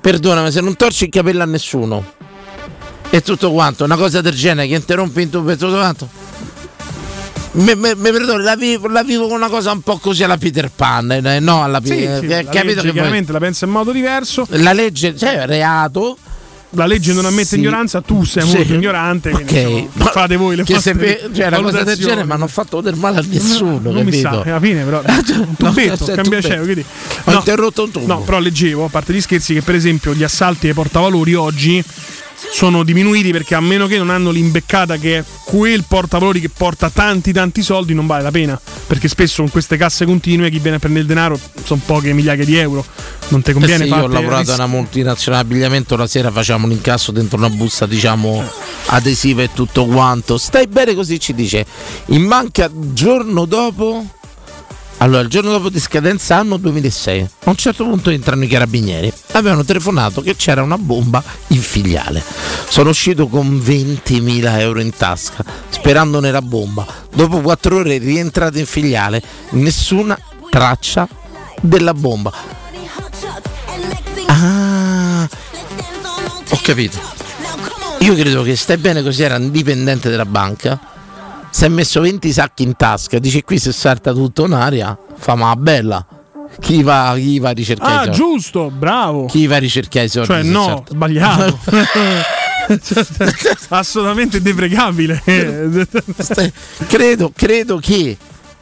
C: perdonami, se non torci il capello a nessuno. E tutto quanto, una cosa del genere che interrompi in tu per tutto quanto. Mi, mi- mi perdoni, la vivo, la vivo con una cosa un po' così alla Peter Pan, eh, no? Alla
D: Sì,
C: Peter
D: sì,
C: eh,
D: la
C: capito
D: legge
C: che vuoi-
D: chiaramente la pensa in modo diverso.
C: La legge, cioè, reato.
D: La legge non ammette
C: Sì.
D: ignoranza, tu sei
C: Sì.
D: molto ignorante. quindi,
C: Ok.
D: insomma, fate voi le
C: Che se
D: vostre
C: ve- cioè, una cosa del
D: valutazioni.
C: genere, ma non ho fatto del male a nessuno.
D: non mi sa,
C: capito?
D: alla fine però
C: [LAUGHS]
D: un
C: No, cioè,
D: tubetto,
C: se è
D: cambia
C: tubetto.
D: cielo, quindi
C: Ho interrotto un tubo.
D: No, però leggevo, a parte gli scherzi, che per esempio gli assalti ai portavalori oggi sono diminuiti perché a meno che non hanno l'imbeccata che è quel portavalori che porta tanti tanti soldi non vale la pena perché spesso con queste casse continue chi viene a prendere il denaro sono poche migliaia di euro non ti
C: Eh
D: conviene
C: sì, io
D: fare
C: ho lavorato a una multinazionale abbigliamento, la sera facciamo un incasso dentro una busta, diciamo, adesiva e tutto quanto. Stai bene così ci dice. In manca giorno dopo. Allora, il giorno dopo di scadenza anno 2006, a un certo punto entrano i carabinieri. Avevano telefonato che c'era una bomba in filiale. Sono uscito con 20.000 euro in tasca, sperando nella bomba. Dopo 4 ore rientrato in filiale, nessuna traccia della bomba. Ah, ho capito. Io credo che stai bene così era un dipendente della banca. Si è messo 20 sacchi in tasca. Dice qui se salta tutto in aria. Fa ma bella. Chi va, chi va a ricercare
D: ah
C: i soldi?
D: giusto bravo
C: Chi va a ricercare i soldi?
D: cioè
C: se
D: no
C: salta? [LAUGHS]
D: sbagliato
C: [LAUGHS]
D: assolutamente deprecabile
C: credo, credo che,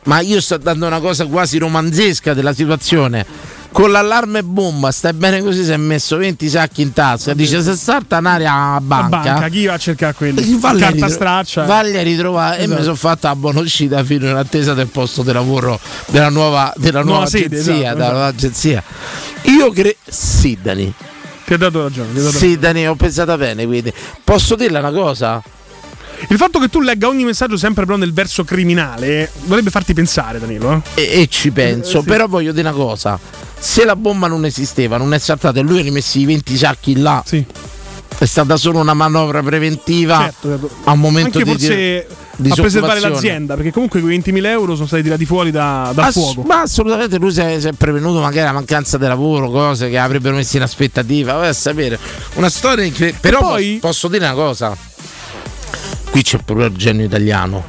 C: ma io sto dando una cosa quasi romanzesca della situazione. Con l'allarme bomba, stai bene così, si è messo 20 sacchi in tasca. Dice se salta in aria a
D: La
C: banca.
D: banca chi va a cercare quelli
C: Sì, valli a
D: carta
C: ritro-
D: straccia Esatto.
C: valli a ritrovare e mi sono fatta la buona uscita fino in attesa del posto di lavoro della nuova, della
D: Nuova
C: nuova,
D: sede,
C: agenzia,
D: esatto,
C: della nuova agenzia. Io credo. Sì, Dani.
D: ti ha dato ragione ti ha dato
C: Sì, Dani, ho pensato bene. Quindi. Posso dirle una cosa?
D: Il fatto che tu legga ogni messaggio sempre però nel verso criminale dovrebbe farti pensare, Danilo. eh.
C: E, e ci penso,
D: Eh, sì.
C: però voglio dire una cosa: se la bomba non esisteva, non è saltata e lui ha rimessi i 20 sacchi in là, è stata solo una manovra preventiva
D: Certo, certo.
C: Ah, a un momento
D: Anche
C: di
D: forse
C: di
D: a preservare
C: disoccupazione.
D: l'azienda, perché comunque quei 20.000 euro sono stati tirati fuori da, dal
C: Ass-
D: fuoco.
C: Ma assolutamente lui si è, si è prevenuto magari la mancanza di lavoro, cose che avrebbero messo in aspettativa, vai a sapere. Una storia incredibile. Però
D: poi-
C: po- posso dire una cosa. Qui c'è pure il genio italiano.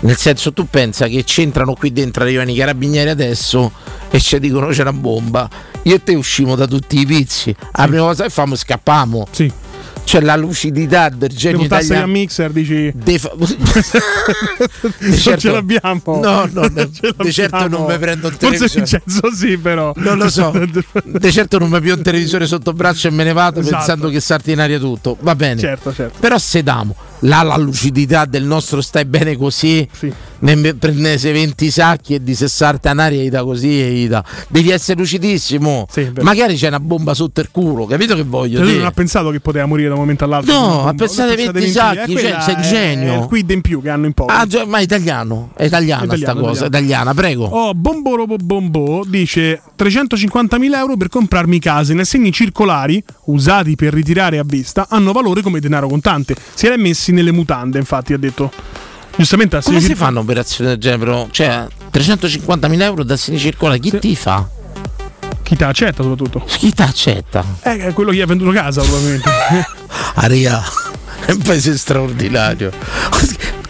C: Nel senso tu pensa che c'entrano qui dentro, arrivano i carabinieri adesso e ci dicono c'è una bomba. Io e te uscimo da tutti i pizzi. La prima cosa che famo scappamo.
D: Sì.
C: C'è la lucidità del genio
D: Devo tassare
C: italiano.
D: a mixer, dici. [LAUGHS]
C: [LAUGHS] Di
D: non ce
C: certo-
D: l'abbiamo.
C: No, no,
D: [LAUGHS] Non ce
C: di certo
D: l'abbiamo.
C: non mi prendo il
D: Forse
C: televisore.
D: Vincenzo sì,
C: [LAUGHS]
D: però. Cioè,
C: Non lo
D: [LAUGHS]
C: so. Di certo non mi più un televisore sotto braccio e me ne vado
D: Esatto.
C: pensando che salti in aria tutto. Va bene.
D: Certo, certo.
C: Però sedamo là la lucidità del nostro stai bene così. Ne prende 20 sacchi e di se salta in aria gli dà così e gli dà. Devi essere lucidissimo.
D: vero.
C: Magari c'è una bomba sotto il culo, capito che voglio
D: Cioè, lui non
C: dire?
D: ha pensato che poteva morire da un momento all'altro.
C: No,
D: con una bomba.
C: ha pensato ai
D: Lui ha
C: 20
D: pensato ai
C: sacchi,
D: 20.000,
C: cioè, sei
D: eh, quella
C: ingenuo.
D: È il quid in più che hanno in poco.
C: Ah, già, ma è italiano, è italiana sta
D: Italiano,
C: cosa,
D: italiano.
C: italiana, prego.
D: Oh, Bombo Robo Bombo dice 350.000 euro per comprarmi case in assegni circolari usati per ritirare a vista hanno valore come denaro contante. Si era messi nelle mutande, infatti, ha detto. Giustamente
C: Come
D: assegni
C: si
D: cir-
C: fa un'operazione del genere? però? Cioè, 350.000 euro da segni circolare, chi ti fa?
D: Chi ti accetta soprattutto?
C: Chi ti accetta?
D: Eh, è quello che gli ha venduto casa, probabilmente.
C: Aria, è un paese straordinario.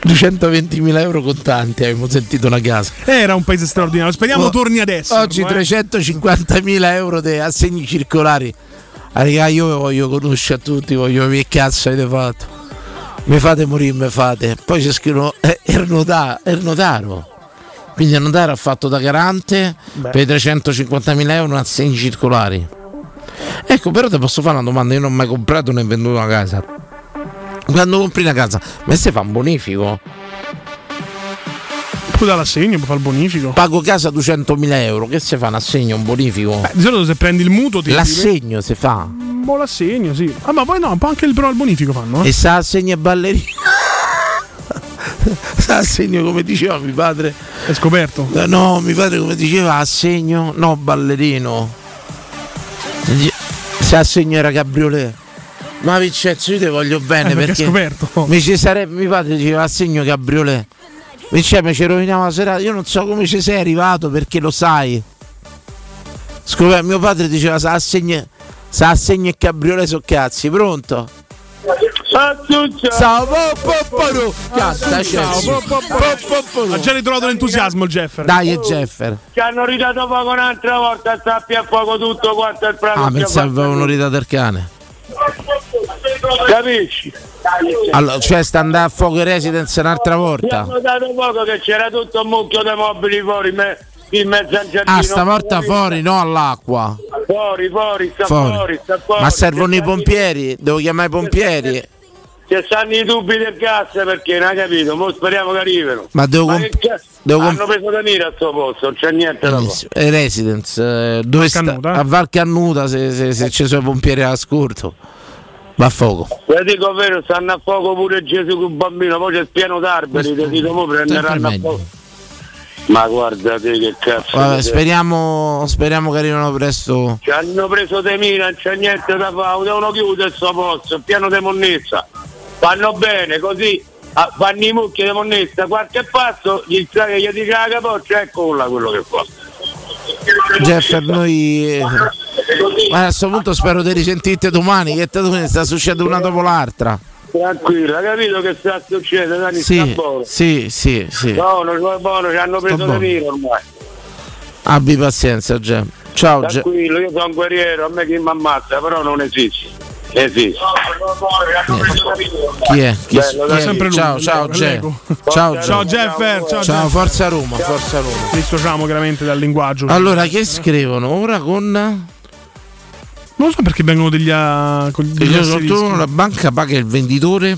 C: 220.000 euro contanti, abbiamo sentito una casa.
D: Eh, Era un paese straordinario. Speriamo
C: Oh,
D: torni adesso.
C: Oggi
D: ormai.
C: 350.000 euro di assegni circolari. Ah, raga, io vi voglio conoscere a tutti, voglio che cazzo avete fatto. Mi fate morire, mi fate. Poi ci scrivono eh, Ernota- Ernotaro. Quindi Ernotaro ha fatto da garante
R: Beh.
C: per 350.000 euro in assegni circolari. Ecco, però ti posso fare una domanda, io non ho mai comprato né venduto una casa. Quando compri una casa, ma se fa un bonifico?
D: Tu dà l'assegno, puoi fare il bonifico.
C: Pago casa 200.000 euro, che se fa un assegno, un bonifico?
D: Di solito se prendi il mutuo ti Mm,
C: L'assegno si fa.
D: Un po' l'assegno, sì. Ah, ma poi no, poi anche il pro al bonifico fanno. eh.
C: E sa assegno e ballerina. sa [LAUGHS] assegno come diceva mio padre. Eh,
D: È scoperto.
C: No, mio padre come diceva assegno, no ballerino. Gli- Se assegno era cabriolet. Ma Vincenzo io ti voglio bene
D: Eh, perché
C: perché,
D: è scoperto.
C: mi ci sarebbe, mio padre diceva assegno cabriolet. Vincenzo mi ci rovinava la serata, io non so come ci sei arrivato perché lo sai. Scoperto, mio padre diceva sa assegno, sa assegno e cabriolet so cazzi, pronto? Ciao popolo!
F: Ah,
C: Cazzo, Celso.
D: Ha già ritrovato l'entusiasmo il Jeffer.
C: Dai, e Jeffer.
F: Ci hanno ridato fuoco un'altra volta, sappi a fuoco tutto quanto il prato.
C: Ah,
F: sia
C: pensavo un'oritato del cane.
F: fatto. Capisci?
C: Allora, cioè sta andando a fuoco e residence un'altra
F: Ci
C: volta.
F: hanno dato fuoco che c'era tutto un mucchio di mobili fuori me- in mezzo al giardino.
C: Ah, stavolta fuori, no all'acqua.
F: Fuori, fuori, sta fuori,
C: Fuori.
F: sta fuori.
C: Ma servono i pompieri, devo chiamare i pompieri.
F: Ci stanno i dubbi del gas perché non hai capito, mo speriamo che arrivino.
C: Ma devo
F: Ma
C: comp-
F: che cazzo-
C: devo comp-
F: Hanno preso da mira a sto posto, non c'è niente da fare.
C: Benissimo. Eh, Residence, eh, dove sta? A Val Cannuta se, se, se ci sono i pompieri all'ascolto. Va a fuoco.
F: Te dico vero, stanno a fuoco pure Gesù con un bambino, poi c'è pieno d'arberi, ti dico, mo prenderanno a
C: meglio.
F: fuoco. Ma guardate che cazzo.
C: Vabbè,
F: che-
C: speriamo, speriamo che arrivino presto.
F: Ci hanno preso dei mila, non c'è niente da fare, lo devono chiudere sto posto, il piano di monnezza. Fanno bene, così ah, fanno i mucchi di monnezza, qualche passo, gli, gli "Ah, dica la capoccia, eccola ecco quello che fa.
C: Jeffer, noi. eh, Ma a questo punto spero di risentirti domani, che tanto ne sta succedendo una dopo l'altra.
F: Tranquillo, hai capito che sta succedendo? Dani, sta
C: Sì,
F: buono.
C: sì, sì, sì.
F: Buono, buono, buono, ci hanno preso
C: buono.
F: dei mila ormai.
C: Abbi pazienza, Gem. Ciao, Gem.
F: Tranquillo, io sono un guerriero, a me chi mi ammazza, però non esiste. Esiste.
C: Chi è? Chi,
F: Bello,
C: chi è?
F: dai. Sempre lui,
C: Ciao, ciao,
F: Lego.
C: Gem.
D: Ciao,
C: Ciao,
D: ciao
C: Gem.
D: Jeffer. Ciao,
C: Ciao,
D: Jeffer.
C: forza Roma, forza Roma.
D: Dissociamo chiaramente dal linguaggio.
C: Allora, che scrivono? Ora con.
D: Non so perché vengono degli. ah, con degli Eh.
C: Signor
D: asterischi.
C: Tortolano, la banca paga il venditore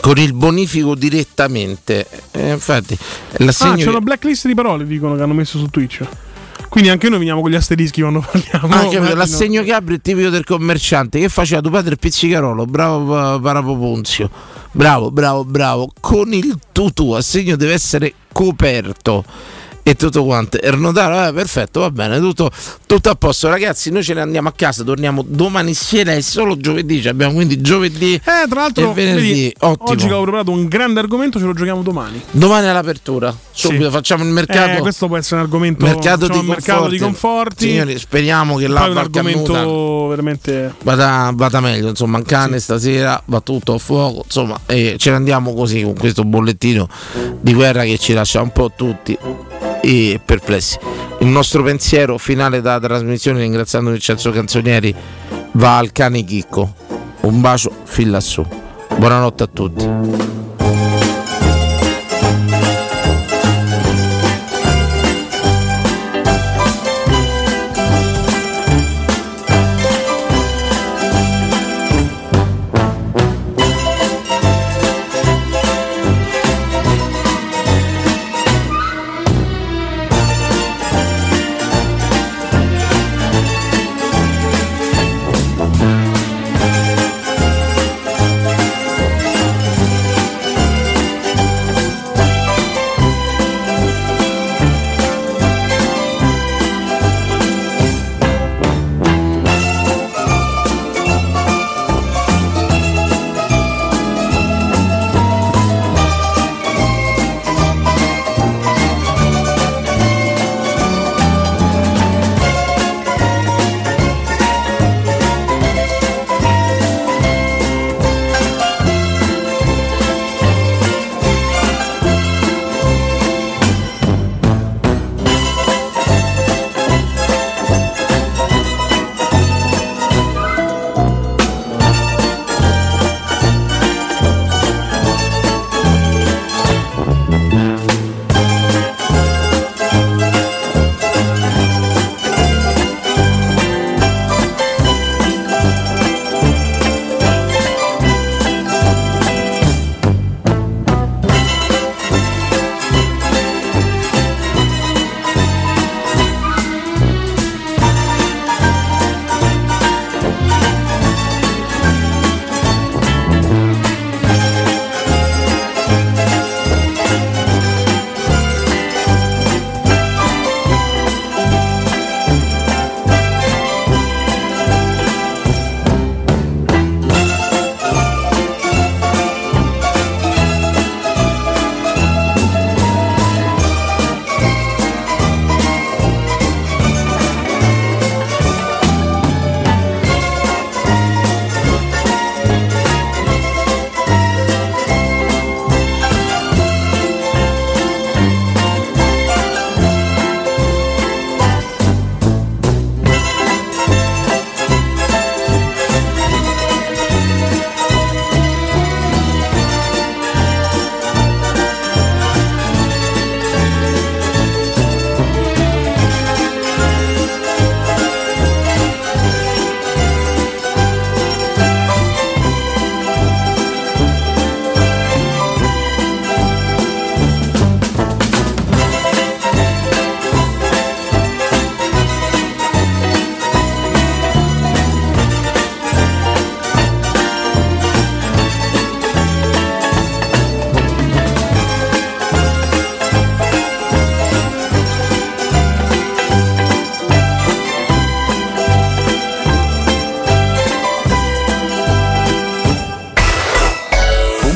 C: con il bonifico direttamente. Eh, infatti,
D: Ah,
C: l'assegno.
D: c'è una blacklist di parole, dicono che hanno messo su Twitch. Quindi anche noi veniamo con gli asterischi quando [LAUGHS] parliamo.
C: Ah, capito,
D: Immagino.
C: l'assegno capri è tipico del commerciante che faceva tuo padre il pizzicarolo, bravo pa- Parapoponzio, bravo, bravo, bravo, con il tutù, assegno deve essere coperto e tutto quanto. Ernotaro, eh, perfetto, va bene, tutto, tutto a posto ragazzi, noi ce ne andiamo a casa, torniamo domani sera e solo giovedì, ci abbiamo quindi giovedì
D: eh, tra l'altro,
C: e venerdì,
D: vedi,
C: ottimo.
D: oggi che avevo preparato un grande argomento, ce lo giochiamo domani.
C: Domani all'apertura, subito facciamo il mercato.
D: Eh, questo può essere un argomento.
C: mercato,
D: facciamo
C: di,
D: un mercato
C: conforti.
D: di conforti.
C: Signori, speriamo Diciamo che
D: Poi
C: la
D: un argomento veramente.
C: vada, vada meglio, insomma, un cane stasera va tutto a fuoco, insomma, e ce ne andiamo così con questo bollettino di guerra che ci lascia un po' tutti eh, perplessi. Il nostro pensiero finale della trasmissione, ringraziando Vincenzo Canzonieri, va al cane Chicco. Un bacio fin lassù. Buonanotte a tutti.
X: Thank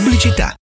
L: vita.